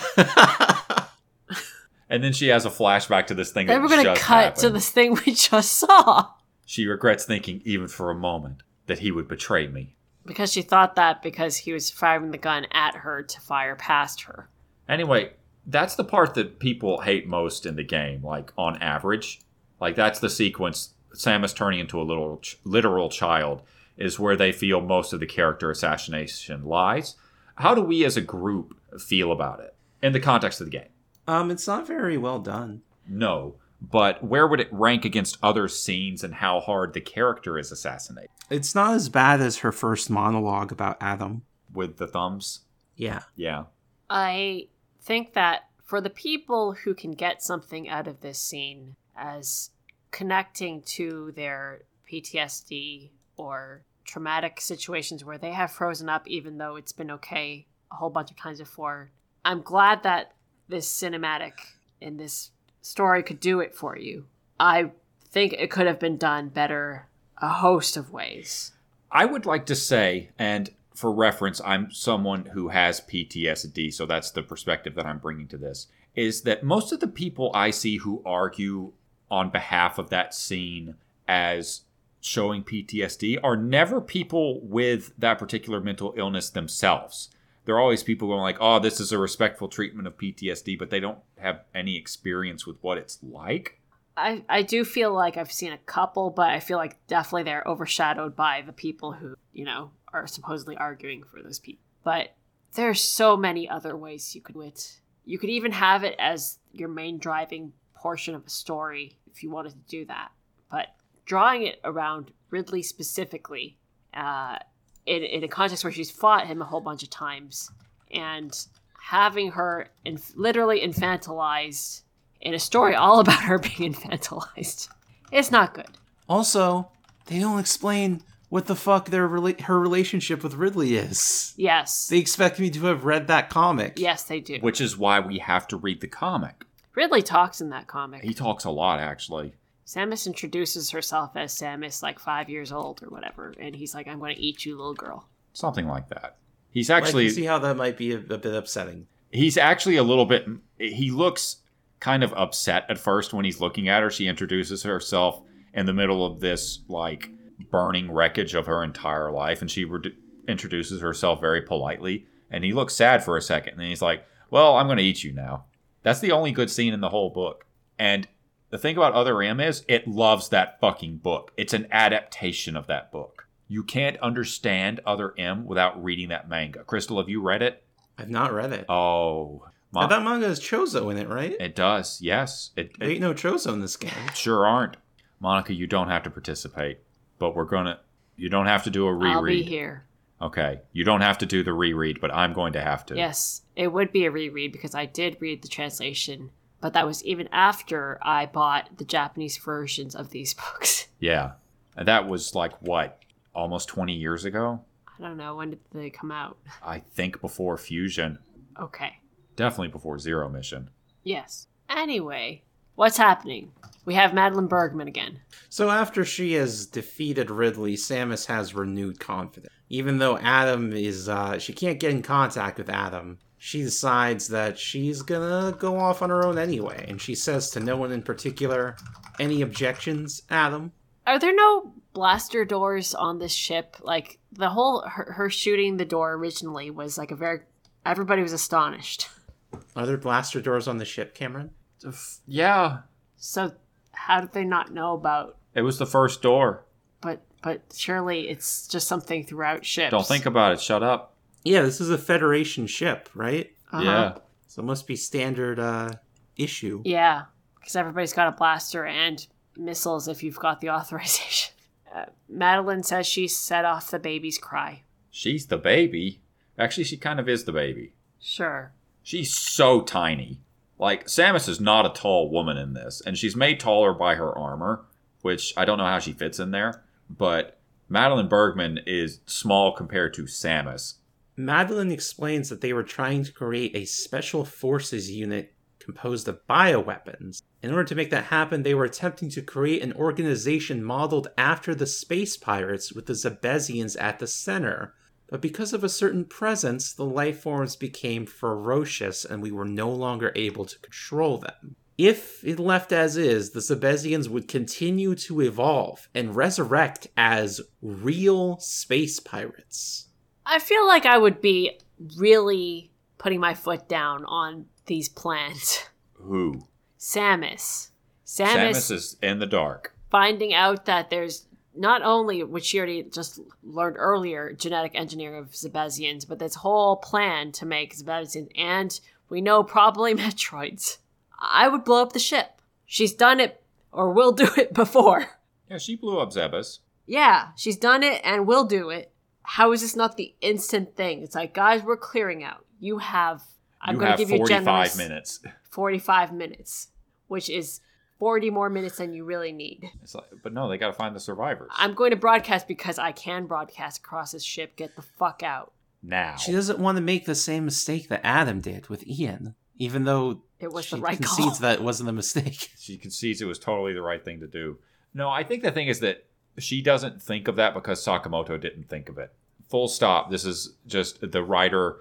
[SPEAKER 2] <laughs>
[SPEAKER 3] and then she has a flashback to this thing.
[SPEAKER 2] Then
[SPEAKER 3] that
[SPEAKER 2] we're gonna
[SPEAKER 3] just
[SPEAKER 2] cut to
[SPEAKER 3] happened.
[SPEAKER 2] this thing we just saw
[SPEAKER 3] She regrets thinking, even for a moment, that he would betray me.
[SPEAKER 2] because she thought that because he was firing the gun at her to fire past her.
[SPEAKER 3] Anyway, that's the part that people hate most in the game, like on average. Like, that's the sequence Samus turning into a little ch- literal child is where they feel most of the character assassination lies. How do we as a group feel about it in the context of the game?
[SPEAKER 1] <laughs> um, it's not very well done.
[SPEAKER 3] No. But where would it rank against other scenes and how hard the character is assassinated?
[SPEAKER 1] It's not as bad as her first monologue about Adam.
[SPEAKER 3] With the thumbs?
[SPEAKER 1] Yeah.
[SPEAKER 3] Yeah.
[SPEAKER 2] I think that for the people who can get something out of this scene as connecting to their PTSD or traumatic situations where they have frozen up, even though it's been okay a whole bunch of times before, I'm glad that this cinematic and this story could do it for you. I think it could have been done better a host of ways.
[SPEAKER 3] I would like to say, and for reference, I'm someone who has PTSD, so that's the perspective that I'm bringing to this, is that most of the people I see who argue on behalf of that scene as showing PTSD are never people with that particular mental illness themselves. There are always people going like, "Oh, this is a respectful treatment of PTSD," but they don't have any experience with what it's like.
[SPEAKER 2] I, I do feel like I've seen a couple, but I feel like definitely they're overshadowed by the people who, you know, are supposedly arguing for those people. But there's so many other ways you could wit. You could even have it as your main driving portion of a story if you wanted to do that. But drawing it around Ridley specifically, uh, in, in a context where she's fought him a whole bunch of times, and having her inf- literally infantilized in a story all about her being <laughs> infantilized. It's not good.
[SPEAKER 1] Also, they don't explain what the fuck their rela- her relationship with Ridley is.
[SPEAKER 2] Yes.
[SPEAKER 1] They expect me to have read that comic.
[SPEAKER 2] yes, they do.
[SPEAKER 3] which is why we have to read the comic.
[SPEAKER 2] Ridley talks in that comic.
[SPEAKER 3] He talks a lot, actually.
[SPEAKER 2] Samus introduces herself as Samus, like five years old or whatever, and he's like, I'm going to eat you, little girl.
[SPEAKER 3] Something like that. He's
[SPEAKER 1] Actually,
[SPEAKER 3] actually
[SPEAKER 1] see how that might be a, a bit upsetting.
[SPEAKER 3] he's actually a little bit. He looks kind of upset at first when he's looking at her. She introduces herself in the middle of this like burning wreckage of her entire life, and she re- introduces herself very politely. And he looks sad for a second, and then he's like, "Well, I'm going to eat you now." That's the only good scene in the whole book. And the thing about Other M is it loves that fucking book. It's an adaptation of that book. You can't understand Other M without reading that manga. Crystal, have you read it?
[SPEAKER 1] I've not read it.
[SPEAKER 3] Oh,
[SPEAKER 1] Now,
[SPEAKER 3] my,
[SPEAKER 1] that manga has Chozo in it, right?
[SPEAKER 3] it does. Yes, it,
[SPEAKER 1] There
[SPEAKER 3] it
[SPEAKER 1] ain't no Chozo in this game.
[SPEAKER 3] sure aren't. Monica, you don't have to participate, but we're gonna. You don't have to do a reread.
[SPEAKER 2] I'll be here.
[SPEAKER 3] Okay, you don't have to do the reread, but I'm going to have to.
[SPEAKER 2] Yes, it would be a reread because I did read the translation, but that was even after I bought the Japanese versions of these <laughs> books.
[SPEAKER 3] Yeah, and that was like what, almost 20 years ago.
[SPEAKER 2] I don't know, when did they come out?
[SPEAKER 3] I think before Fusion,
[SPEAKER 2] Okay.
[SPEAKER 3] definitely before Zero Mission.
[SPEAKER 2] Yes. Anyway, what's happening? We have Madeline Bergman again.
[SPEAKER 1] So after she has defeated Ridley, Samus has renewed confidence. Even though Adam is, uh, she can't get in contact with Adam, she decides that she's gonna go off on her own anyway. And she says to no one in particular, any objections, Adam?
[SPEAKER 2] Are there no blaster doors on this ship? Like the whole her, her shooting the door originally was like a very everybody was astonished.
[SPEAKER 1] Are there blaster doors on the ship, Cameron?
[SPEAKER 3] Yeah,
[SPEAKER 2] So how did they not know about?
[SPEAKER 3] it was the first door.
[SPEAKER 2] But but surely it's just something throughout ships.
[SPEAKER 3] Don't think about it. Shut up.
[SPEAKER 1] Yeah, this is a Federation ship, right?
[SPEAKER 2] Uh-huh.
[SPEAKER 3] Yeah.
[SPEAKER 1] So it must be standard uh, issue.
[SPEAKER 2] Yeah, because everybody's got a blaster and missiles if you've got the <laughs> authorization. Uh, Madeline says she set off the baby's cry.
[SPEAKER 3] She's the baby. Actually, she kind of is the baby.
[SPEAKER 2] Sure.
[SPEAKER 3] She's so tiny. Like Samus is not a tall woman in this, and she's made taller by her armor, which I don't know how she fits in there. But Madeline Bergman is small compared to Samus.
[SPEAKER 1] Madeline explains that they were trying to create a special forces unit composed of bioweapons. In order to make that happen, they were attempting to create an organization modeled after the space pirates with the Zebesians at the center. But because of a certain presence, the life forms became ferocious and we were no longer able to control them. If it left as is, the Zebesians would continue to evolve and resurrect as real space pirates.
[SPEAKER 2] I feel like I would be really putting my foot down on these plans. <laughs>
[SPEAKER 3] Who?
[SPEAKER 2] Samus. Samus,
[SPEAKER 3] Samus, is in the dark.
[SPEAKER 2] finding out that there's not only which she already just learned earlier, genetic engineering of Zebesians, but this whole plan to make Zebesians and we know probably <laughs> Metroids. I would blow up the ship. She's done it or will do it before.
[SPEAKER 3] Yeah, she blew up Zebus.
[SPEAKER 2] Yeah, she's done it and will do it. how is this not the instant thing? It's like, guys, we're clearing out. You have, I'm
[SPEAKER 3] you
[SPEAKER 2] going to
[SPEAKER 3] have
[SPEAKER 2] give you
[SPEAKER 3] 45
[SPEAKER 2] generous
[SPEAKER 3] minutes.
[SPEAKER 2] 45 minutes, which is 40 more minutes than you really need.
[SPEAKER 3] It's like, but no, they got to find the survivors
[SPEAKER 2] I'm going to broadcast because I can broadcast across this ship. Get the fuck out.
[SPEAKER 3] now.
[SPEAKER 1] She doesn't want to make the same mistake that Adam did with Ian, even though
[SPEAKER 2] It was
[SPEAKER 1] she
[SPEAKER 2] the right call.
[SPEAKER 1] concedes that wasn't a mistake. <laughs>
[SPEAKER 3] she concedes it was totally the right thing to do. No, I think the thing is that she doesn't think of that because Sakamoto didn't think of it. Full stop. This is just the writer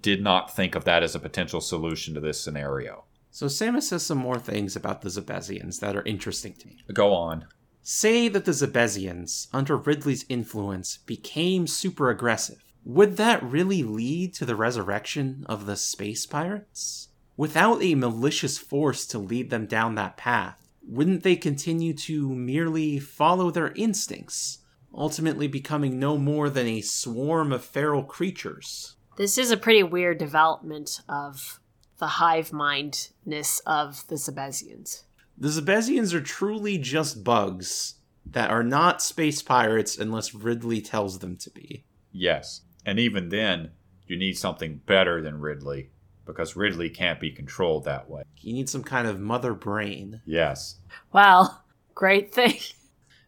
[SPEAKER 3] did not think of that as a potential solution to this scenario.
[SPEAKER 1] So Samus says some more things about the Zebesians that are interesting to me.
[SPEAKER 3] Go on.
[SPEAKER 1] Say that the Zebesians, under Ridley's influence, became super aggressive. Would that really lead to the resurrection of the space pirates? Without a malicious force to lead them down that path, wouldn't they continue to merely follow their instincts, ultimately becoming no more than a swarm of feral creatures?
[SPEAKER 2] This is a pretty weird development of the hive mindness of the Sebesians.
[SPEAKER 1] The Zebesians are truly just bugs that are not space pirates unless Ridley tells them to be.
[SPEAKER 3] Yes. And even then, you need something better than Ridley because Ridley can't be controlled that way.
[SPEAKER 1] You need some kind of mother brain.
[SPEAKER 3] Yes.
[SPEAKER 2] Well, great thing. <laughs>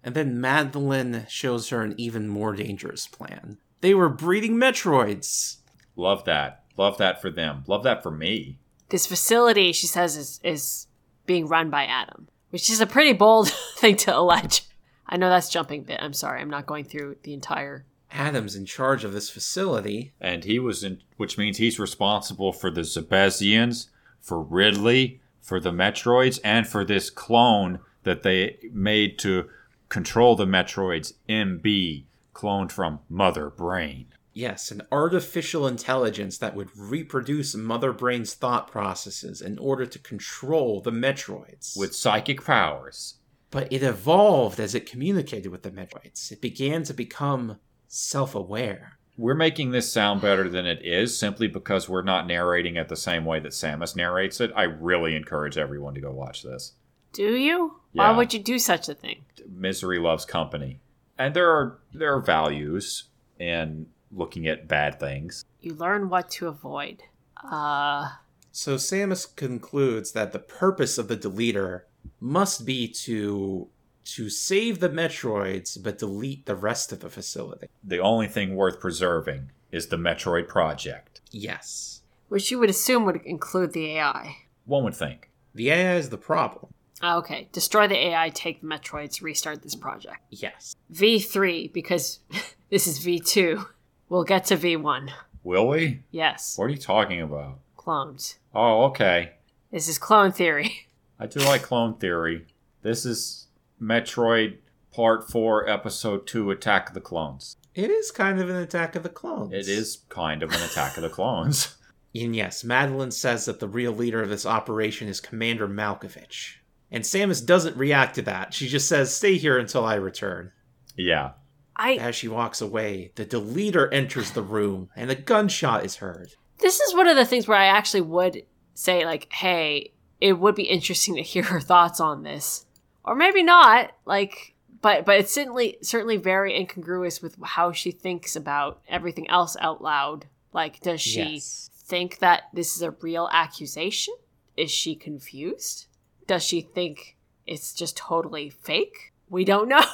[SPEAKER 1] And then Madeline shows her an even more dangerous plan. They were breeding Metroids!
[SPEAKER 3] Love that. Love that for them. Love that for me.
[SPEAKER 2] This facility, she says, is, is being run by Adam, which is a pretty bold <laughs> thing to allege. I know that's jumping a bit. I'm sorry. I'm not going through the entire.
[SPEAKER 1] Adam's in charge of this facility.
[SPEAKER 3] and he was in, which means he's responsible for the Zebesians, for Ridley, for the Metroids, and for this clone that they made to control the Metroids. MB, cloned from Mother Brain.
[SPEAKER 1] Yes, an artificial intelligence that would reproduce Mother Brain's thought processes in order to control the Metroids.
[SPEAKER 3] With psychic powers.
[SPEAKER 1] But it evolved as it communicated with the Metroids. It began to become self aware.
[SPEAKER 3] We're making this sound better than it is simply because we're not narrating it the same way that Samus narrates it. I really encourage everyone to go watch this.
[SPEAKER 2] Do you?
[SPEAKER 3] Yeah.
[SPEAKER 2] Why would you do such a thing?
[SPEAKER 3] misery loves company and there are there are values in looking at bad things
[SPEAKER 2] You learn what to avoid. Uh,
[SPEAKER 1] So Samus concludes that the purpose of the deleter must be to to save the Metroids but delete the rest of the facility.
[SPEAKER 3] the only thing worth preserving is the metroid project
[SPEAKER 1] Yes.
[SPEAKER 2] which you would assume would include the AI.
[SPEAKER 3] one would think
[SPEAKER 1] The AI is the problem.
[SPEAKER 2] Ah, Okay, destroy the AI, take the Metroids, restart this project.
[SPEAKER 1] Yes.
[SPEAKER 2] V3, because <laughs> this is V2. We'll get to V1.
[SPEAKER 3] will we
[SPEAKER 2] Yes,
[SPEAKER 3] what are you talking about
[SPEAKER 2] clones.
[SPEAKER 3] oh okay
[SPEAKER 2] This is clone theory. <laughs>
[SPEAKER 3] i do like clone theory this is metroid part 4 episode 2 attack of the clones
[SPEAKER 1] It is kind of an attack of the clones.
[SPEAKER 3] it is kind of an attack of the clones <laughs>
[SPEAKER 1] And yes, Madeline says that the real leader of this operation is Commander Malkovich. And Samus doesn't react to that. She just says, "Stay here until I return."
[SPEAKER 3] yeah
[SPEAKER 2] I.
[SPEAKER 1] As she walks away, the deleter enters the room and a gunshot is heard.
[SPEAKER 2] This is one of the things where I actually would say, like, hey, it would be interesting to hear her thoughts on this. Or maybe not, like, but but it's certainly certainly very incongruous with how she thinks about everything else out loud. Like, does she
[SPEAKER 1] Yes.
[SPEAKER 2] think that this is a real accusation? Is she confused? Does she think it's just totally fake? We don't know.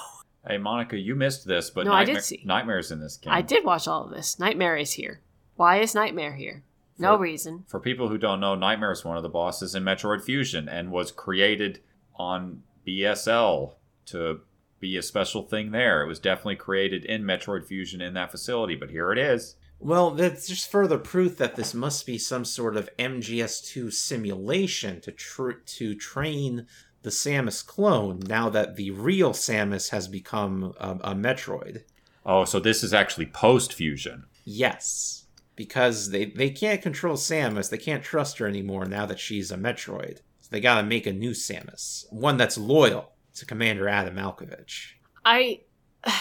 [SPEAKER 3] hey monica you missed this but
[SPEAKER 2] No, I did see.
[SPEAKER 3] nightmares in this game
[SPEAKER 2] I did watch all of this. Nightmare is here. Why is Nightmare here? No
[SPEAKER 3] For-
[SPEAKER 2] reason.
[SPEAKER 3] For people who don't know, Nightmare is one of the bosses in Metroid Fusion and was created on BSL to be a special thing there. It was definitely created in Metroid Fusion in that facility, but here it is.
[SPEAKER 1] Well, that's just further proof that this must be some sort of MGS2 simulation to tr- to train the Samus clone. Now that the real Samus has become um, a Metroid,
[SPEAKER 3] Oh, so this is actually post fusion.
[SPEAKER 1] yes, because they they can't control Samus, they can't trust her anymore now that she's a Metroid. So they got to make a new Samus, one that's loyal to Commander Adam Malkovich.
[SPEAKER 2] I. <sighs>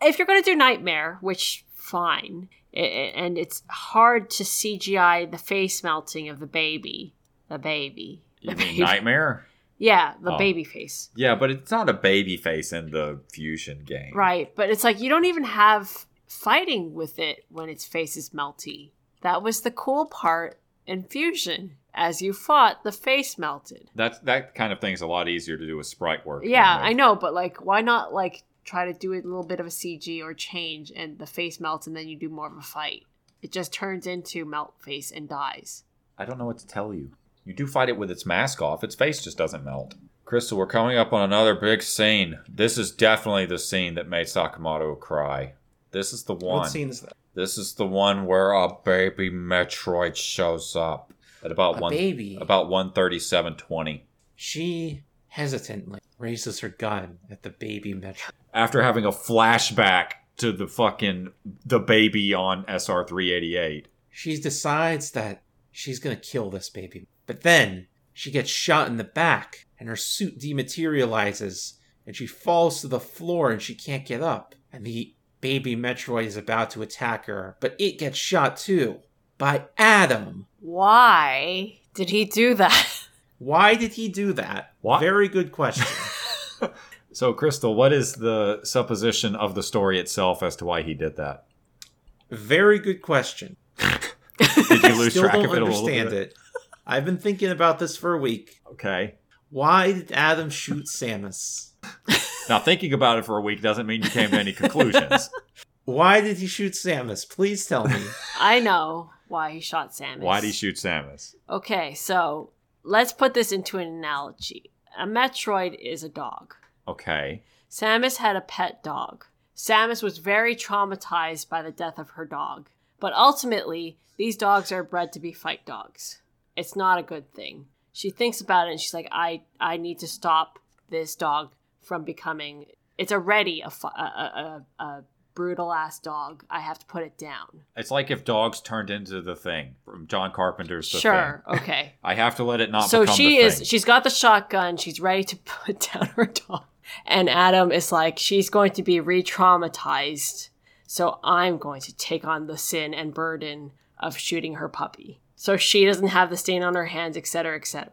[SPEAKER 2] If you're going to do Nightmare, which fine, i- i- and it's hard to CGI the face melting of the baby. The baby.
[SPEAKER 3] You
[SPEAKER 2] The
[SPEAKER 3] mean
[SPEAKER 2] baby.
[SPEAKER 3] Nightmare?
[SPEAKER 2] Yeah, the
[SPEAKER 3] Oh.
[SPEAKER 2] baby face.
[SPEAKER 3] Yeah, but it's not a baby face in the fusion game.
[SPEAKER 2] Right, but it's like you don't even have fighting with it when its face is melty. That was the cool part in Fusion. As you fought, the face melted.
[SPEAKER 3] That's that kind of thing's a lot easier to do with sprite work. than
[SPEAKER 2] Yeah,
[SPEAKER 3] with-
[SPEAKER 2] I know, but like, why not like try to do a little bit of a CG or change, and the face melts, and then you do more of a fight. It just turns into melt face and dies.
[SPEAKER 3] I don't know what to tell you. You do fight it with its mask off, its face just doesn't melt. Crystal, we're coming up on another big scene. This is definitely the scene that made Sakamoto cry. This is the one.
[SPEAKER 1] What scene is that?
[SPEAKER 3] This is the one where a baby Metroid shows up at about
[SPEAKER 1] A
[SPEAKER 3] one
[SPEAKER 1] baby.
[SPEAKER 3] about one thirty seven twenty.
[SPEAKER 1] She hesitantly raises her gun at the baby Metro.
[SPEAKER 3] After having a flashback to the fucking the baby on SR three eighty eight.
[SPEAKER 1] She decides that she's gonna kill this baby. But then she gets shot in the back and her suit dematerializes and she falls to the floor and she can't get up. And the baby Metroid is about to attack her, but it gets shot too by Adam.
[SPEAKER 2] Why did he do that? <laughs>
[SPEAKER 1] Why did he do that?
[SPEAKER 3] Why-
[SPEAKER 1] Very good
[SPEAKER 3] <laughs>
[SPEAKER 1] question.
[SPEAKER 3] So Crystal, what is the supposition of the story itself as to why he did that?
[SPEAKER 1] Very good question.
[SPEAKER 3] Did you lose
[SPEAKER 1] Still
[SPEAKER 3] track
[SPEAKER 1] don't
[SPEAKER 3] of it a little
[SPEAKER 1] understand
[SPEAKER 3] bit?
[SPEAKER 1] it. I've been thinking about this for a week.
[SPEAKER 3] Okay.
[SPEAKER 1] Why did Adam shoot Samus?
[SPEAKER 3] Now thinking about it for a week doesn't mean you came
[SPEAKER 2] <laughs>
[SPEAKER 3] to any conclusions.
[SPEAKER 1] Why did he shoot Samus? Please tell me.
[SPEAKER 2] I know why he shot Samus.
[SPEAKER 3] why did he shoot Samus?
[SPEAKER 2] Okay, so let's put this into an analogy. A Metroid is a dog.
[SPEAKER 3] Okay.
[SPEAKER 2] Samus had a pet dog. Samus was very traumatized by the death of her dog. But ultimately, these dogs are bred to be fight dogs. It's not a good thing. She thinks about it and she's like, I, I need to stop this dog from becoming. It's already a, fu- a, a, a, a brutal ass dog. I have to put it down.
[SPEAKER 3] It's like if dogs turned into the thing from John Carpenter's The Thing.
[SPEAKER 2] sure, okay.
[SPEAKER 3] I have to let it not
[SPEAKER 2] so
[SPEAKER 3] become
[SPEAKER 2] she
[SPEAKER 3] the
[SPEAKER 2] is
[SPEAKER 3] thing.
[SPEAKER 2] she's got the shotgun she's ready to <laughs> put down her dog and adam is like she's going to be re-traumatized so i'm going to take on the sin and burden of shooting her puppy so she doesn't have the stain on her hands etc etc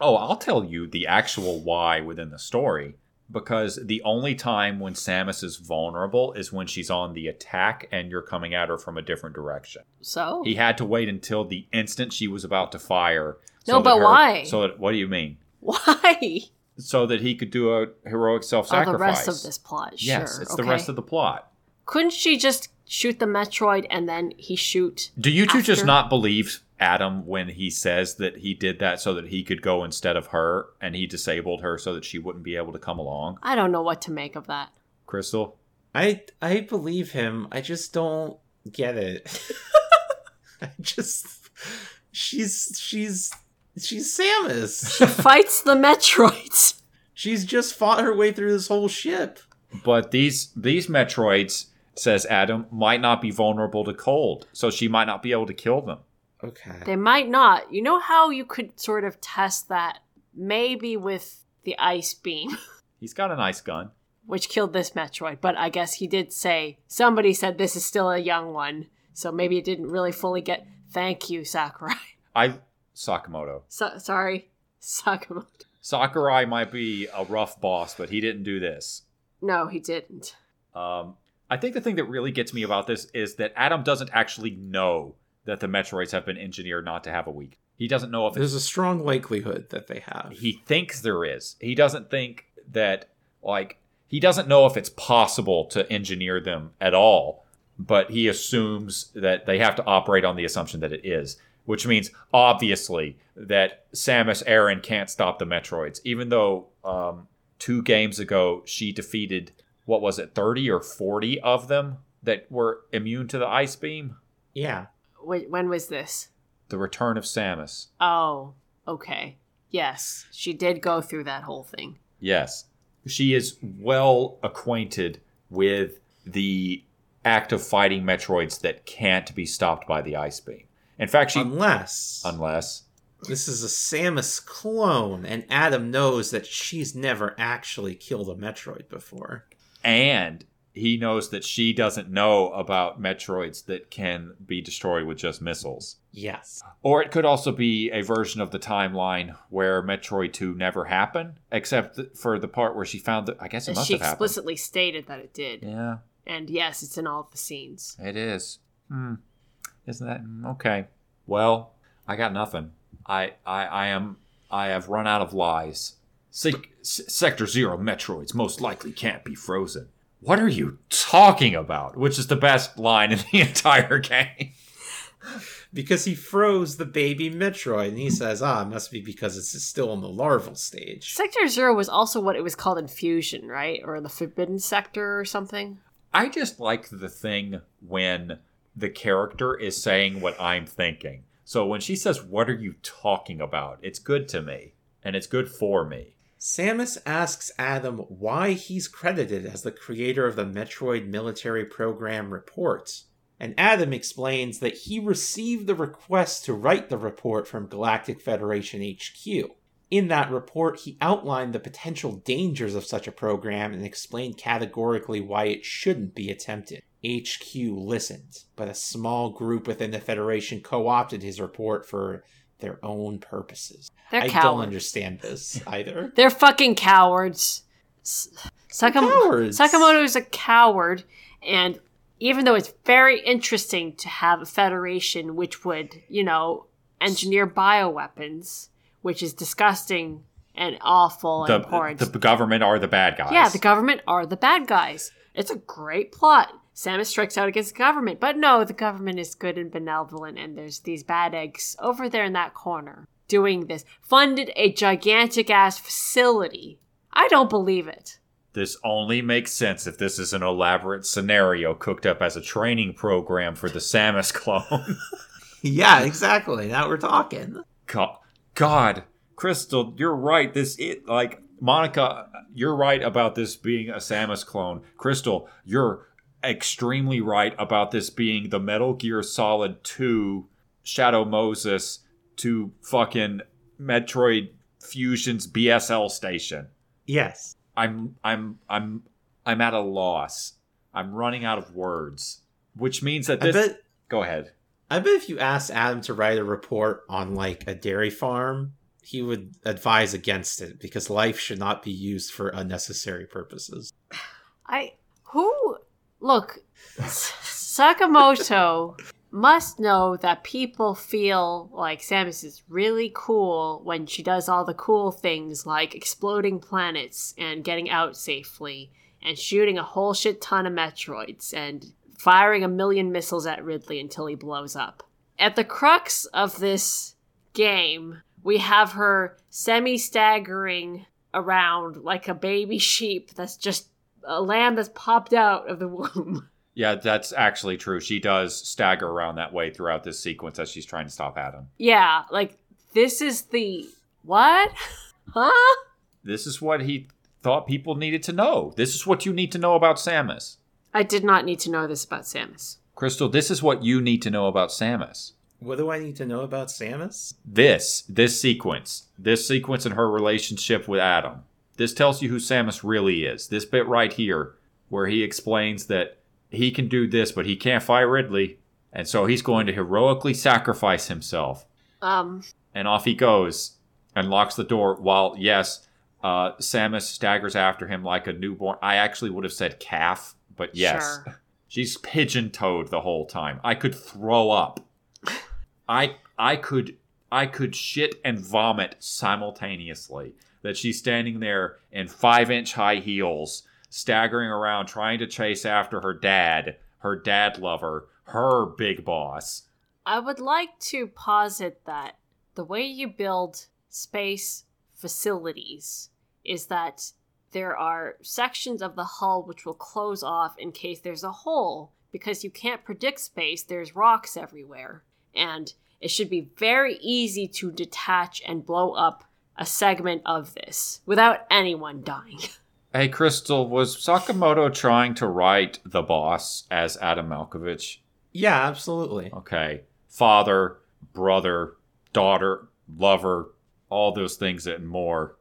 [SPEAKER 3] Oh, I'll tell you the actual why within the story. Because the only time when Samus is vulnerable is when she's on the attack and you're coming at her from a different direction.
[SPEAKER 2] <laughs> so
[SPEAKER 3] He had to wait until the instant she was about to fire.
[SPEAKER 2] No,
[SPEAKER 3] that
[SPEAKER 2] but
[SPEAKER 3] her-
[SPEAKER 2] why?
[SPEAKER 3] So that, what do you mean?
[SPEAKER 2] why
[SPEAKER 3] So that he could do a heroic self-sacrifice.
[SPEAKER 2] oh, the rest of this plot
[SPEAKER 3] Yes,
[SPEAKER 2] sure
[SPEAKER 3] it's the rest of the plot.
[SPEAKER 2] couldn't she just shoot the metroid and then he shoot
[SPEAKER 3] Do you two just
[SPEAKER 2] After-
[SPEAKER 3] not believe Adam when he says that he did that so that he could go instead of her and he disabled her so that she wouldn't be able to come along?
[SPEAKER 2] i don't know what to make of that
[SPEAKER 3] Crystal?
[SPEAKER 1] I I believe him. I just don't get it. <laughs> I just she's she's she's Samus.
[SPEAKER 2] she
[SPEAKER 3] <laughs>
[SPEAKER 2] fights the metroids
[SPEAKER 1] She's just fought her way through this whole ship.
[SPEAKER 3] But these these Metroids, says Adam, might not be vulnerable to cold, so she might not be able to kill them.
[SPEAKER 1] Okay.
[SPEAKER 2] They might not. You know how you could sort of test that maybe with the ice beam, <laughs>
[SPEAKER 3] He's got a nice gun.
[SPEAKER 2] which killed this Metroid, but I guess he did say somebody said this is still a young one, so maybe it didn't really fully get. Thank you, Sakurai. <laughs>
[SPEAKER 3] I Sakamoto.
[SPEAKER 2] So, sorry, <laughs> Sakamoto.
[SPEAKER 3] Sakurai might be a rough boss, but he didn't do this.
[SPEAKER 2] No, he didn't.
[SPEAKER 3] Um, I think the thing that really gets me about this is that Adam doesn't actually know that the Metroids have been engineered not to have a week. He doesn't know if
[SPEAKER 1] There's a strong likelihood that they have.
[SPEAKER 3] he thinks there is. He doesn't think that like he doesn't know if it's possible to engineer them at all, but he assumes that they have to operate on the assumption that it is, which means obviously that Samus Aran can't stop the Metroids, even though um, two games ago she defeated what was it, thirty or forty of them that were immune to the ice beam.
[SPEAKER 1] Yeah.
[SPEAKER 2] Wh- When was this?
[SPEAKER 3] The return of Samus.
[SPEAKER 2] Oh, okay. Yes, she did go through that whole thing.
[SPEAKER 3] Yes. She is well acquainted with the act of fighting Metroids that can't be stopped by the ice beam. In fact, she.
[SPEAKER 1] Unless
[SPEAKER 3] unless.
[SPEAKER 1] this is a Samus clone and Adam knows that she's never actually killed a Metroid before.
[SPEAKER 3] And he knows that she doesn't know about Metroids that can be destroyed with just missiles.
[SPEAKER 1] Yes.
[SPEAKER 3] Or it could also be a version of the timeline where Metroid 2 never happened, except th- for the part where she found that. I guess it must
[SPEAKER 2] She
[SPEAKER 3] have happened.
[SPEAKER 2] explicitly stated that it did.
[SPEAKER 3] Yeah.
[SPEAKER 2] And yes, it's in all of the scenes.
[SPEAKER 3] It is. Hmm. Isn't that mm, okay? Well, I got nothing. I I, I am I have run out of lies. Sec- S- Sector Zero Metroids most likely can't be frozen. What are you talking about? Which is the best line in the <laughs> entire game.
[SPEAKER 1] because he froze the baby Metroid, and he says, "Ah, it must be because it's still in the larval stage."
[SPEAKER 2] Sector Zero was also what it was called in Fusion, right? Or the Forbidden Sector or something.
[SPEAKER 3] I just like the thing when the character is saying what I'm thinking. So when she says, What are you talking about? It's good to me and it's good for me.
[SPEAKER 1] Samus asks Adam why he's credited as the creator of the Metroid Military Program report, and Adam explains that he received the request to write the report from Galactic Federation HQ. In that report, he outlined the potential dangers of such a program and explained categorically why it shouldn't be attempted. HQ listened, but a small group within the Federation co opted his report for their own purposes.
[SPEAKER 2] They're
[SPEAKER 1] I don't
[SPEAKER 2] cowards.
[SPEAKER 1] understand this either.
[SPEAKER 2] They're fucking cowards. S- Sakam-
[SPEAKER 1] Cowards.
[SPEAKER 2] Sakamoto is a coward, and even though it's very interesting to have a federation which would, you know, engineer bioweapons, which is disgusting and awful and
[SPEAKER 3] The,
[SPEAKER 2] abhorrent.
[SPEAKER 3] the government are the bad guys.
[SPEAKER 2] yeah, the government are the bad guys. It's a great plot. Samus strikes out against the government, but no, the government is good and benevolent, and there's these bad eggs over there in that corner doing this. Funded a gigantic ass facility. I don't believe it.
[SPEAKER 3] this only makes sense if this is an elaborate scenario cooked up as a training program for the Samus clone. <laughs>
[SPEAKER 1] Yeah, exactly. Now we're talking.
[SPEAKER 3] God, God, Crystal, you're right. This it like Monica, you're right about this being a Samus clone. Crystal, you're extremely right about this being the Metal Gear Solid 2 Shadow Moses to fucking Metroid Fusion's BSL station.
[SPEAKER 1] Yes.
[SPEAKER 3] I'm I'm I'm I'm at a loss. I'm running out of words, which means that
[SPEAKER 1] I
[SPEAKER 3] this
[SPEAKER 1] bet
[SPEAKER 3] Go ahead.
[SPEAKER 1] I bet if you asked Adam to write a report on like a dairy farm, he would advise against it because life should not be used for unnecessary purposes.
[SPEAKER 2] I who look S- Sakamoto must know that people feel like Samus is really cool when she does all the cool things like exploding planets and getting out safely and shooting a whole shit ton of Metroids and firing a million missiles at Ridley until he blows up. At the crux of this game, we have her semi staggering around like a baby sheep that's just a lamb that's popped out of the womb. <laughs>
[SPEAKER 3] Yeah, that's actually true. She does stagger around that way throughout this sequence as she's trying to stop Adam.
[SPEAKER 2] yeah, like this is the what? <laughs> Huh?
[SPEAKER 3] This is what he thought people needed to know. This is what you need to know about Samus.
[SPEAKER 2] I did not need to know this about Samus.
[SPEAKER 3] Crystal, this is what you need to know about Samus.
[SPEAKER 1] What do I need to know about Samus?
[SPEAKER 3] This, this sequence, this sequence and her relationship with Adam. This tells you who Samus really is. This bit right here, where he explains that he can do this, but he can't fight Ridley, and so he's going to heroically sacrifice himself
[SPEAKER 2] Um,
[SPEAKER 3] and off he goes and locks the door while yes uh, samus staggers after him like a newborn i actually would have said calf but yes
[SPEAKER 2] Sure.
[SPEAKER 3] she's pigeon-toed the whole time i could throw up i i could i could shit and vomit simultaneously that she's standing there in five inch high heels staggering around trying to chase after her dad her dad lover her big boss
[SPEAKER 2] I would like to posit that the way you build space facilities is that there are sections of the hull which will close off in case there's a hole because you can't predict space, there's rocks everywhere. And it should be very easy to detach and blow up a segment of this without anyone dying. <laughs>
[SPEAKER 3] Hey, Crystal, was Sakamoto trying to write the boss as Adam Malkovich?
[SPEAKER 1] Yeah, absolutely.
[SPEAKER 3] Okay. Father, brother, daughter, lover, all those things and more.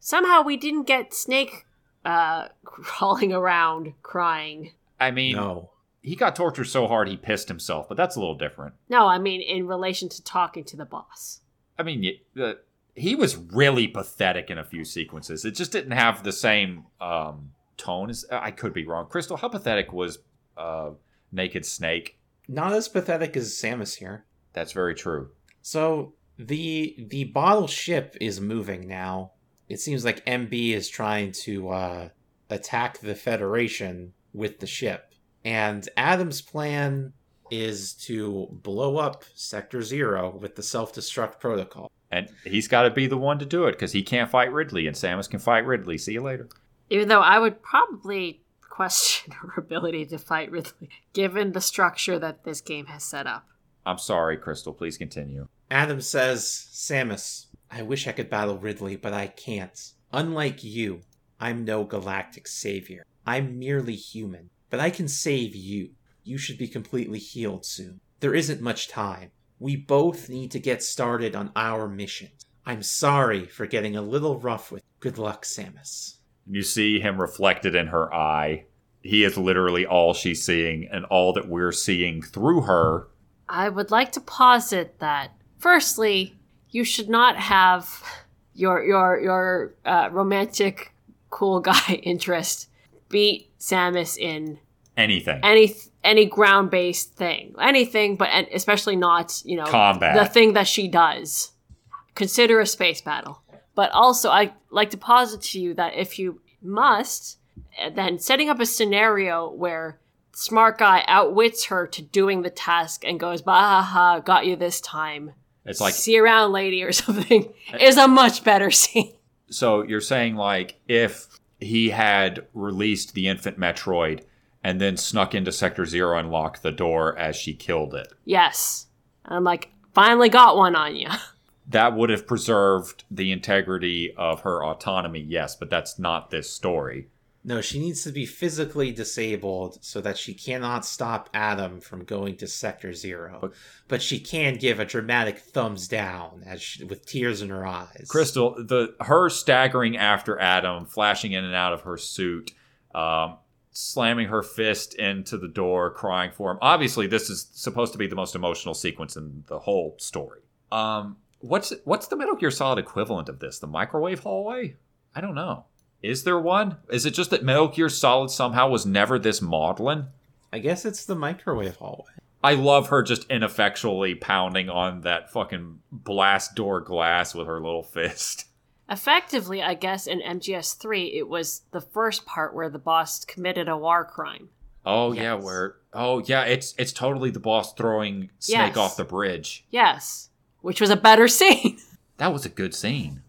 [SPEAKER 2] Somehow we didn't get Snake uh, <laughs> crawling around crying.
[SPEAKER 3] I mean,
[SPEAKER 1] No.
[SPEAKER 3] he got tortured so hard he pissed himself, but that's a little different.
[SPEAKER 2] No, I mean in relation to talking to the boss.
[SPEAKER 3] I mean, y- the, he was really pathetic in a few sequences. It just didn't have the same um, tone is. I could be wrong. Crystal, how pathetic was uh, Naked Snake?
[SPEAKER 1] Not as pathetic as Samus here.
[SPEAKER 3] That's very true.
[SPEAKER 1] So the the bottle ship is moving now. It seems like MB is trying to uh, attack the Federation with the ship, and Adam's plan is to blow up Sector Zero with the self destruct protocol.
[SPEAKER 3] And he's got to be the one to do it because he can't fight Ridley, and Samus can fight Ridley. See you later.
[SPEAKER 2] Even though I would probably question <laughs> her ability to fight Ridley, given the structure that this game has set up.
[SPEAKER 3] I'm sorry, Crystal. Please continue.
[SPEAKER 1] Adam says, Samus, I wish I could battle Ridley, but I can't. Unlike you, I'm no galactic savior. I'm merely human, but I can save you. You should be completely healed soon. There isn't much time. We both need to get started on our missions. I'm sorry for getting a little rough with. Good luck, Samus.
[SPEAKER 3] You see him reflected in her eye. He is literally all she's seeing and all that we're seeing through her.
[SPEAKER 2] I would like to posit that firstly, you should not have your your your uh, romantic cool guy <laughs> interest beat Samus in
[SPEAKER 3] Anything.
[SPEAKER 2] any any ground based thing, anything, but and especially not you know
[SPEAKER 3] Combat.
[SPEAKER 2] the thing that she does. Consider a space battle, but also I like to posit to you that if you must, eh, then setting up a scenario where smart guy outwits her to doing the task and goes bah ha ha got you this time
[SPEAKER 3] it's like Eh.
[SPEAKER 2] see you around lady or <laughs> something is a much better <laughs> scene
[SPEAKER 3] so you're saying like if he had released the infant Metroid and then snuck into Sector Zero and locked the door as she killed it.
[SPEAKER 2] yes and i'm like finally got one on you
[SPEAKER 3] That would have preserved the integrity of her autonomy, yes, but that's not this story.
[SPEAKER 1] No, she needs to be physically disabled so that she cannot stop Adam from going to Sector Zero. But she can give a dramatic thumbs down as she, with tears in her eyes.
[SPEAKER 3] Crystal, the her staggering after Adam, flashing in and out of her suit, um, slamming her fist into the door, crying for him. Obviously, this is supposed to be the most emotional sequence in the whole story. Um, what's what's the Metal Gear Solid equivalent of this? The microwave hallway? I don't know. Is there one? Is it just that Metal Gear Solid somehow was never this maudlin?
[SPEAKER 1] I guess it's the microwave hallway.
[SPEAKER 3] I love her just ineffectually pounding on that fucking blast door glass with her little fist.
[SPEAKER 2] <laughs> Effectively, I guess in MGS3, it was the first part where the boss committed a war crime.
[SPEAKER 3] Oh yeah,
[SPEAKER 1] Yes.
[SPEAKER 3] where oh yeah, it's it's totally the boss throwing
[SPEAKER 2] Yes.
[SPEAKER 3] Snake off the bridge.
[SPEAKER 2] Yes, which was a better <laughs> scene.
[SPEAKER 3] That was a good scene.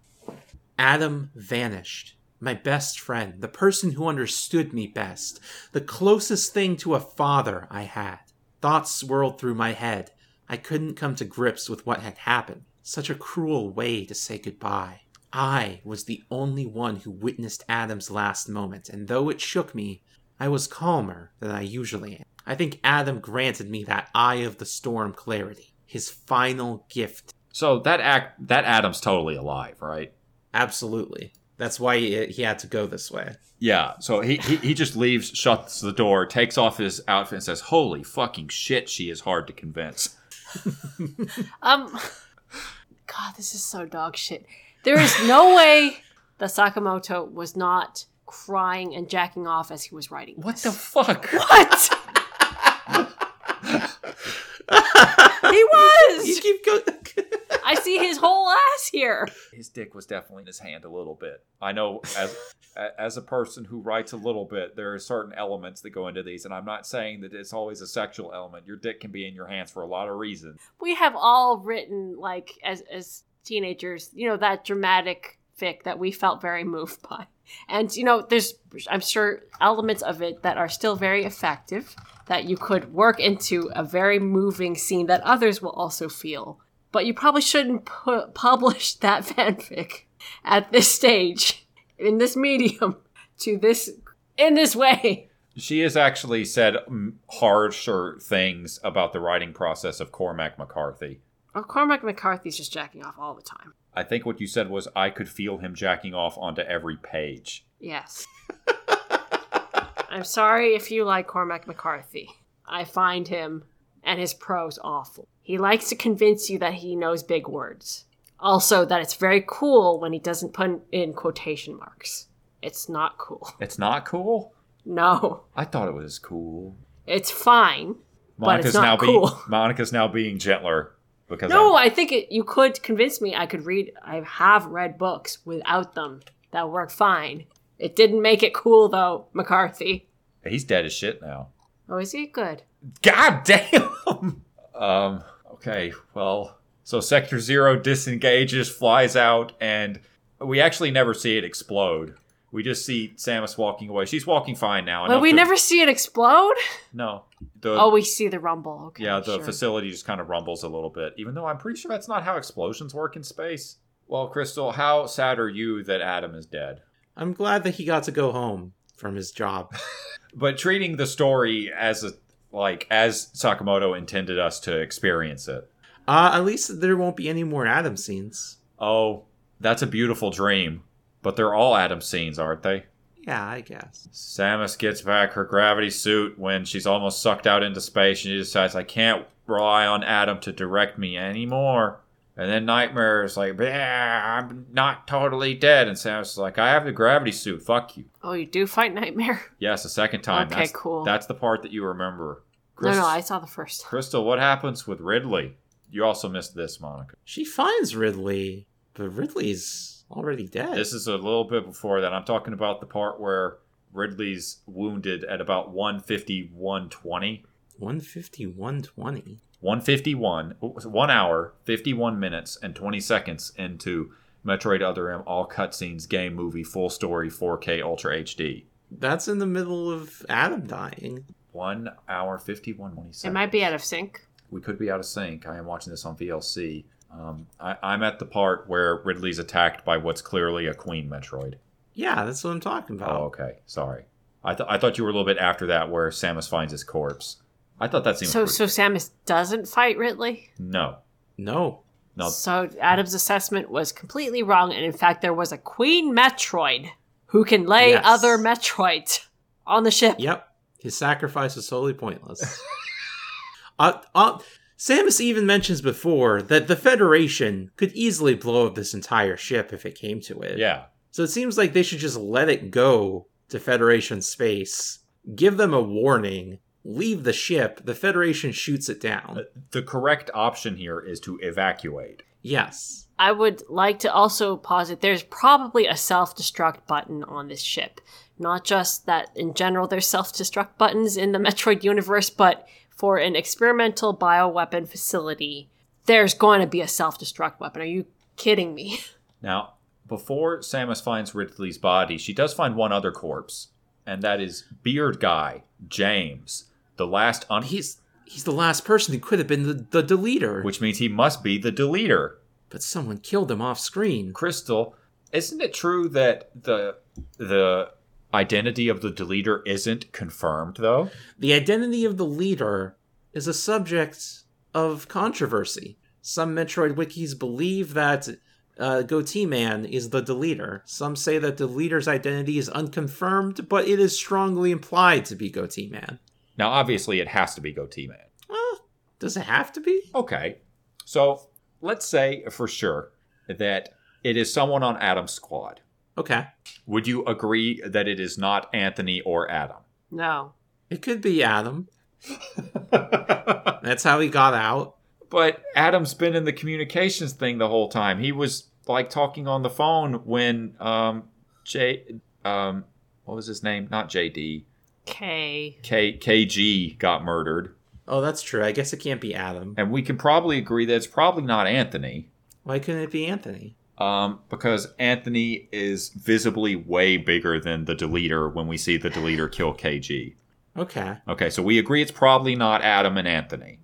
[SPEAKER 1] Adam vanished. My best friend, the person who understood me best, the closest thing to a father I had. Thoughts swirled through my head. I couldn't come to grips with what had happened. Such a cruel way to say goodbye. I was the only one who witnessed Adam's last moment, and though it shook me, I was calmer than I usually am. I think Adam granted me that eye of the storm clarity, his final gift
[SPEAKER 3] So that act that Adam's totally alive, right?
[SPEAKER 1] Absolutely. That's why he, he had to go this way.
[SPEAKER 3] Yeah. So he, he he just leaves, shuts the door, takes off his outfit, and says, "Holy fucking shit, she is hard to convince."
[SPEAKER 2] Um, God, this is so dog shit. There is no way that Sakamoto was not crying and jacking off as he was writing. <laughs>
[SPEAKER 3] What the <laughs> fuck?
[SPEAKER 2] What?
[SPEAKER 1] <laughs>
[SPEAKER 2] <laughs> he
[SPEAKER 1] You
[SPEAKER 2] was.
[SPEAKER 1] keep going.
[SPEAKER 2] I see his whole ass here.
[SPEAKER 3] His dick was definitely in his hand a little bit. I know as. a- As a person who writes a little bit, there are certain elements that go into these, and I'm not saying that it's always a sexual element. Your dick can be in your hands for a lot of reasons.
[SPEAKER 2] we have all written like as as teenagers, you know, that dramatic fic that we felt very moved by. And you know, there's I'm sure elements of it that are still very effective that you could work into a very moving scene that others will also feel. But you probably shouldn't pu- publish <laughs> that fanfic at this stage in this medium to this in this way.
[SPEAKER 3] She has actually said mm, harsher things about the writing process of Cormac McCarthy.
[SPEAKER 2] Oh, Cormac McCarthy's just jacking off all the time.
[SPEAKER 3] I think what you said was, I could feel him jacking off onto every page.
[SPEAKER 2] Yes. I'm sorry if you like Cormac McCarthy. I find him and his prose awful. He likes to convince you that he knows big words. Also, that it's very cool when he doesn't put in quotation marks. It's not cool. <laughs>
[SPEAKER 3] It's not cool.
[SPEAKER 2] No,
[SPEAKER 3] I thought it was cool.
[SPEAKER 2] it's fine.
[SPEAKER 3] Monica's
[SPEAKER 2] it's not
[SPEAKER 3] now being
[SPEAKER 2] cool.
[SPEAKER 3] <laughs> Monica's now being gentler because
[SPEAKER 2] No,
[SPEAKER 3] I,
[SPEAKER 2] I think it, you could convince me I could read. I have read books without them that work fine. It didn't make it cool though, McCarthy.
[SPEAKER 3] he's dead as shit now.
[SPEAKER 2] Oh, is he good?
[SPEAKER 3] God damn. <laughs> um. Okay. Well. So Sector Zero disengages, flies out, and we actually never see it explode. We just see Samus walking away. She's walking fine now.
[SPEAKER 2] Well,
[SPEAKER 3] enough
[SPEAKER 2] we
[SPEAKER 3] to-
[SPEAKER 2] never see it explode.
[SPEAKER 3] No. The,
[SPEAKER 2] Oh, we see the rumble. Okay,
[SPEAKER 3] yeah, the
[SPEAKER 2] sure.
[SPEAKER 3] facility just kind of rumbles a little bit, even though I'm pretty sure that's not how explosions work in space. Well, Crystal, how sad are you that Adam is dead?
[SPEAKER 1] <laughs> I'm glad that he got to go home from his job.
[SPEAKER 3] But treating the story as a like as Sakamoto intended us to experience it.
[SPEAKER 1] Uh, at least there won't be any more Adam scenes.
[SPEAKER 3] Oh, that's a beautiful dream. But they're all Adam scenes, aren't they?
[SPEAKER 1] Yeah, I guess.
[SPEAKER 3] Samus gets back her gravity suit when she's almost sucked out into space and she decides, I can't rely on Adam to direct me anymore. And then Nightmare is like, "Yeah, I'm not totally dead. And Samus is like, I have the gravity suit. Fuck you.
[SPEAKER 2] Oh, you do fight Nightmare. <laughs>
[SPEAKER 3] Yes, a second time.
[SPEAKER 2] Okay,
[SPEAKER 3] that's,
[SPEAKER 2] cool.
[SPEAKER 3] That's the part that you remember.
[SPEAKER 2] no, no, I saw the first.
[SPEAKER 3] Crystal, what happens with Ridley? You also missed this, Monica.
[SPEAKER 1] She finds Ridley, but Ridley's already dead.
[SPEAKER 3] This is a little bit before that. I'm talking about the part where Ridley's wounded at about 150, 120.
[SPEAKER 1] 150, 120.
[SPEAKER 3] 151, oh, it's one hour, 51 minutes, and 20 seconds into Metroid Other M, all cutscenes, game, movie, full story, 4K, Ultra HD.
[SPEAKER 1] That's in the middle of Adam dying.
[SPEAKER 3] One hour, 51, 20 seconds.
[SPEAKER 2] It might be out of sync.
[SPEAKER 3] we could be out of sync. I am watching this on VLC. Um, I, I'm at the part where Ridley's attacked by what's clearly a Queen Metroid.
[SPEAKER 1] Yeah, that's what I'm talking about.
[SPEAKER 3] Oh, okay. Sorry. I, th- I thought you were a little bit after that where Samus finds his corpse. I thought that seemed
[SPEAKER 2] So,
[SPEAKER 3] pretty-
[SPEAKER 2] so Samus doesn't fight Ridley.
[SPEAKER 3] no.
[SPEAKER 1] No.
[SPEAKER 3] No.
[SPEAKER 2] So Adam's assessment was completely wrong, and in fact, there was a Queen Metroid who can lay
[SPEAKER 1] Yes.
[SPEAKER 2] other Metroids on the ship.
[SPEAKER 1] Yep. His sacrifice was totally pointless. <laughs> uh, uh, Samus even mentions before that the Federation could easily blow up this entire ship if it came to it.
[SPEAKER 3] Yeah.
[SPEAKER 1] So it seems like they should just let it go to Federation space, give them a warning, leave the ship, the Federation shoots it down.
[SPEAKER 3] The correct option here is to evacuate.
[SPEAKER 1] yes.
[SPEAKER 2] I would like to also posit there's probably a self destruct button on this ship. Not just that in general there's self destruct buttons in the <laughs> Metroid universe, but for an experimental bioweapon facility, there's going to be a self destruct weapon. Are you kidding me? <laughs>
[SPEAKER 3] Now, before Samus finds Ridley's body, she does find one other corpse, and that is Beard Guy, James, the last un.
[SPEAKER 1] He's he's the last person who could have been the, the deleter.
[SPEAKER 3] which means he must be the deleter.
[SPEAKER 1] but someone killed him off screen.
[SPEAKER 3] Crystal, isn't it true that the the identity of the deleter isn't confirmed though?
[SPEAKER 1] The identity of the leader is a subject of controversy. Some Metroid wikis believe that uh, Goatee Man is the deleter. Some say that the leader's identity is unconfirmed, but it is strongly implied to be Goatee Man.
[SPEAKER 3] Now, obviously, it has to be Goatee Man.
[SPEAKER 1] Uh, does it have to be?
[SPEAKER 3] Okay. So let's say for sure that it is someone on Adam's squad.
[SPEAKER 1] Okay.
[SPEAKER 3] Would you agree that it is not Anthony or Adam?
[SPEAKER 2] No.
[SPEAKER 1] It could be Adam.
[SPEAKER 3] <laughs>
[SPEAKER 1] That's how he got out.
[SPEAKER 3] but Adam's been in the communications thing the whole time. He was like talking on the phone when um J um what was his name? Not JD.
[SPEAKER 2] Okay.
[SPEAKER 3] K KG got murdered.
[SPEAKER 1] Oh, that's true. I guess it can't be Adam.
[SPEAKER 3] And we can probably agree that it's probably not Anthony.
[SPEAKER 1] Why couldn't it be Anthony?
[SPEAKER 3] Um, because Anthony is visibly way bigger than the deleter when we see the deleter kill KG.
[SPEAKER 1] Okay.
[SPEAKER 3] Okay, so we agree it's probably not Adam and Anthony.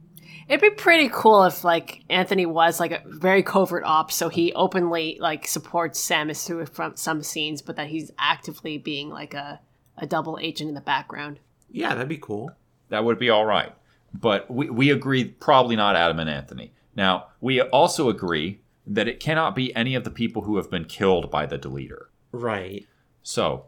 [SPEAKER 2] It'd be pretty cool if like Anthony was like a very covert op, so he openly like supports Samus through from some scenes, but that he's actively being like a a double agent in the background.
[SPEAKER 1] Yeah, that'd be cool.
[SPEAKER 3] That would be all right. But we, we agree probably not Adam and Anthony. Now, we also agree that it cannot be any of the people who have been killed by the deleter.
[SPEAKER 1] Right.
[SPEAKER 3] So,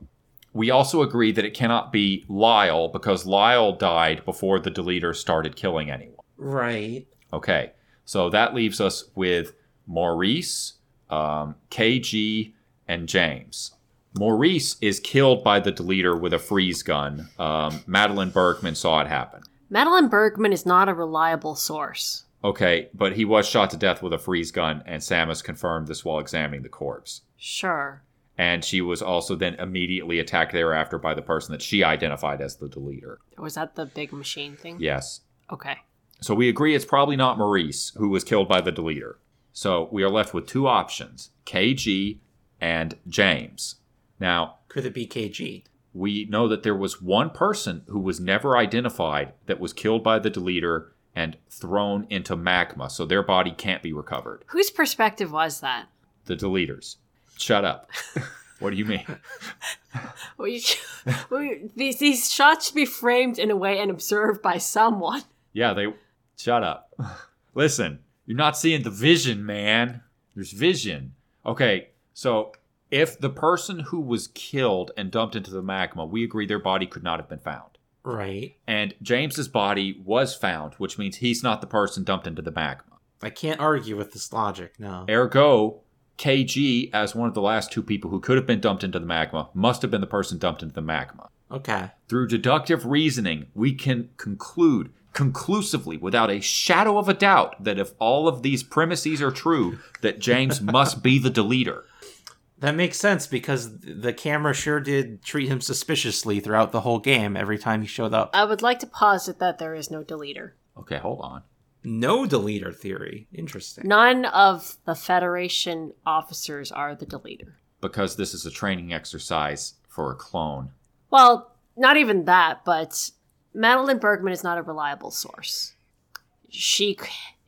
[SPEAKER 3] we also agree that it cannot be Lyle because Lyle died before the deleter started killing anyone.
[SPEAKER 1] Right.
[SPEAKER 3] Okay, so that leaves us with Maurice, um, KG, and James. Maurice is killed by the deleter with a freeze gun. Um, Madeline Bergman saw it happen.
[SPEAKER 2] Madeline Bergman is not a reliable source.
[SPEAKER 3] Okay, but he was shot to death with a freeze gun, and Samus confirmed this while examining the corpse.
[SPEAKER 2] Sure.
[SPEAKER 3] And she was also then immediately attacked thereafter by the person that she identified as the deleter.
[SPEAKER 2] Was that the big machine thing?
[SPEAKER 3] Yes.
[SPEAKER 2] Okay.
[SPEAKER 3] So we agree it's probably not Maurice who was killed by the deleter. So we are left with two options KG and James. Now,
[SPEAKER 1] Could it be KG?
[SPEAKER 3] we know that there was one person who was never identified that was killed by the deleter and thrown into magma, so their body can't be recovered.
[SPEAKER 2] Whose perspective was that?
[SPEAKER 3] The deleters. Shut up. what do you mean?
[SPEAKER 2] We, <laughs> we, these, these shots should be framed in a way and observed by someone.
[SPEAKER 3] Yeah, they. Shut up. Listen, you're not seeing the vision, man. There's vision. Okay, so if the person who was killed and dumped into the magma, we agree their body could not have been found.
[SPEAKER 1] Right.
[SPEAKER 3] And James's body was found, which means he's not the person dumped into the magma.
[SPEAKER 1] I can't argue with this logic, no.
[SPEAKER 3] Ergo, KG, as one of the last two people who could have been dumped into the magma, must have been the person dumped into the magma.
[SPEAKER 1] Okay.
[SPEAKER 3] Through deductive reasoning, we can conclude conclusively, without a shadow of a doubt, that if all of these premises are true, that James must be the deleter.
[SPEAKER 1] That makes sense because the camera sure did treat him suspiciously throughout the whole game every time he showed up.
[SPEAKER 2] I would like to posit that there is no deleter.
[SPEAKER 3] Okay, hold on.
[SPEAKER 1] No deleter theory. Interesting.
[SPEAKER 2] None of the Federation officers are the deleter.
[SPEAKER 3] Because this is a training exercise for a clone.
[SPEAKER 2] Well, not even that, but Madeline Bergman is not a reliable source. She,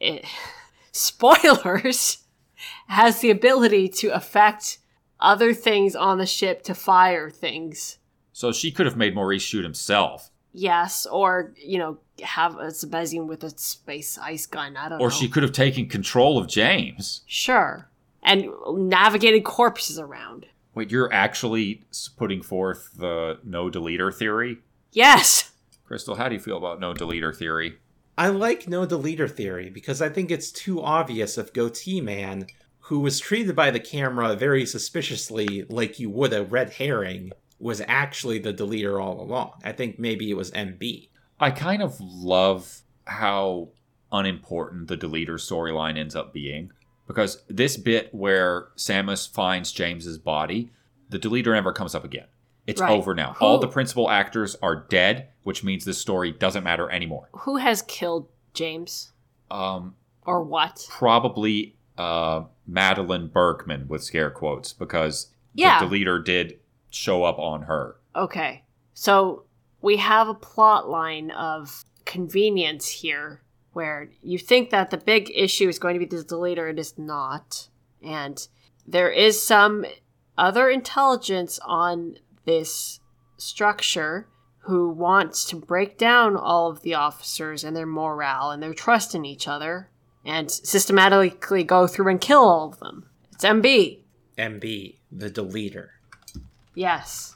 [SPEAKER 2] eh, <laughs> spoilers, <laughs> has the ability to affect other things on the ship to fire things.
[SPEAKER 3] So she could have made Maurice shoot himself,
[SPEAKER 2] Yes, or, you know, have a Sebezian with a space ice gun. I don't know.
[SPEAKER 3] or she could have taken control of James.
[SPEAKER 2] Sure. And navigated corpses around.
[SPEAKER 3] Wait, you're actually s- putting forth the no deleter theory?
[SPEAKER 2] Yes.
[SPEAKER 3] Crystal, how do you feel about no deleter theory?
[SPEAKER 1] I like no deleter theory because I think it's too obvious if Goatee Man, who was treated by the camera very suspiciously like you would a red herring, was actually the deleter all along. I think maybe it was MB.
[SPEAKER 3] I kind of love how unimportant the deleter storyline ends up being because this bit where Samus finds James's body, the deleter never comes up again. It's
[SPEAKER 2] Right.
[SPEAKER 3] over now. All
[SPEAKER 2] Who-
[SPEAKER 3] the principal actors are dead, which means this story doesn't matter anymore.
[SPEAKER 2] Who has killed James?
[SPEAKER 3] Um,
[SPEAKER 2] Or what?
[SPEAKER 3] probably uh, Madeline Berkman with scare quotes because
[SPEAKER 2] Yeah.
[SPEAKER 3] the deleter did show up on her.
[SPEAKER 2] Okay. So we have a plot line of convenience here where you think that the big issue is going to be the deleter, it is not. And there is some other intelligence on this structure who wants to break down all of the officers and their morale and their trust in each other and systematically go through and kill all of them. It's MB.
[SPEAKER 1] MB, the deleter.
[SPEAKER 2] Yes.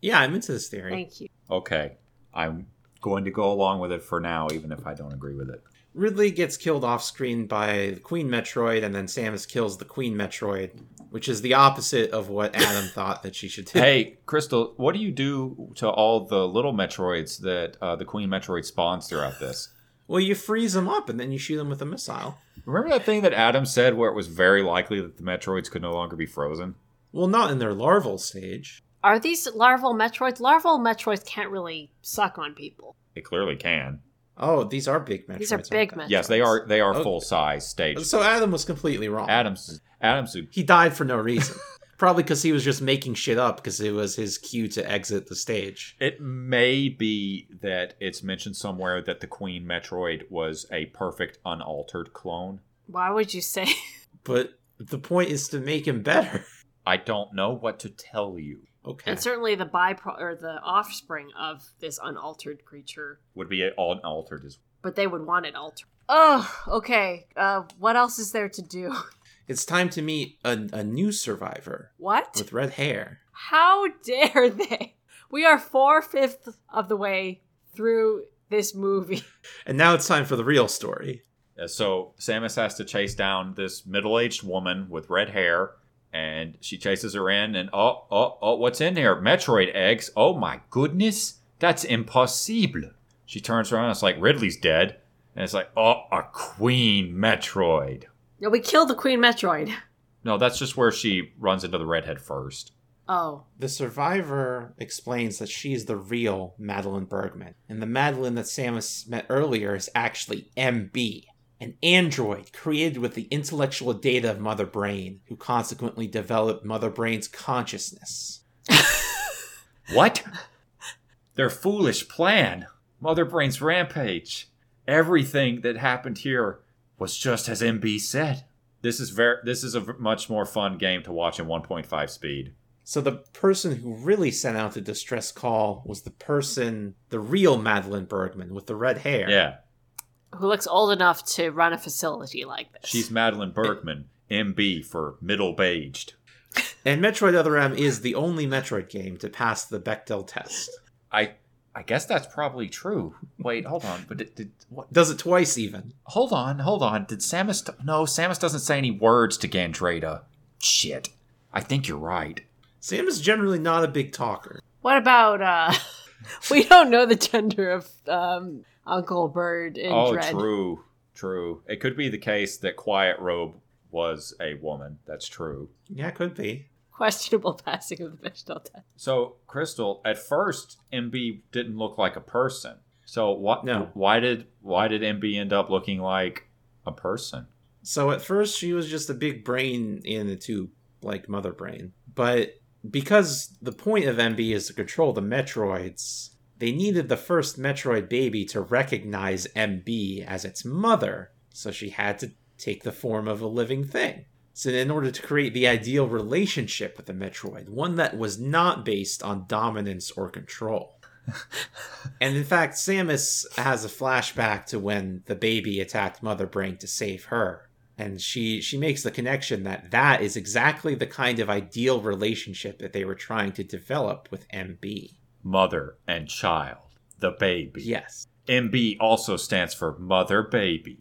[SPEAKER 1] Yeah, I'm into this theory.
[SPEAKER 2] Thank you.
[SPEAKER 3] Okay, I'm going to go along with it for now, even if I don't agree with it.
[SPEAKER 1] Ridley gets killed off screen by Queen Metroid, and then Samus kills the Queen Metroid, which is the opposite of what Adam thought that she should do.
[SPEAKER 3] <laughs> hey, Crystal, what do you do to all the little Metroids that uh, the Queen Metroid spawns throughout this?
[SPEAKER 1] Well, you freeze them up and then you shoot them with a missile.
[SPEAKER 3] Remember that thing that Adam said where it was very likely that the Metroids could no longer be frozen?
[SPEAKER 1] Well, not in their larval stage.
[SPEAKER 2] Are these larval Metroids? Larval Metroids can't really suck on people.
[SPEAKER 3] It clearly can.
[SPEAKER 1] Oh, these are big Metroids.
[SPEAKER 2] These are big
[SPEAKER 1] aren't
[SPEAKER 3] Yes, they are. They are
[SPEAKER 1] Oh.
[SPEAKER 3] full size
[SPEAKER 1] they?
[SPEAKER 3] stages.
[SPEAKER 1] So Adam was completely wrong.
[SPEAKER 3] Adam's Adam's a
[SPEAKER 1] He died for no reason. <laughs> Probably because he was just making shit up because it was his cue to exit the stage.
[SPEAKER 3] It may be that it's mentioned somewhere that the Queen Metroid was a perfect, unaltered clone.
[SPEAKER 2] Why would you say? <laughs>
[SPEAKER 1] But the point is to make him better. <laughs>
[SPEAKER 3] I don't know what to tell you.
[SPEAKER 1] Okay.
[SPEAKER 2] and certainly the bypro or the offspring of this unaltered creature,
[SPEAKER 3] Would be all unaltered as
[SPEAKER 2] but they would want it altered. Oh, okay. Uh, what else is there to do? <laughs>
[SPEAKER 1] It's time to meet a, a new survivor
[SPEAKER 2] What?
[SPEAKER 1] with red hair.
[SPEAKER 2] How dare they? We are four fifths of the way through this movie. <laughs>
[SPEAKER 1] And now it's time for the real story.
[SPEAKER 3] Uh, So Samus has to chase down this middle-aged woman with red hair and she chases her in and oh oh oh what's in here metroid eggs oh my goodness that's impossible she turns around and it's like ridley's dead and it's like oh a queen metroid
[SPEAKER 2] No, we killed the Queen Metroid.
[SPEAKER 3] no that's just where she runs into the redhead first
[SPEAKER 2] Oh,
[SPEAKER 1] The survivor explains that she is the real Madeline Bergman, and the Madeline that Samus met earlier is actually MB, an android created with the intellectual data of Mother Brain, who consequently developed Mother Brain's consciousness.
[SPEAKER 3] what their foolish plan mother brain's rampage everything that happened here was just as mb said this is very this is a v- much more fun game to watch in 1.5 speed
[SPEAKER 1] So the person who really sent out the distress call was the person, the real Madeline Bergman with the red hair.
[SPEAKER 3] yeah
[SPEAKER 2] who looks old enough to run a facility like this?
[SPEAKER 3] She's Madeline Bergman, MB for middle aged.
[SPEAKER 1] And Metroid Other M is the only Metroid game to pass the Bechdel test.
[SPEAKER 3] I I guess that's probably true. Wait, hold on. But did, did what?
[SPEAKER 1] Does it twice even.
[SPEAKER 3] Hold on, hold on. Did Samus? T- no, Samus doesn't say any words to Gandreda. Shit. I think you're right.
[SPEAKER 1] Sam is generally not a big talker.
[SPEAKER 2] What about uh <laughs> we don't know the gender of um Uncle Bird in
[SPEAKER 3] oh,
[SPEAKER 2] Dread.
[SPEAKER 3] true, true. It could be the case that Quiet Robe was a woman. That's true.
[SPEAKER 1] Yeah, it could be.
[SPEAKER 2] Questionable <laughs> passing of the Bechdel test.
[SPEAKER 3] So, Crystal, at first, MB didn't look like a person. So, what?
[SPEAKER 1] No.
[SPEAKER 3] Why did why did MB end up looking like a person?
[SPEAKER 1] So at first she was just a big brain in a tube, like Mother Brain. But because the point of MB is to control the Metroids, they needed the first Metroid baby to recognize MB as its mother, so she had to take the form of a living thing. So in order to create the ideal relationship with the Metroid, one that was not based on dominance or control. and in fact, Samus has a flashback to when the baby attacked Mother Brain to save her. And she, she makes the connection that that is exactly the kind of ideal relationship that they were trying to develop with MB.
[SPEAKER 3] mother and child, the baby.
[SPEAKER 1] Yes.
[SPEAKER 3] MB also stands for mother baby.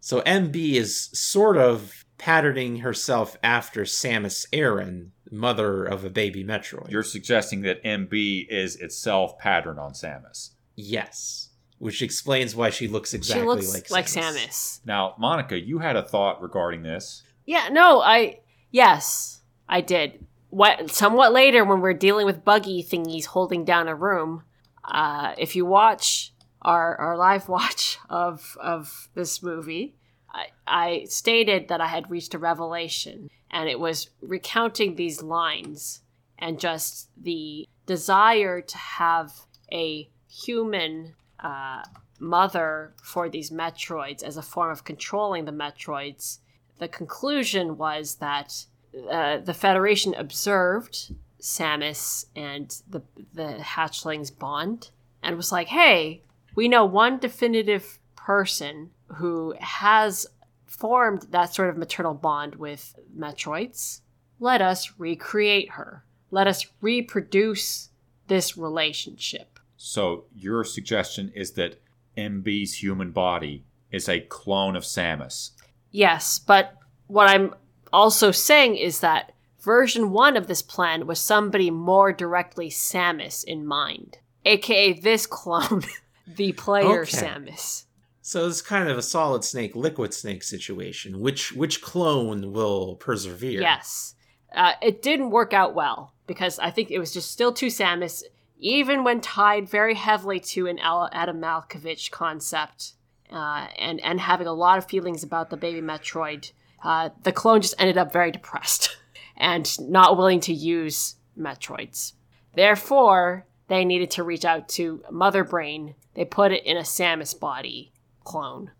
[SPEAKER 1] So MB is sort of patterning herself after Samus Aran, mother of a baby Metroid.
[SPEAKER 3] You're suggesting that MB is itself patterned on Samus.
[SPEAKER 1] yes. Which explains why she looks exactly
[SPEAKER 2] she looks
[SPEAKER 1] like,
[SPEAKER 2] like,
[SPEAKER 1] Samus.
[SPEAKER 2] Samus.
[SPEAKER 3] Now, Monica, you had a thought regarding this.
[SPEAKER 2] Yeah, no, I yes, I did. What somewhat later when we're dealing with buggy thingies holding down a room, uh, if you watch our our live <laughs> watch of of this movie, I, I stated that I had reached a revelation, and it was recounting these lines and just the desire to have a human uh, mother for these Metroids as a form of controlling the Metroids the conclusion was that uh, the Federation observed Samus and the the hatchlings bond and was like, "Hey, we know one definitive person who has formed that sort of maternal bond with Metroids. Let us recreate her. Let us reproduce this relationship."
[SPEAKER 3] So, your suggestion is that MB's human body is a clone of Samus.
[SPEAKER 2] Yes, but what I'm also saying is that version one of this plan was somebody more directly Samus in mind, aka this clone, <laughs> the player
[SPEAKER 1] Okay.
[SPEAKER 2] Samus.
[SPEAKER 1] So it's kind of a solid snake, liquid snake situation. Which which clone will persevere?
[SPEAKER 2] Yes. Uh, it didn't work out well because I think it was just still too Samus, even when tied very heavily to an Al- Adam Malkovich concept uh, and, and having a lot of feelings about the baby Metroid. Uh, the clone just ended up very depressed <laughs> and not willing to use Metroids. Therefore, they needed to reach out to Mother Brain. They put it in a Samus body clone.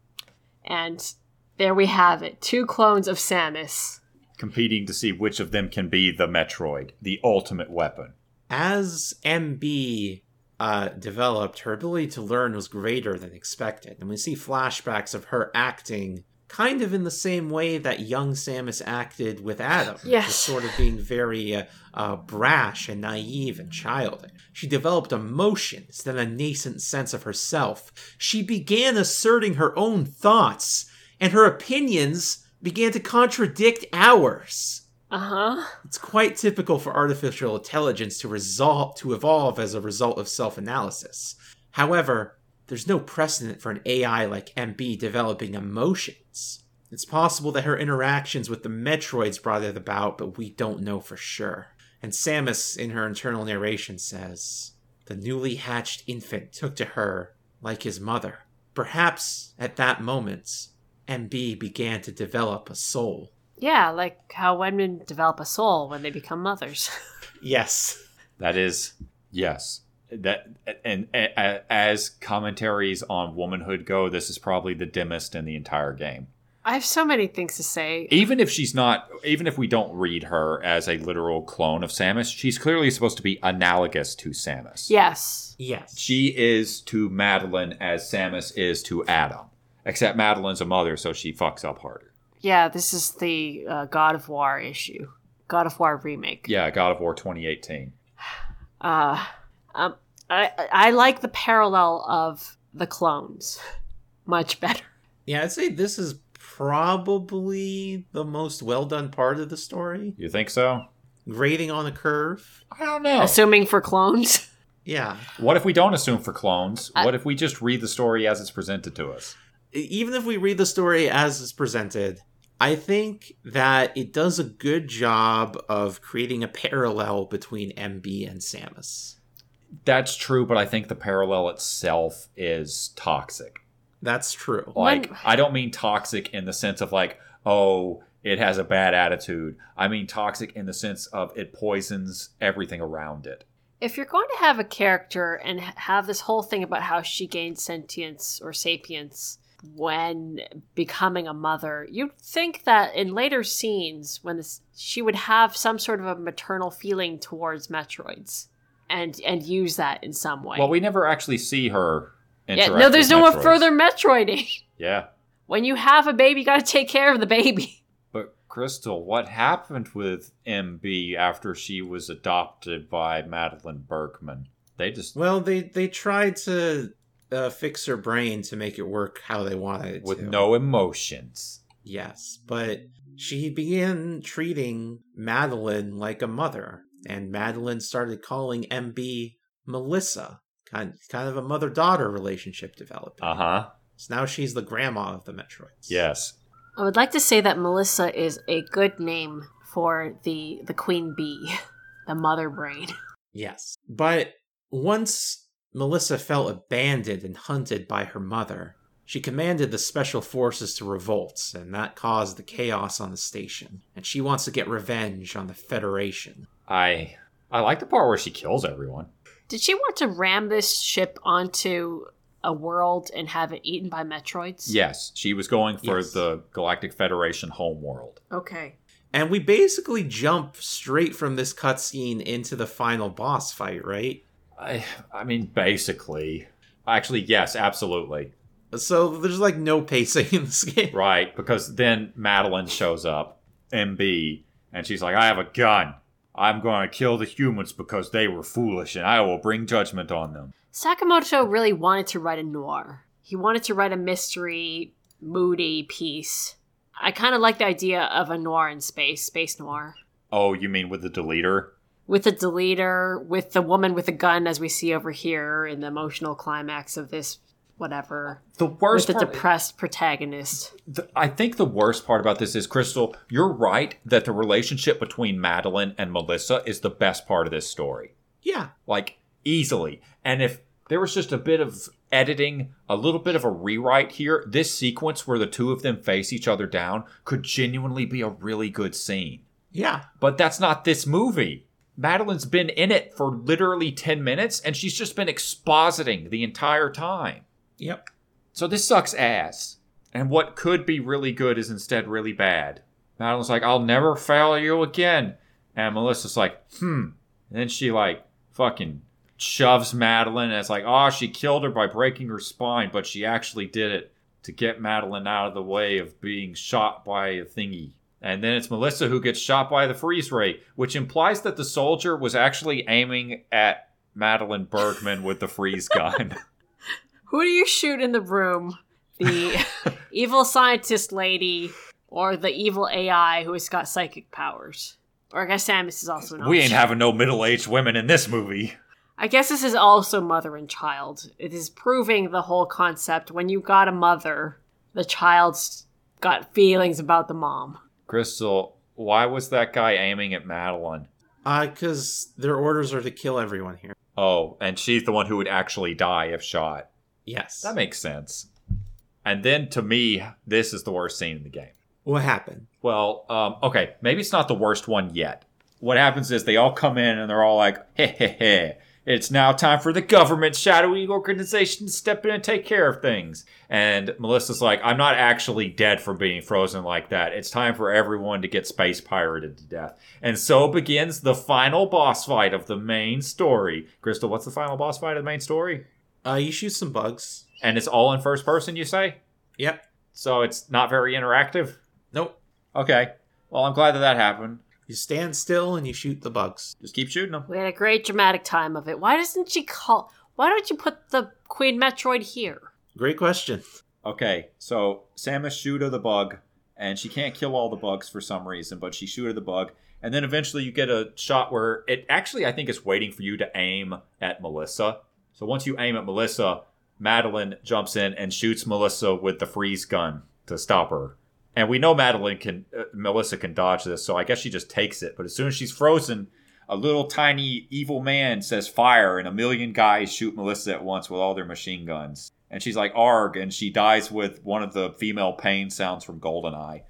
[SPEAKER 2] And there we have it two clones of Samus.
[SPEAKER 3] Competing to see which of them can be the Metroid, the ultimate weapon.
[SPEAKER 1] As MB uh, developed, her ability to learn was greater than expected, and we see flashbacks of her acting kind of in the same way that young Samus acted with Adam.
[SPEAKER 2] Yes.
[SPEAKER 1] just sort of being very uh, uh, brash and naive and childish. She developed emotions, then a nascent sense of herself. She began asserting her own thoughts, and her opinions began to contradict ours.
[SPEAKER 2] Uh huh.
[SPEAKER 1] It's quite typical for artificial intelligence to resolve to evolve as a result of self-analysis. However, there's no precedent for an AI like MB developing emotions. It's possible that her interactions with the Metroids brought it about, but we don't know for sure. And Samus, in her internal narration, says, The newly hatched infant took to her like his mother. Perhaps at that moment, MB began to develop a soul.
[SPEAKER 2] Yeah, like how women develop a soul when they become mothers. <laughs>
[SPEAKER 1] Yes.
[SPEAKER 3] That is yes. That and, and, and as commentaries on womanhood go, this is probably the dimmest in the entire game.
[SPEAKER 2] I have so many things to say.
[SPEAKER 3] Even if she's not, even if we don't read her as a literal clone of Samus, she's clearly supposed to be analogous to Samus.
[SPEAKER 2] Yes.
[SPEAKER 1] Yes.
[SPEAKER 3] She is to Madeline as Samus is to Adam, except Madeline's a mother, so she fucks up harder.
[SPEAKER 2] Yeah, this is the uh, God of War issue. God of War remake.
[SPEAKER 3] Yeah, God of War 2018.
[SPEAKER 2] Uh, um, I, I like the parallel of the clones <laughs> much better.
[SPEAKER 1] Yeah, I'd say this is probably the most well done part of the story.
[SPEAKER 3] You think so?
[SPEAKER 1] Grading on a curve.
[SPEAKER 3] I don't know.
[SPEAKER 2] Assuming for clones.
[SPEAKER 1] Yeah.
[SPEAKER 3] what if we don't assume for clones? what if we just read the story as it's presented to us?
[SPEAKER 1] E, even if we read the story as it's presented, I think that it does a good job of creating a parallel between MB and Samus.
[SPEAKER 3] That's true, but I think the parallel itself is toxic.
[SPEAKER 1] That's true.
[SPEAKER 3] Like, I don't mean toxic in the sense of like, oh, it has a bad attitude. I mean toxic in the sense of it poisons everything around it.
[SPEAKER 2] If you're going to have a character and h- have this whole thing about how she gained sentience or sapience when becoming a mother, you'd think that in later scenes, when this, she would have some sort of a maternal feeling towards Metroids, and and use that in some way.
[SPEAKER 3] Well, we never actually see her.
[SPEAKER 2] yeah,
[SPEAKER 3] Interact
[SPEAKER 2] no, there's
[SPEAKER 3] with
[SPEAKER 2] no more
[SPEAKER 3] Metroids.
[SPEAKER 2] further Metroiding. <laughs>
[SPEAKER 3] Yeah,
[SPEAKER 2] when you have a baby, you got to take care of the baby.
[SPEAKER 3] but Crystal, what happened with MB after she was adopted by Madeline Berkman? They just
[SPEAKER 1] Well, they they tried to uh, fix her brain to make it work how they wanted it
[SPEAKER 3] with
[SPEAKER 1] to.
[SPEAKER 3] no emotions.
[SPEAKER 1] Yes, but she began treating Madeline like a mother, and Madeline started calling MB Melissa. Kind kind of a mother daughter relationship developed.
[SPEAKER 3] Uh huh.
[SPEAKER 1] So now she's the grandma of the Metroids.
[SPEAKER 3] Yes.
[SPEAKER 2] I would like to say that Melissa is a good name for the the queen bee, <laughs> the mother brain.
[SPEAKER 1] Yes. But once Melissa felt abandoned and hunted by her mother, she commanded the special forces to revolt, and that caused the chaos on the station. And she wants to get revenge on the Federation.
[SPEAKER 3] I I like the part where she kills everyone.
[SPEAKER 2] Did she want to ram this ship onto a world and have it eaten by Metroids?
[SPEAKER 3] Yes, she was going for
[SPEAKER 1] Yes.
[SPEAKER 3] the Galactic Federation homeworld.
[SPEAKER 5] Okay.
[SPEAKER 1] And we basically jump straight from this cutscene into the final boss fight, right?
[SPEAKER 3] I I mean basically. Actually, yes, absolutely.
[SPEAKER 1] So there's like no pacing in this <laughs> game.
[SPEAKER 3] Right, because then Madeline shows up, MB, and she's like, I have a gun. I'm going to kill the humans because they were foolish and I will bring judgment on them.
[SPEAKER 2] Sakamoto really wanted to write a noir. He wanted to write a mystery, moody piece. I kind of like the idea of a noir in space, space noir,
[SPEAKER 3] Oh, you mean with the deleter?
[SPEAKER 2] with a deleter, with the woman with a gun, as we see over here in the emotional climax of this, whatever,
[SPEAKER 3] The worst
[SPEAKER 2] with a
[SPEAKER 3] part-
[SPEAKER 2] depressed protagonist.
[SPEAKER 3] the- I think the worst part about this is Crystal, you're right that the relationship between Madeline and Melissa is the best part of this story.
[SPEAKER 1] Yeah.
[SPEAKER 3] like easily. And if there was just a bit of editing, a little bit of a rewrite here, this sequence where the two of them face each other down could genuinely be a really good scene.
[SPEAKER 1] Yeah.
[SPEAKER 3] But that's not this movie. Madeline's been in it for literally 10 minutes and she's just been expositing the entire time.
[SPEAKER 1] Yep.
[SPEAKER 3] So this sucks ass. And what could be really good is instead really bad. Madeline's like, I'll never fail you again. And Melissa's like, hmm. And then she like fucking shoves Madeline and it's like, oh, she killed her by breaking her spine, but she actually did it to get Madeline out of the way of being shot by a thingy. And then it's Melissa who gets shot by the freeze ray, which implies that the soldier was actually aiming at Madeline Bergman with the freeze gun.
[SPEAKER 2] Who do you shoot in the room?
[SPEAKER 3] <laughs>
[SPEAKER 2] The evil scientist lady or the evil AI who has got psychic powers? Or I guess Samus is also an
[SPEAKER 3] We ain't
[SPEAKER 2] option.
[SPEAKER 3] having no middle aged women in this movie.
[SPEAKER 2] I guess this is also mother and child. It is proving the whole concept. When you got a mother, the child's got feelings about the mom.
[SPEAKER 3] Crystal, why was that guy aiming at Madeline?
[SPEAKER 1] Uh, because their orders are to kill everyone here.
[SPEAKER 3] Oh, and she's the one who would actually die if shot.
[SPEAKER 1] Yes.
[SPEAKER 3] That makes sense. And then to me, this is the worst scene in the game.
[SPEAKER 1] what happened?
[SPEAKER 3] Well, um, okay, maybe it's not the worst one yet. What happens is they all come in and they're all like, "Hey, hey, hey! It's now time for the government shadowy organization to step in and take care of things." And Melissa's like, "I'm not actually dead from being frozen like that. It's time for everyone to get space pirated to death." And so begins the final boss fight of the main story. Crystal, what's the final boss fight of the main story?
[SPEAKER 1] Uh, you shoot some bugs.
[SPEAKER 3] And it's all in first person, you say?
[SPEAKER 1] Yep.
[SPEAKER 3] So it's not very interactive.
[SPEAKER 1] Nope.
[SPEAKER 3] Okay. Well, I'm glad that that happened.
[SPEAKER 1] You stand still and you shoot the bugs.
[SPEAKER 3] Just keep shooting them.
[SPEAKER 2] We had a great dramatic time of it. Why doesn't she call? Why don't you put the Queen Metroid here?
[SPEAKER 1] Great question.
[SPEAKER 3] Okay, so Samus shooter the bug, and she can't kill all the bugs for some reason, but she shooter the bug, and then eventually you get a shot where it actually I think it's waiting for you to aim at Melissa. So once you aim at Melissa, Madeline jumps in and shoots Melissa with the freeze gun to stop her. And we know Madeline can uh, Melissa can dodge this, so I guess she just takes it. But as soon as she's frozen, a little tiny evil man says fire, and a million guys shoot Melissa at once with all their machine guns. And she's like, arg, and she dies with one of the female pain sounds
[SPEAKER 2] <laughs>
[SPEAKER 3] from Goldeneye.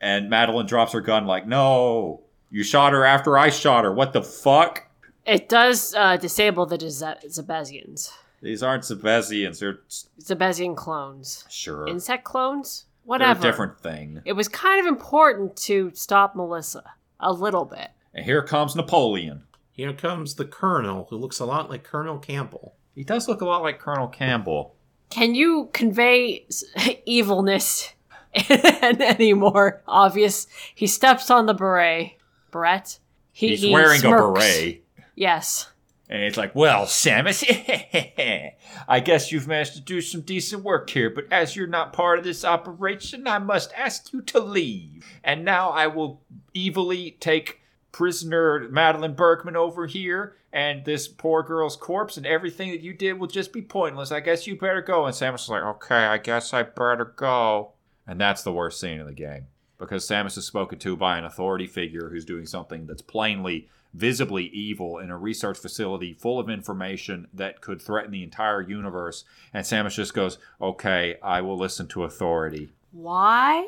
[SPEAKER 3] and Madeline drops her gun, like, no, you shot her after I shot her. What the fuck?
[SPEAKER 2] It does uh, disable the Zeb- Zebezians,
[SPEAKER 3] These aren't Sebesians. They're
[SPEAKER 2] Zebezian clones,
[SPEAKER 3] sure.
[SPEAKER 2] insect clones,
[SPEAKER 3] They're
[SPEAKER 2] whatever.
[SPEAKER 3] a different thing.
[SPEAKER 2] It was kind of important to stop Melissa a little bit.
[SPEAKER 3] And here comes Napoleon.
[SPEAKER 1] Here comes the colonel, who looks a lot like Colonel Campbell.
[SPEAKER 3] He does look a lot like Colonel Campbell.
[SPEAKER 2] Can you convey s- <laughs> evilness <laughs> in any more obvious? He steps on the beret. Beret. He,
[SPEAKER 3] He's
[SPEAKER 2] he
[SPEAKER 3] wearing
[SPEAKER 2] smirks.
[SPEAKER 3] a beret.
[SPEAKER 2] Yes.
[SPEAKER 3] And it's like, well, Samus, <laughs> I guess you've managed to do some decent work here, but as you're not part of this operation, I must ask you to leave. And now I will evilly take prisoner Madeline Bergman over here, and this poor girl's corpse, and everything that you did will just be pointless. I guess you better go. And Samus is like, okay, I guess I better go. And that's the worst scene in the game because Samus is spoken to by an authority figure who's doing something that's plainly, visibly evil in a research facility full of information that could threaten the entire universe. And Samus just goes, Okay, I will listen to authority.
[SPEAKER 2] Why?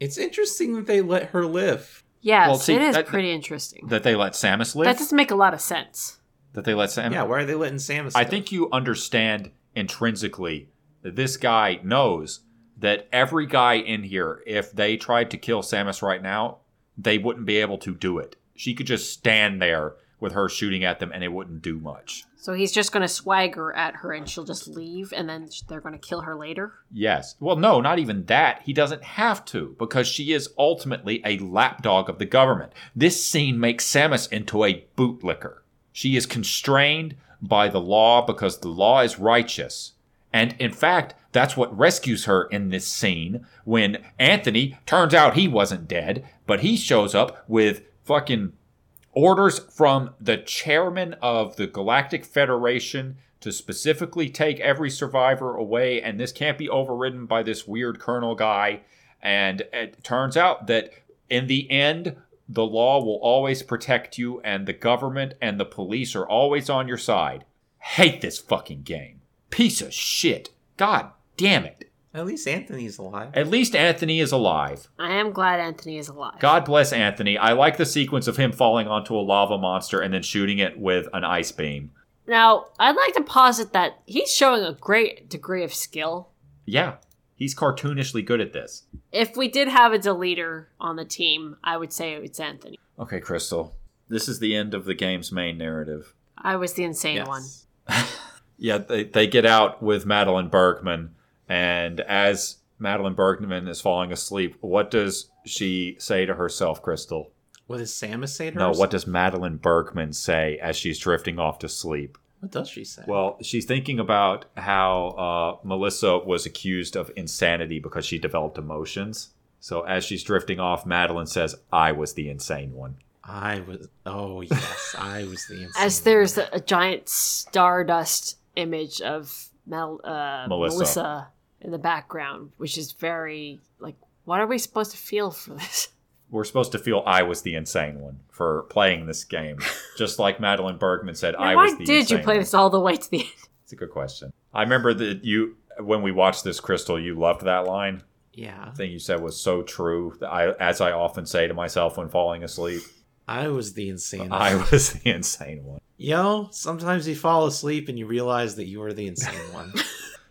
[SPEAKER 1] It's interesting that they let her live.
[SPEAKER 2] Yes,
[SPEAKER 3] Well, see,
[SPEAKER 2] it is
[SPEAKER 3] that-
[SPEAKER 2] pretty interesting.
[SPEAKER 3] That they let Samus live?
[SPEAKER 2] that doesn't make a lot of sense.
[SPEAKER 3] that they let Samus.
[SPEAKER 1] yeah, why are they letting Samus?
[SPEAKER 3] I
[SPEAKER 1] live?
[SPEAKER 3] think you understand intrinsically that this guy knows that every guy in here, if they tried to kill Samus right now, they wouldn't be able to do it. She could just stand there with her shooting at them and it wouldn't do much.
[SPEAKER 2] So he's just going to swagger at her and she'll just leave and then sh- they're going to kill her later?
[SPEAKER 3] Yes. Well, no, not even that. He doesn't have to because she is ultimately a lapdog of the government. This scene makes Samus into a bootlicker. She is constrained by the law because the law is righteous. And in fact, that's what rescues her in this scene when Anthony turns out he wasn't dead, but he shows up with fucking orders from the chairman of the Galactic Federation to specifically take every survivor away, and this can't be overridden by this weird colonel guy. And it turns out that in the end, the law will always protect you, and the government and the police are always on your side. Hate this fucking game. Piece of shit. God damn it.
[SPEAKER 1] At least Anthony's alive.
[SPEAKER 3] At least Anthony is alive.
[SPEAKER 2] I am glad Anthony is alive.
[SPEAKER 3] God bless Anthony. I like the sequence of him falling onto a lava monster and then shooting it with an ice beam.
[SPEAKER 2] Now, I'd like to posit that he's showing a great degree of skill.
[SPEAKER 3] Yeah, he's cartoonishly good at this.
[SPEAKER 2] If we did have a deleter on the team, I would say it's Anthony.
[SPEAKER 3] Okay, Crystal. This is the end of the game's main narrative.
[SPEAKER 2] I was the insane
[SPEAKER 1] Yes.
[SPEAKER 2] one.
[SPEAKER 3] Yeah, they, they get out with Madeline Bergman, and as Madeline Bergman is falling asleep, what does she say to herself, Crystal?
[SPEAKER 1] What does Samus say to
[SPEAKER 3] No,
[SPEAKER 1] her?
[SPEAKER 3] what does Madeline Bergman say as she's drifting off to sleep?
[SPEAKER 1] What does she say?
[SPEAKER 3] Well, she's thinking about how uh, Melissa was accused of insanity because she developed emotions. So as she's drifting off, Madeline says, I was the insane one.
[SPEAKER 1] I was. Oh yes, I was the. <laughs> Insane
[SPEAKER 6] As there's a, a giant stardust image of Mel, uh,
[SPEAKER 3] Melissa.
[SPEAKER 6] Melissa. in the background, which is very like, what are we supposed to feel for this?
[SPEAKER 3] We're supposed to feel I was the insane one for playing
[SPEAKER 6] <laughs>
[SPEAKER 3] this game. Just like Madeline Bergman said, <laughs> I
[SPEAKER 6] why
[SPEAKER 3] was the
[SPEAKER 6] did you
[SPEAKER 3] insane
[SPEAKER 6] play
[SPEAKER 3] one."
[SPEAKER 6] this all the way to the end? <laughs>
[SPEAKER 3] It's a good question. I remember that you when we watched this crystal, you loved that line.
[SPEAKER 1] yeah,
[SPEAKER 3] The thing you said was so true. That I as I often say to myself when falling asleep,
[SPEAKER 1] I was the insane.
[SPEAKER 3] I
[SPEAKER 1] one.
[SPEAKER 3] was the <laughs> insane one.
[SPEAKER 1] You know, sometimes you fall asleep and you realize that you were the insane one.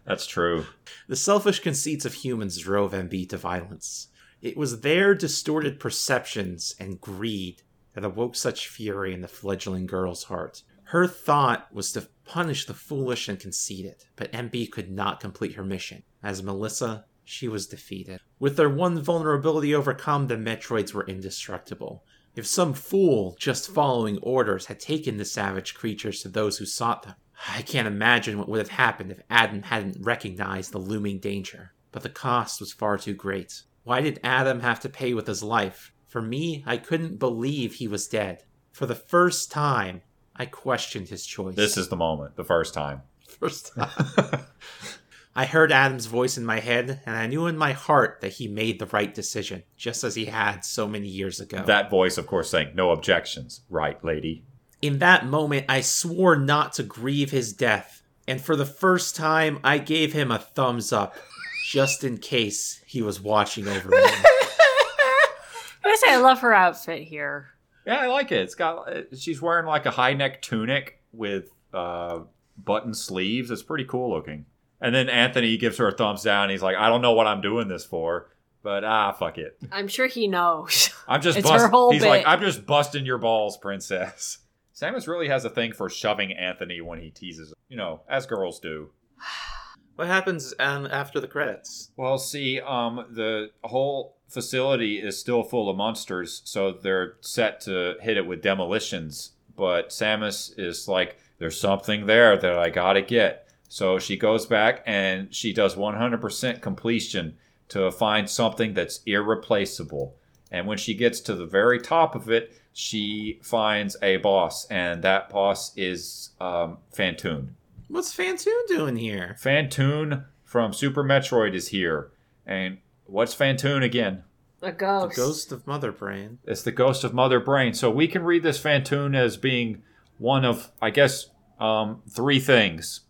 [SPEAKER 3] That's true.
[SPEAKER 1] The selfish conceits of humans drove MB to violence. It was their distorted perceptions and greed that awoke such fury in the fledgling girl's heart. Her thought was to punish the foolish and conceited, but MB could not complete her mission. As Melissa, she was defeated. With their one vulnerability overcome, the Metroids were indestructible. If some fool just following orders had taken the savage creatures to those who sought them, I can't imagine what would have happened if Adam hadn't recognized the looming danger. But the cost was far too great. Why did Adam have to pay with his life? For me, I couldn't believe he was dead. For the first time, I questioned his choice.
[SPEAKER 3] This is the moment, the first time.
[SPEAKER 1] first time. <laughs> I heard Adam's voice in my head, and I knew in my heart that he made the right decision, just as he had so many years ago.
[SPEAKER 3] That voice, of course, saying, No objections, right, lady.
[SPEAKER 1] In that moment, I swore not to grieve his death, and for the first time, I gave him a thumbs up, just in case he was watching over me.
[SPEAKER 6] I say I love her outfit here.
[SPEAKER 3] Yeah, I like it. It's got uh, she's wearing like a high neck tunic with uh button sleeves. It's pretty cool looking. And then Anthony gives her a thumbs down. He's like, I don't know what I'm doing this for, but ah, fuck it.
[SPEAKER 6] I'm sure he knows. <laughs>
[SPEAKER 3] I'm just
[SPEAKER 6] It's
[SPEAKER 3] bust-
[SPEAKER 6] her whole
[SPEAKER 3] He's like,
[SPEAKER 6] bit.
[SPEAKER 3] I'm just busting your balls, princess. <laughs> Samus really has a thing for shoving Anthony when he teases, him. you know, as girls do.
[SPEAKER 1] <laughs> what happens um, after the credits?
[SPEAKER 3] Well, see, um, the whole facility is still full of monsters, so they're set to hit it with demolitions. But Samus is like, there's something there that I gotta get. So she goes back and she does 100% completion to find something that's irreplaceable. And when she gets to the very top of it, she finds a boss, and that boss is um, Fantoon.
[SPEAKER 1] What's Fantoon doing here?
[SPEAKER 3] Fantoon from Super Metroid is here. And what's Fantoon again?
[SPEAKER 6] A
[SPEAKER 1] The
[SPEAKER 6] ghost.
[SPEAKER 1] ghost of Mother Brain.
[SPEAKER 3] It's the ghost of Mother Brain. So we can read this Fantoon as being one of, I guess, um, three things.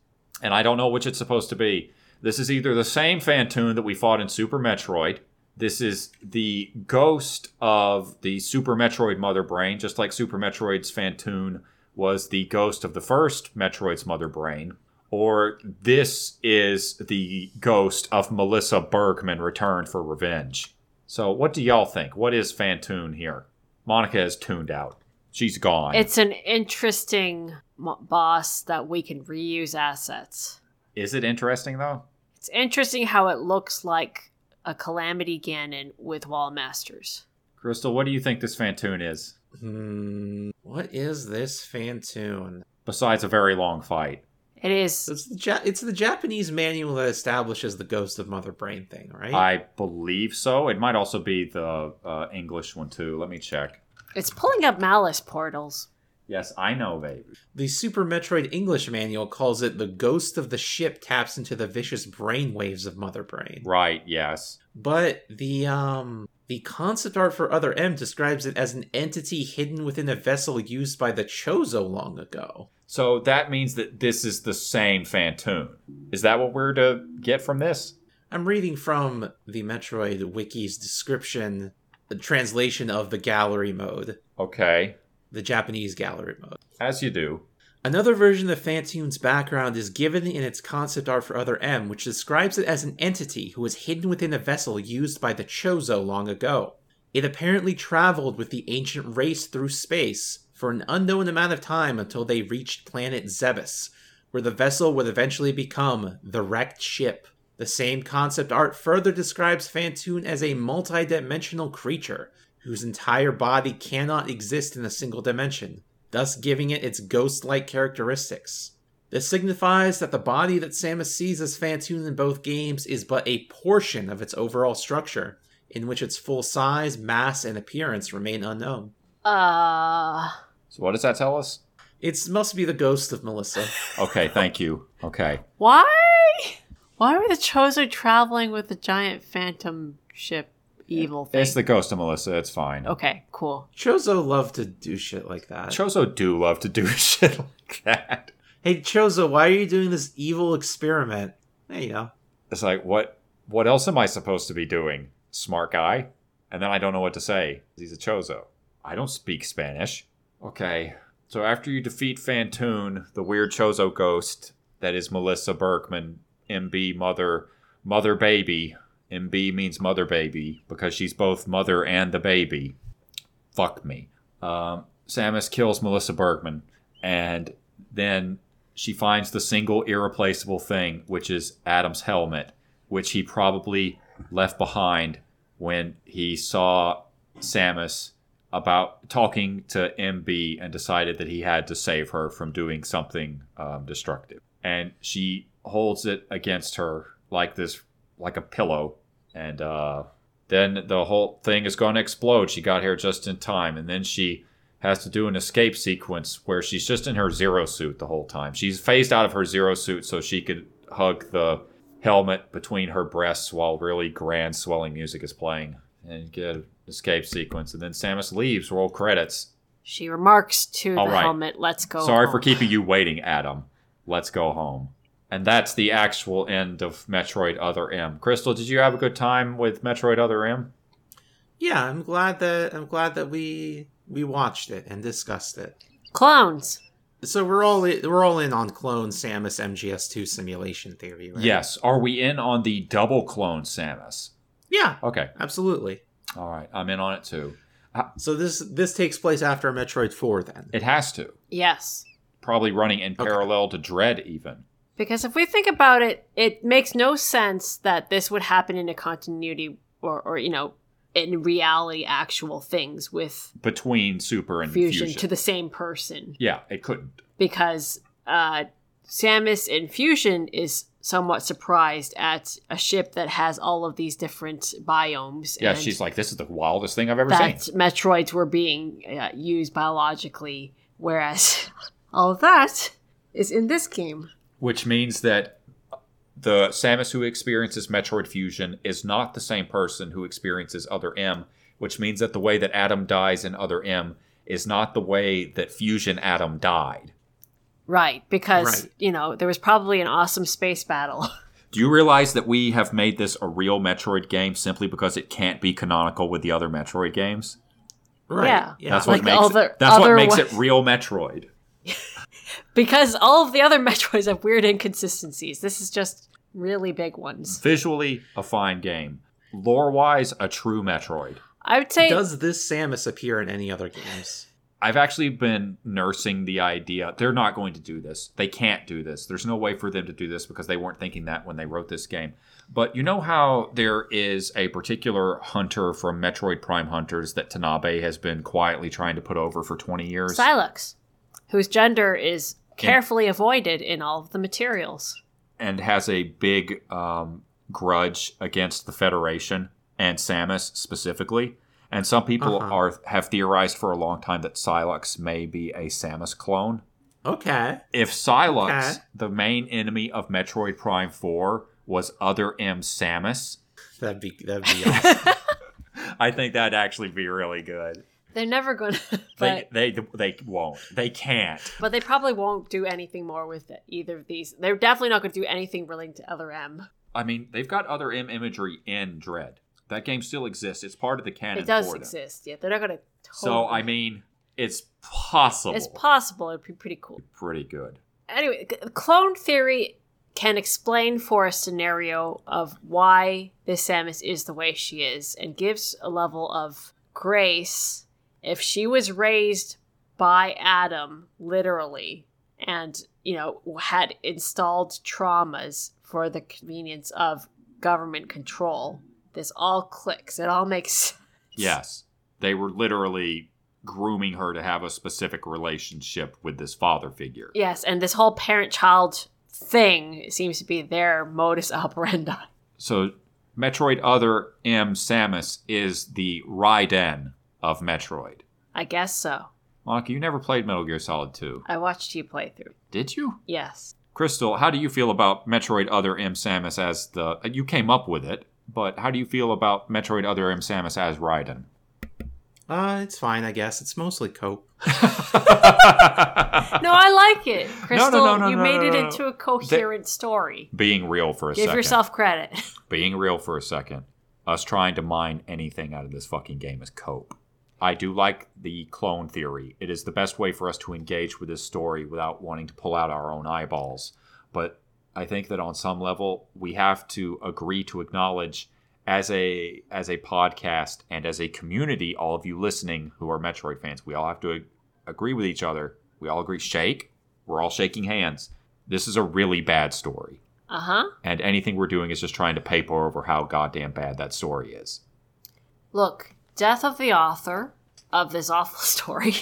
[SPEAKER 3] And I don't know which it's supposed to be. This is either the same Fantoon that we fought in Super Metroid. This is the ghost of the Super Metroid Mother Brain, just like Super Metroid's Fantoon was the ghost of the first Metroid's Mother Brain. Or this is the ghost of Melissa Bergman returned for revenge. So, what do y'all think? What is Fantoon here? Monica is tuned out. She's gone.
[SPEAKER 6] It's an interesting mo- boss that we can reuse assets.
[SPEAKER 3] is it interesting though?
[SPEAKER 6] It's interesting how it looks like a Calamity Ganon with Wall Masters.
[SPEAKER 3] Crystal, what do you think this Fantoon is?
[SPEAKER 1] Hmm. What is this Fantoon?
[SPEAKER 3] Besides a very long fight.
[SPEAKER 6] It
[SPEAKER 1] So
[SPEAKER 6] is.
[SPEAKER 1] it's the ja- it's the Japanese manual that establishes the ghost of Mother Brain thing, right?
[SPEAKER 3] I believe so. It might also be the uh, English one too. Let me check.
[SPEAKER 6] It's pulling up malice portals.
[SPEAKER 3] Yes, I know, baby.
[SPEAKER 1] the Super Metroid English manual calls it the ghost of the ship taps into the vicious brainwaves of Mother Brain.
[SPEAKER 3] Right, yes.
[SPEAKER 1] But the um the concept art for Other M describes it as an entity hidden within a vessel used by the Chozo long ago.
[SPEAKER 3] So that means that this is the same Fantoon. Is that what we're to get from this?
[SPEAKER 1] I'm reading from the Metroid Wiki's description, the translation of the gallery mode,
[SPEAKER 3] Okay,
[SPEAKER 1] the Japanese gallery mode.
[SPEAKER 3] as you do.
[SPEAKER 1] Another version of Fantoon's background is given in its concept art for Other M, which describes it as an entity who was hidden within a vessel used by the Chozo long ago. It apparently traveled with the ancient race through space for an unknown amount of time until they reached planet Zebes, where the vessel would eventually become the wrecked ship. The same concept art further describes Fantoon as a multidimensional creature whose entire body cannot exist in a single dimension thus giving it its ghost like characteristics. This signifies that the body that Samus sees as Fantoon in both games is but a portion of its overall structure, in which its full size, mass, and appearance remain unknown.
[SPEAKER 2] Uh,
[SPEAKER 3] So what does that tell us?
[SPEAKER 1] It's supposed to be the ghost of Melissa.
[SPEAKER 3] Okay, thank you. Okay.
[SPEAKER 2] why? Why were the Chozo traveling with the giant phantom ship evil thing?
[SPEAKER 3] It's the ghost of Melissa. It's fine.
[SPEAKER 2] okay, cool.
[SPEAKER 1] Chozo loved to do shit like that.
[SPEAKER 3] Chozo do love to do <laughs> shit like that.
[SPEAKER 1] hey, Chozo, why are you doing this evil experiment? There you go.
[SPEAKER 3] It's like what what else am I supposed to be doing? Smart guy? And then I don't know what to say. He's a Chozo. I don't speak Spanish. Okay. So after you defeat Fantoon, the weird Chozo ghost that is Melissa Berkman, MB mother mother baby. MB means mother baby because she's both mother and the baby. Fuck me. Um, Samus kills Melissa Bergman, and then she finds the single irreplaceable thing, which is Adam's helmet, which he probably left behind when he saw Samus about talking to MB and decided that he had to save her from doing something um, destructive. And she holds it against her like this, like a pillow, and uh, then the whole thing is going to explode. She got here just in time, and then she has to do an escape sequence where she's just in her zero suit the whole time. She's phased out of her zero suit so she could hug the helmet between her breasts while really grand swelling music is playing and get an escape sequence. And then Samus leaves, roll credits.
[SPEAKER 2] She remarks to
[SPEAKER 3] All
[SPEAKER 2] the
[SPEAKER 3] right.
[SPEAKER 2] helmet, "Let's go."
[SPEAKER 3] Sorry for
[SPEAKER 2] home."
[SPEAKER 3] keeping you waiting, Adam. Let's go home. And that's the actual end of Metroid Other M. Crystal, did you have a good time with Metroid Other M?
[SPEAKER 1] Yeah, I'm glad that I'm glad that we we watched it and discussed it.
[SPEAKER 2] clones.
[SPEAKER 1] So we're all we're all in on clone Samus MGS2 simulation theory, right?
[SPEAKER 3] Yes. Are we in on the double clone Samus?
[SPEAKER 1] Yeah,
[SPEAKER 3] Okay.
[SPEAKER 1] absolutely.
[SPEAKER 3] All right. I'm in on it too.
[SPEAKER 1] So this this takes place after Metroid 4 then.
[SPEAKER 3] It has to.
[SPEAKER 2] Yes,
[SPEAKER 3] Probably running in
[SPEAKER 1] Okay.
[SPEAKER 3] parallel to Dread, even.
[SPEAKER 2] because if we think about it, it makes no sense that this would happen in a continuity or, or you know, in reality, actual things with
[SPEAKER 3] Between Super and Fusion.
[SPEAKER 2] fusion to the same person.
[SPEAKER 3] yeah, it couldn't.
[SPEAKER 2] because uh, Samus in Fusion is somewhat surprised at a ship that has all of these different biomes.
[SPEAKER 3] Yeah,
[SPEAKER 2] and
[SPEAKER 3] she's like, this is the wildest thing I've ever
[SPEAKER 2] that
[SPEAKER 3] seen.
[SPEAKER 2] Metroids were being uh, used biologically, whereas <laughs> all of that is in this game.
[SPEAKER 3] Which means that the Samus who experiences Metroid Fusion is not the same person who experiences Other M, which means that the way that Adam dies in Other M is not the way that Fusion Adam died.
[SPEAKER 2] Right, because
[SPEAKER 1] Right.
[SPEAKER 2] you know there was probably an awesome space battle. <laughs>
[SPEAKER 3] Do you realize that we have made this a real Metroid game simply because it can't be canonical with the other Metroid games?
[SPEAKER 1] Right.
[SPEAKER 2] Yeah.
[SPEAKER 3] That's
[SPEAKER 2] Like the
[SPEAKER 3] what makes
[SPEAKER 2] other-
[SPEAKER 3] it, that's
[SPEAKER 2] other
[SPEAKER 3] what makes
[SPEAKER 2] one-
[SPEAKER 3] it real Metroid.
[SPEAKER 2] because all of the other <laughs> Metroids have weird inconsistencies. This is just really big ones.
[SPEAKER 3] Visually, a fine game. Lore wise, a true Metroid.
[SPEAKER 2] I would say
[SPEAKER 1] Does this Samus appear in any other games?
[SPEAKER 3] I've actually been nursing the idea they're not going to do this. They can't do this. There's no way for them to do this because they weren't thinking that when they wrote this game. But you know how there is a particular hunter from Metroid Prime Hunters that Tanabe has been quietly trying to put over for 20 years?
[SPEAKER 2] Silux, whose gender is carefully avoided in all of the materials.
[SPEAKER 3] and has a big um, grudge against the Federation and Samus specifically. And some people
[SPEAKER 1] Uh-huh.
[SPEAKER 3] are have theorized for a long time that Silux may be a Samus clone.
[SPEAKER 1] Okay.
[SPEAKER 3] If Silux,
[SPEAKER 1] Okay.
[SPEAKER 3] the main enemy of Metroid Prime 4, was other M Samus,
[SPEAKER 1] That'd be that'd
[SPEAKER 3] <laughs>
[SPEAKER 1] be awesome.
[SPEAKER 3] I think that'd actually be really good.
[SPEAKER 2] They're never <laughs> going to, but,
[SPEAKER 3] they they they won't. They can't.
[SPEAKER 2] but they probably won't do anything more with it, either of these. They're definitely not going to do anything relating to Other M.
[SPEAKER 3] I mean, they've got other M imagery in Dread. That game still exists. It's part of the canon
[SPEAKER 2] It does
[SPEAKER 3] for them.
[SPEAKER 2] exist. Yeah, they're not going to.
[SPEAKER 3] So I mean, it's possible.
[SPEAKER 2] it's possible. It'd be pretty cool.
[SPEAKER 3] pretty good.
[SPEAKER 2] Anyway, c- clone theory can explain for a scenario of why this Samus is the way she is and gives a level of grace if she was raised by Adam, literally, and, you know, had installed traumas for the convenience of government control. This all clicks. It all makes <laughs>
[SPEAKER 3] Yes, they were literally grooming her to have a specific relationship with this father figure.
[SPEAKER 2] Yes, and this whole parent child thing seems to be their modus operandi.
[SPEAKER 3] So Metroid Other M Samus is the Raiden of Metroid.
[SPEAKER 2] I guess so.
[SPEAKER 3] Monica, you never played Metal Gear Solid 2,
[SPEAKER 2] I watched you play through.
[SPEAKER 3] did you?
[SPEAKER 2] Yes.
[SPEAKER 3] Crystal, how do you feel about Metroid Other M Samus as the. You came up with it, but how do you feel about Metroid Other M Samus as Raiden? <laughs>
[SPEAKER 1] Uh, it's fine, I guess. It's mostly cope.
[SPEAKER 2] <laughs> No, I like it. Crystal,
[SPEAKER 3] no, no,
[SPEAKER 2] you
[SPEAKER 3] no,
[SPEAKER 2] made
[SPEAKER 3] no,
[SPEAKER 2] it
[SPEAKER 3] no, no.
[SPEAKER 2] into a coherent story.
[SPEAKER 3] Being real for a
[SPEAKER 2] Give
[SPEAKER 3] second.
[SPEAKER 2] yourself <laughs> credit.
[SPEAKER 3] Being real for a second. Us trying to mine anything out of this fucking game is cope. I do like the clone theory. It is the best way for us to engage with this story without wanting to pull out our own eyeballs. But I think that on some level we have to agree to acknowledge as a as a podcast and as a community, all of you listening who are Metroid fans, we all have to ag- agree with each other. We all agree shake. We're all shaking hands. This is a really bad story.
[SPEAKER 2] Uh huh.
[SPEAKER 3] And anything we're doing is just trying to paper over how goddamn bad that story is.
[SPEAKER 2] Look, death of the author of this awful <laughs> story,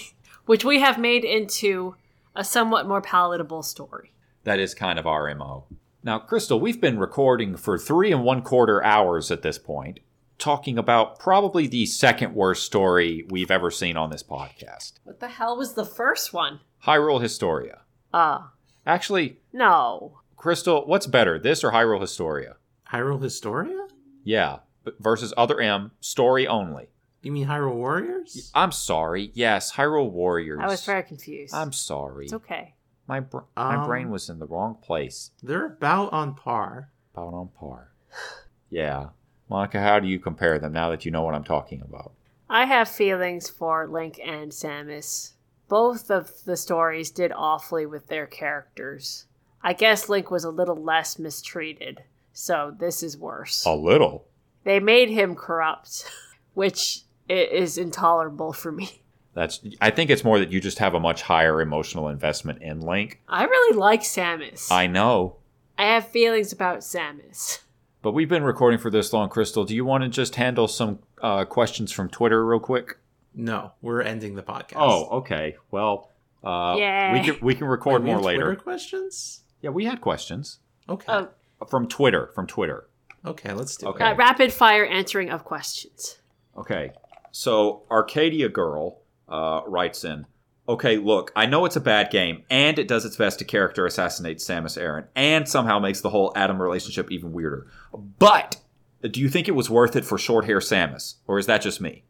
[SPEAKER 2] which we have made into a somewhat more palatable story.
[SPEAKER 3] That is kind of our MO. Now, Crystal, we've been recording for three and one quarter hours at this point, talking about probably the second worst story we've ever seen on this podcast
[SPEAKER 2] What the hell was the first one?
[SPEAKER 3] Hyrule Historia.
[SPEAKER 2] Uh,
[SPEAKER 3] Actually,
[SPEAKER 2] no.
[SPEAKER 3] Crystal, what's better, this or Hyrule Historia?
[SPEAKER 1] Hyrule Historia?
[SPEAKER 3] Yeah, but versus Other M, story only.
[SPEAKER 1] You mean Hyrule Warriors?
[SPEAKER 3] I'm sorry. Yes, Hyrule Warriors.
[SPEAKER 2] I was very confused.
[SPEAKER 3] I'm sorry.
[SPEAKER 2] it's okay.
[SPEAKER 3] My br- my
[SPEAKER 1] Um,
[SPEAKER 3] brain was in the wrong place.
[SPEAKER 1] They're about on par.
[SPEAKER 3] about on par. <sighs> Yeah. Monica, how do you compare them now that you know what I'm talking about?
[SPEAKER 2] I have feelings for Link and Samus. Both of the stories did awfully with their characters. I guess Link was a little less mistreated, so this is worse.
[SPEAKER 3] Oh. little.
[SPEAKER 2] They made him corrupt, <laughs> which i- is intolerable for me.
[SPEAKER 3] That's I think it's more that you just have a much higher emotional investment in Link.
[SPEAKER 2] I really like Samus.
[SPEAKER 3] I know.
[SPEAKER 2] I have feelings about Samus.
[SPEAKER 3] But we've been recording for this long, Crystal. Do you want to just handle some uh, questions from Twitter real quick?
[SPEAKER 1] No, we're ending the podcast.
[SPEAKER 3] Oh, okay. Well, uh,
[SPEAKER 2] Yay.
[SPEAKER 3] we can we can record
[SPEAKER 1] Wait, we
[SPEAKER 3] more
[SPEAKER 1] have
[SPEAKER 3] later.
[SPEAKER 1] Twitter questions?
[SPEAKER 3] Yeah, we had questions
[SPEAKER 1] Okay.
[SPEAKER 2] Oh,
[SPEAKER 3] from Twitter. From Twitter.
[SPEAKER 1] Okay, let's do
[SPEAKER 3] Okay.
[SPEAKER 2] uh, rapid fire answering of questions.
[SPEAKER 3] Okay. So Arcadia Girl uh, writes in. Okay, look, I know it's a bad game, and it does its best to character assassinate Samus Aran, and somehow makes the whole Adam relationship even weirder. But do you think it was worth it for short hair Samus, or is that just me?
[SPEAKER 1] it.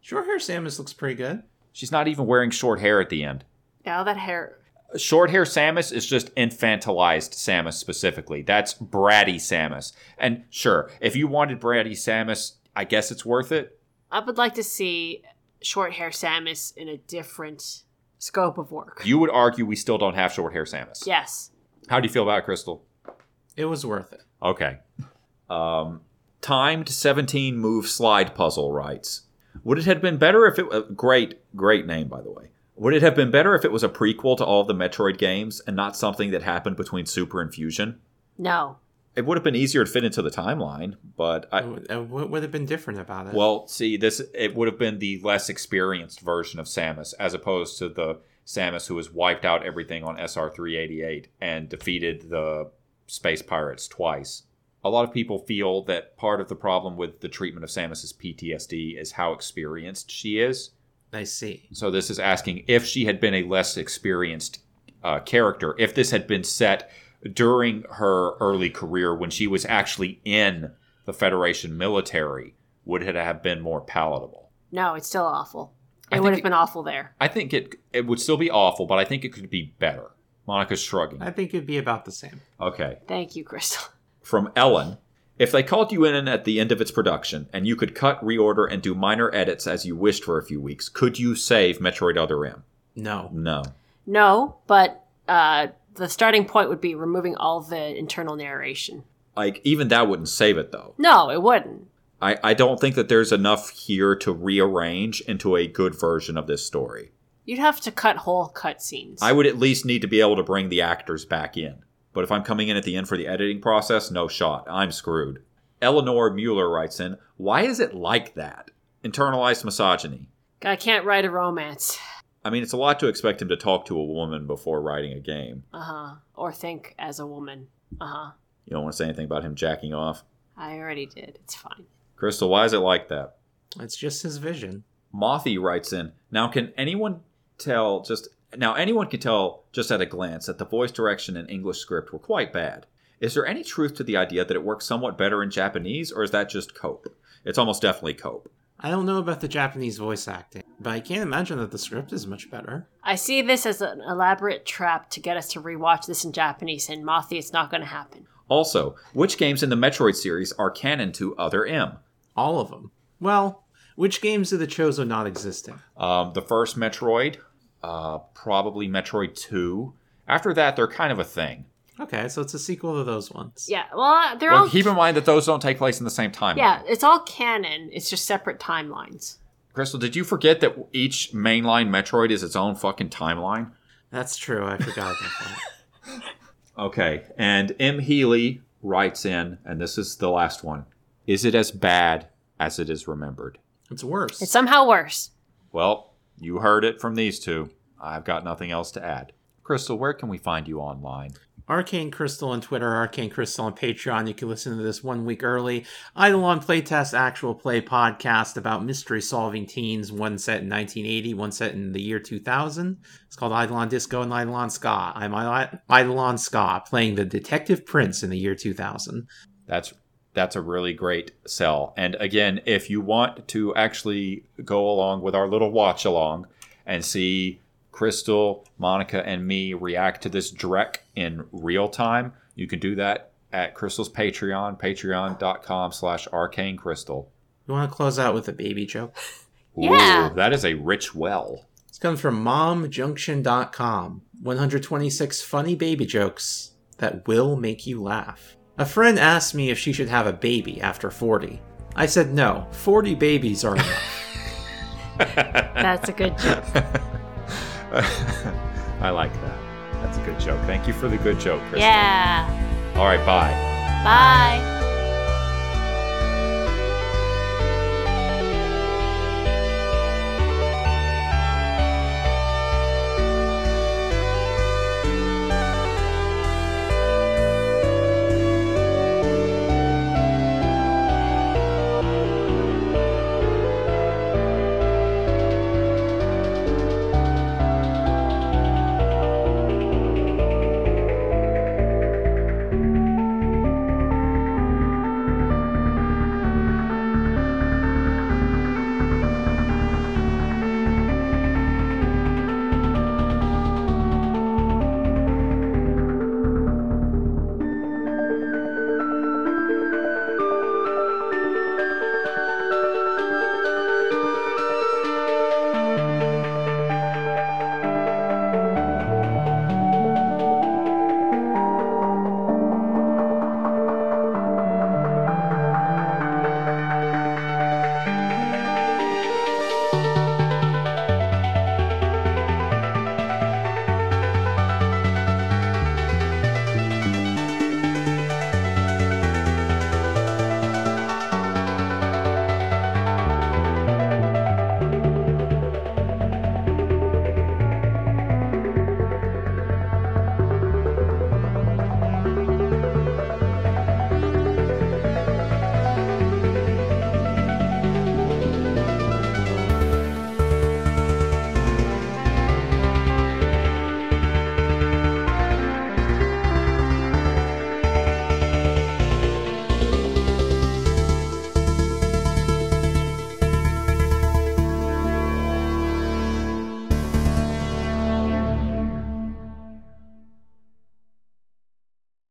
[SPEAKER 1] Short hair Samus looks pretty good.
[SPEAKER 3] She's not even wearing short hair at the end.
[SPEAKER 2] Now that hair.
[SPEAKER 3] Short hair Samus is just infantilized Samus specifically. That's bratty Samus. And sure, if you wanted bratty Samus, I guess it's worth it.
[SPEAKER 2] I would like to see short hair Samus in a different scope of work.
[SPEAKER 3] You would argue we still don't have short hair Samus.
[SPEAKER 2] Yes.
[SPEAKER 3] How do you feel about it, Crystal?
[SPEAKER 1] It was worth it.
[SPEAKER 3] Okay. Um, timed 17 move slide puzzle writes Would it have been better if it. Uh, great, great name, by the way. Would it have been better if it was a prequel to all of the Metroid games and not something that happened between Super and Fusion?
[SPEAKER 2] No.
[SPEAKER 3] It would have been easier to fit into the timeline, but I.
[SPEAKER 1] Uh, what would have been different about it?
[SPEAKER 3] Well, see, this it would have been the less experienced version of Samus, as opposed to the Samus who has wiped out everything on SR three eighty eight and defeated the space pirates twice. A lot of people feel that part of the problem with the treatment of Samus's PTSD is how experienced she is.
[SPEAKER 1] I see.
[SPEAKER 3] So this is asking if she had been a less experienced uh, character, if this had been set during her early career when she was actually in the Federation military, would it have been more palatable?
[SPEAKER 2] No, it's still awful. It
[SPEAKER 3] I think
[SPEAKER 2] would have
[SPEAKER 3] it-
[SPEAKER 2] been awful there.
[SPEAKER 3] I think it it would still be awful, but I think it could be better. Monica's shrugging.
[SPEAKER 1] I think it'd be about the same.
[SPEAKER 3] Okay.
[SPEAKER 2] Thank you, Crystal. <laughs>
[SPEAKER 3] From Ellen. If they called you in at the end of its production and you could cut, reorder, and do minor edits as you wished for a few weeks, could you save Metroid Other M?
[SPEAKER 1] No.
[SPEAKER 3] No.
[SPEAKER 2] No, but uh, the starting point would be removing all the internal narration.
[SPEAKER 3] Like, even that wouldn't save it, though.
[SPEAKER 2] No, it wouldn't.
[SPEAKER 3] I, I don't think that there's enough here to rearrange into a good version of this story.
[SPEAKER 2] You'd have to cut whole cutscenes.
[SPEAKER 3] I would at least need to be able to bring the actors back in. But if I'm coming in at the end for the editing process, no shot. I'm screwed. Eleanor Mueller writes in, Why is it like that? Internalized misogyny.
[SPEAKER 2] I can't write a romance.
[SPEAKER 3] I mean, it's a lot to expect him to talk to a woman before writing a game.
[SPEAKER 2] Uh huh. Or uh-huh, think as a woman. Uh huh.
[SPEAKER 3] You don't want to say anything about him jacking off.
[SPEAKER 6] I already did. It's fine.
[SPEAKER 3] Crystal, why is it like that?
[SPEAKER 1] It's just his vision.
[SPEAKER 3] Mothy writes in Now, can anyone tell just. Now, anyone can tell just at a glance that the voice direction and English script were quite bad. Is there any truth to the idea that it works somewhat better in Japanese, or is that just cope? It's almost definitely cope.
[SPEAKER 1] I don't know about the Japanese voice acting, but I can't imagine that the script is much better.
[SPEAKER 6] I see this as an elaborate trap to get us to rewatch this in Japanese, and Mothy, it's not going to happen.
[SPEAKER 3] Also, which games in the Metroid series are canon to Other M?
[SPEAKER 1] All of them. Well, which games do the Chozo not exist in?
[SPEAKER 3] Um, the first Metroid, uh, probably Metroid 2. After that, they're kind of a thing.
[SPEAKER 1] Okay, so it's a sequel to those ones.
[SPEAKER 6] Yeah, well, they're
[SPEAKER 3] Well,
[SPEAKER 6] all.
[SPEAKER 3] keep in mind that those don't take place in the same timeline.
[SPEAKER 6] yeah, it's all canon. It's just separate timelines.
[SPEAKER 3] Crystal, did you forget that each mainline Metroid is its own fucking timeline?
[SPEAKER 1] That's true. I forgot about that.
[SPEAKER 3] Okay, and M. Healy writes in, and this is the last one Is it as bad as it is remembered?
[SPEAKER 1] It's worse.
[SPEAKER 6] It's somehow worse.
[SPEAKER 3] Well, you heard it from these two. I've got nothing else to add. Crystal, where can we find you online?
[SPEAKER 1] Arcane Crystal on Twitter, Arcane Crystal on Patreon. You can listen to this one week early. Eidolon Playtest Actual Play podcast about mystery solving teens, one set in 1980, one set in the year 2000. It's called Eidolon Disco and Eidolon Ska. I'm Eid- Eidolon Ska, playing the Detective Prince in the year 2000.
[SPEAKER 3] That's that's a really great sell. And again, if you want to actually go along with our little watch along and see Crystal, Monica, and me react to this Drek in real time, you can do that at Crystal's Patreon, patreon.com slash arcane crystal.
[SPEAKER 1] You want to close out with a baby joke?
[SPEAKER 6] Yeah.
[SPEAKER 3] that is a rich well. <laughs>
[SPEAKER 1] This comes from momjunction.com. 126 funny baby jokes that will make you laugh. A friend asked me if she should have a baby after 40. I said no, 40 babies are enough.
[SPEAKER 6] That's a good joke.
[SPEAKER 3] I like that. That's a good joke. Thank you for the good joke, Crystal.
[SPEAKER 6] Yeah.
[SPEAKER 3] All right, bye.
[SPEAKER 6] Bye.